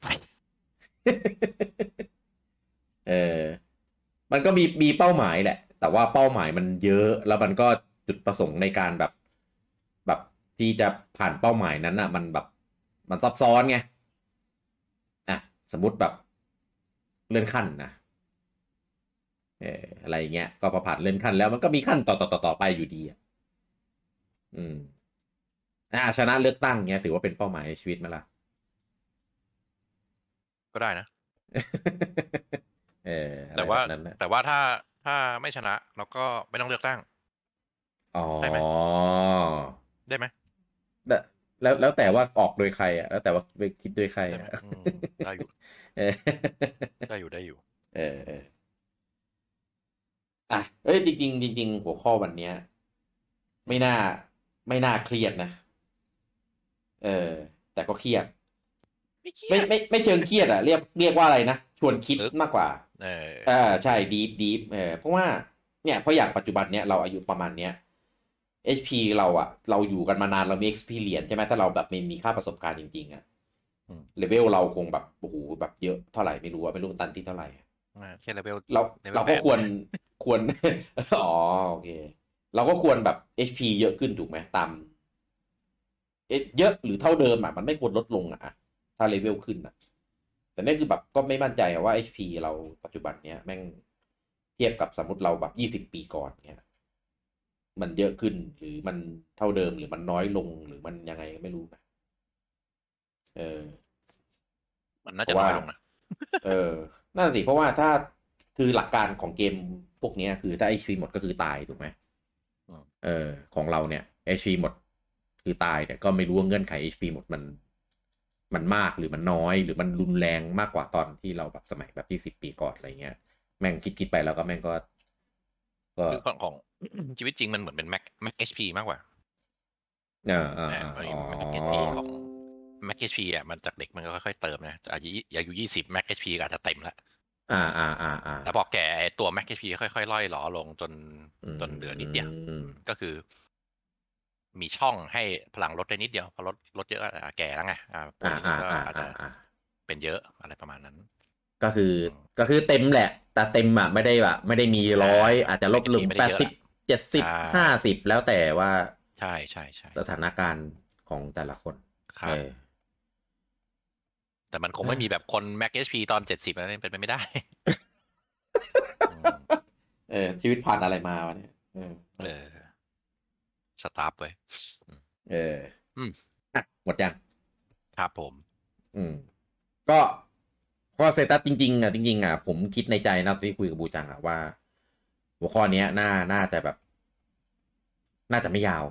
ไม่
เออ มันก็มีมีเป้าหมายแหละ แต่ว่าเป้าหมายมันเยอะ แล้วมันก็จุดประสงค์ในการแบบ แบบที่จะผ่านเป้าหมายนั้นอ่ะ มันแบบ มันซับซ้อนไง อ่ะ สมมติแบบเลื่อนขั้นนะ เอออะไรอย่างเงี้ย ก็พอผ่านเลื่อนขั้นแล้วมันก็มีขั้นต่อต่อต่อต่อไปอยู่ดีอะอืม อ่าชนะเลือกตั้งเงี้ยถือว่าเป็นเป้าหมายในชีวิตไหมล่ะ
ก็ได้นะ
เอออะไร
แต่ว่า
บบนั้นนะ
แต่ว่าถ้าถ้าไม่ชนะเราก็ไม่ต้องเลือกตั้ง
อ๋อ
ได้ไหม ได้ไหม
แล้วแล้วแล้วแต่ว่าออกโดยใครอ่ะ แล้วแต่ว่าไปคิดโดยใคร
ได้ไหม
อ่ะ
อืมได้อยู่
เออ
ได้อยู่ได้อยู่
เออเอออ่ะเอ้ยจริงๆจริงๆหัวข้อวันเนี้ย ไม่น่า ไม่น่าเครียดนะ เออ แต่ก็เครียด
ไม่เครียด
ไม่ไม่ไม่เชิงเครียดอ่ะเรียกเรียกว่าอะไรนะชวนคิด
เออ
มากกว่า
เออ
อ่าใช่ดีฟดีฟเออเพราะว่าเนี่ยเพราะอย่างปัจจุบันเนี่ยเราอายุประมาณเนี้ย HP เราอะเราอยู่กันมานานเรามี experience ใช่ไหมถ้าเราแบบมีมีค่าประสบการณ์จริงๆอะเลเวลเราคงแบบโอ้โหแบบเยอะเท่าไหร่ไม่รู้อะไม่รู้ตันที่เท่าไหร่อะ
แค่เลเวล
เรา
level
เราก็
แปด
ควรควร อ๋อโอเค เราก็ควรแบบ HP เยอะขึ้นถูกไหมตามเอ๊ะเยอะหรือเท่าเดิมอะมันไม่ควรลดลงอะถ้าเลเวลขึ้นอะแต่นี่คือแบบก็ไม่มั่นใจอะว่า HP เราปัจจุบันเนี้ยแม่งเทียบกับสมมติเราแบบยี่สิบปีก่อนเนี้ยมันเยอะขึ้นหรือมันเท่าเดิมหรือมันน้อยลงหรือมันยังไงก็ไม่รู้นะเออ
มันน่าจะน้อยลงนะ
เออนั่นสิ เพราะว่าถ้าคือหลักการของเกมพวกเนี้ยคือถ้า HP หมดก็คือตายถูกไหมเออ ของเราเนี่ย HP หมดคือตายเนี่ยก็ไม่รู้ว่าเงื่อนไข HP หมดมัน มันมากหรือมันน้อย หรือมันรุนแรงมากกว่าตอนที่เราแบบสมัยแบบที่สิบปีก่อนอะไรเงี้ย แม่งคิดคิดไปแล้วก็แม่งก็ ก็
คือของของ ชีวิตจริงมันเหมือนเป็นแม็กแม็กเอชพีมากกว่า
เออเออ
อ่า
เออ
อัน
อ๋อ
นี้มันเป็น PSP ของ แม็กเอชพีอ่ะมันจากเด็กมันก็ค่อยๆเติมนะอายุอายุยี่สิบแม็กเอชพีก็อาจจะเต็มละ
อ่าอ่าอ่าอ่า
แต่พอแก่ไอ้ตัวแม็กเอชพีค่อยๆล่อยหลอลงจนจนเหลือนิดเดียว
อืม
ก็คือ มีช่องให้พลังลดได้นิดเดียวพอลดลดเยอะก็อ่ะแก่แล้วไงอ่าพวก
อ่า
นี้มั
อ่าน
ก็
อ่า
อาจจะ
อ่าอ่า
เป็นเยอะอะไรประมาณนั้น
ก็คือก็คือเต็มแหละ แต่เต็มอ่ะไม่ได้แบบไม่ได้มีร้อยอาจจะลบหลุม
ไม่
แป
ได้
ด
เยอะ
สิบเจ็ดสิบ
อ่า
ห้าสิบแล้วแต่ว่า
ใช่ใช่ใช่
สถานการณ์ของแต่ละคน
ครับ
เออ
แต่มันคงไม่มีแบบคนแม็กเอชพีตอนเจ็ดสิบอะไรเป็นไปไม่ได้ อืม
เออชีวิตผ่านอะไรมาวะเนี่ยเออ
เออสตาร์ฟไว้ย
เอออ
ม
อ่ะหมดยัง
ครับผม
อืม ก็ข้อเซตัสจริง ๆอ่ะจริงๆอ่ะผมคิดในใจนะที่คุยกับบูจังอ่ะว่า หัวข้อเนี้ยน่าน่าจะแบบ น่าจะไม่ยาว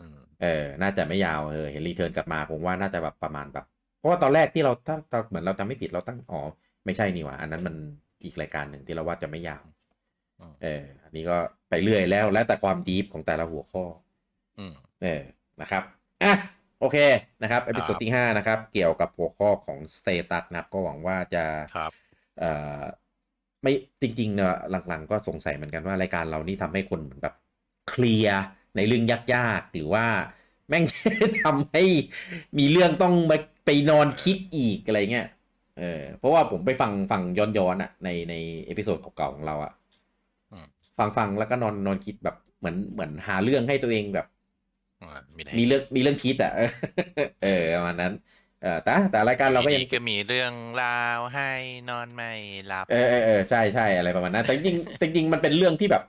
อืม
เออ น่าจะไม่ยาวเออเห็นรีเทิร์นกลับมาผมว่าน่าจะแบบประมาณแบบ เพราะว่าตอนแรกที่เราถ้าถ้าเหมือนเราจำไม่ผิดเราตั้งอ๋อไม่ใช่นี่หว่า อันนั้นมันอีกรายการหนึ่งที่เราว่าจะไม่ยาว
อืม
เออ อันนี้ก็ไปเรื่อยแล้ว แล้วแต่ความดีฟของแต่ละหัวข้อ
อืม
เออ นะครับ อ่ะ โอเค นะครับเอพิโซดที่ 5 นะครับ เกี่ยวกับหัวข้อของสเตตัสนะครับ ก็หวังว่าจะ
ครับ
เอ่อ ไม่ จริงๆเนี่ยหลังๆ ก็สงสัยเหมือนกันว่ารายการเรานี่ทำให้คนเหมือนแบบเคลียร์ในเรื่องยากๆ หรือว่าแม่ง ทำให้มีเรื่องต้องมาไปนอนคิดอีกอะไรเงี้ย เออ เพราะว่าผมไปฟังฟังย้อนๆอ่ะในในเอพิโซดเก่าๆของเราอ่ะ
อืม
ฟังฟังแล้วก็นอนนอนคิดแบบเหมือนเหมือนหาเรื่องให้ตัวเองแบบ
อ่ามีไหน
มีเรื่องมีเรื่องคิดอ่ะ เออเออประมาณนั้นเออแต่แต่รายการเราก็ยัง
ดีๆก็มีเรื่องราวให้นอนไม่หลับ
เออเออเออใช่ใช่อะไรประมาณนั้นแต่จริงแต่จริงมันเป็นเรื่องที่แบบ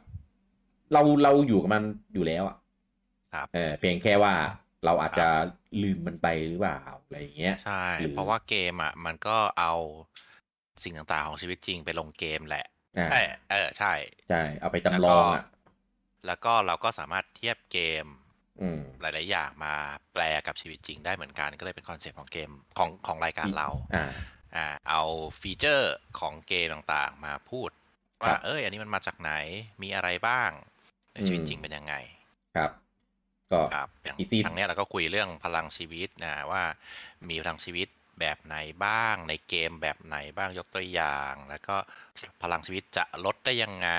เราเราอยู่กับมันอยู่แล้วอ่ะ
ครับ
เออเพียงแค่ว่าเราอาจจะลืมมันไปหรือเปล่าอะไรอย่างเงี้ย
ใช่
หรือ
เพราะว่าเกมอ่ะ มันก็เอาสิ่งต่างๆของชีวิตจริงไปลงเกมแหละ
อ่า
เออเออใช่
ใช่เอาไปจำลองอ่ะ
แล้วก็เราก็สามารถเทียบเกม
อืม
หลาย ๆ อย่างมาแปลกับชีวิตจริงได้เหมือนกัน ก็เลยเป็นคอนเซ็ปต์ของเกมของของรายการเรา
อ่า
อ่าเอาฟีเจอร์ของเกมต่างๆ มาพูด
ครั
ว่า
บ
เอ้ย อันนี้มันมาจากไหนมีอะไรบ้าง ในชีวิต
อืม
จริงเป็นยังไง
ครับ ก็
ครับอย่าง
อีกที
ครั้งเนี้ยเราก็คุยเรื่องพลังชีวิตนะว่ามีพลังชีวิตแบบไหนบ้าง ในเกมแบบไหนบ้างยกตัวอย่าง แล้วก็พลังชีวิตจะลดได้ยังไง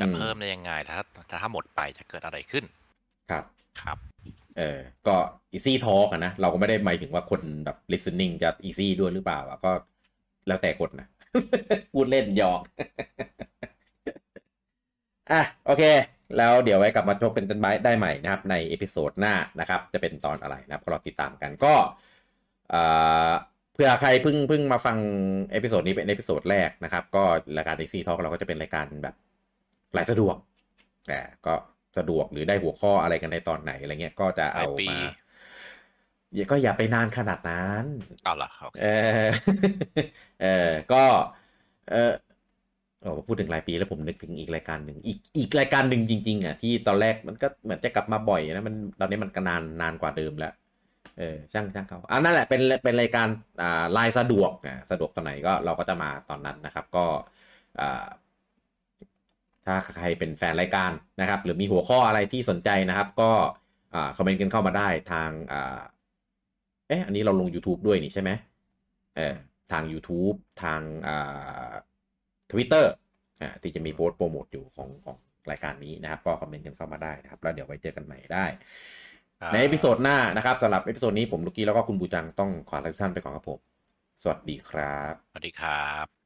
จะเพิ่มได้ยังไงถ้าถ้าถ้าหมดไปจะเกิดอะไรขึ้น
ครับ
ครับ
เออ ก็ easy talk อะนะ เราก็ไม่ได้หมายถึงว่าคนแบบ listening จะ easy ด้วยหรือเปล่าอะก็แล้วแต่คนนะ พูดเล่นหยอก อ่ะ โอเค แล้วเดี๋ยวไว้กลับมาพบเป็นต้นไม้ได้ใหม่นะครับ ในเอพิโซดหน้านะครับ จะเป็นตอนอะไรนะครับก็รอติดตามกันก็เอ่อเผื่อใครเพิ่งเพิ่งมาฟังเอพิโซดนี้เป็นเอพิโซดแรกนะครับ ก็รายการ e a s y Talk เราก็จะเป็นรายการแบบหลายสะดวกแต่ก็สะดวกหรือได้หัวข้ออะไรกันในตอนไหนอะไรเงี้ยก็จะเอา
หลายปี
มาอย่าก็อย่าไปนานขนาดนั้น
เอาละโอเค
เออ เออ ก็ เออโอ้พูดถึงหลายปีแล้วผมนึกถึงอีกรายการหนึ่งอีกอีกรายการหนึ่งจริง ๆ อ่ะ ที่ตอนแรกมันก็เหมือนจะกลับมาบ่อยนะมันตอนนี้มันก็นานนานกว่าเดิมแล้ว เออช่างช่างเขาอ่ะนั่นแหละเป็นเป็นรายการอ่าไลน์สะดวกนะสะดวกตอนไหนก็เราก็จะมาตอนนั้นนะครับ ก็อ่าถ้าใครเป็นแฟนรายการนะครับ หรือมีหัวข้ออะไรที่สนใจนะครับ ก็อ่าคอมเมนต์กันเข้ามาได้ทางอ่าเอ๊ะอันนี้เราลง YouTube ด้วยนี่ใช่ไหมเออทาง YouTube ทางอ่า Twitter อ่าที่จะมีโพสต์โปรโมทอยู่ของของรายการนี้นะครับ ก็คอมเมนต์กันเข้ามาได้นะครับ แล้วเดี๋ยวไว้เจอกันใหม่ได้ ในเอพิโซดหน้านะครับสำหรับเอพิโซดนี้ผมลูกกี้แล้วก็คุณบูจังต้องขอลาทุกท่านไปก่อนครับผม สวัสดีครับ
สวัสดีครับ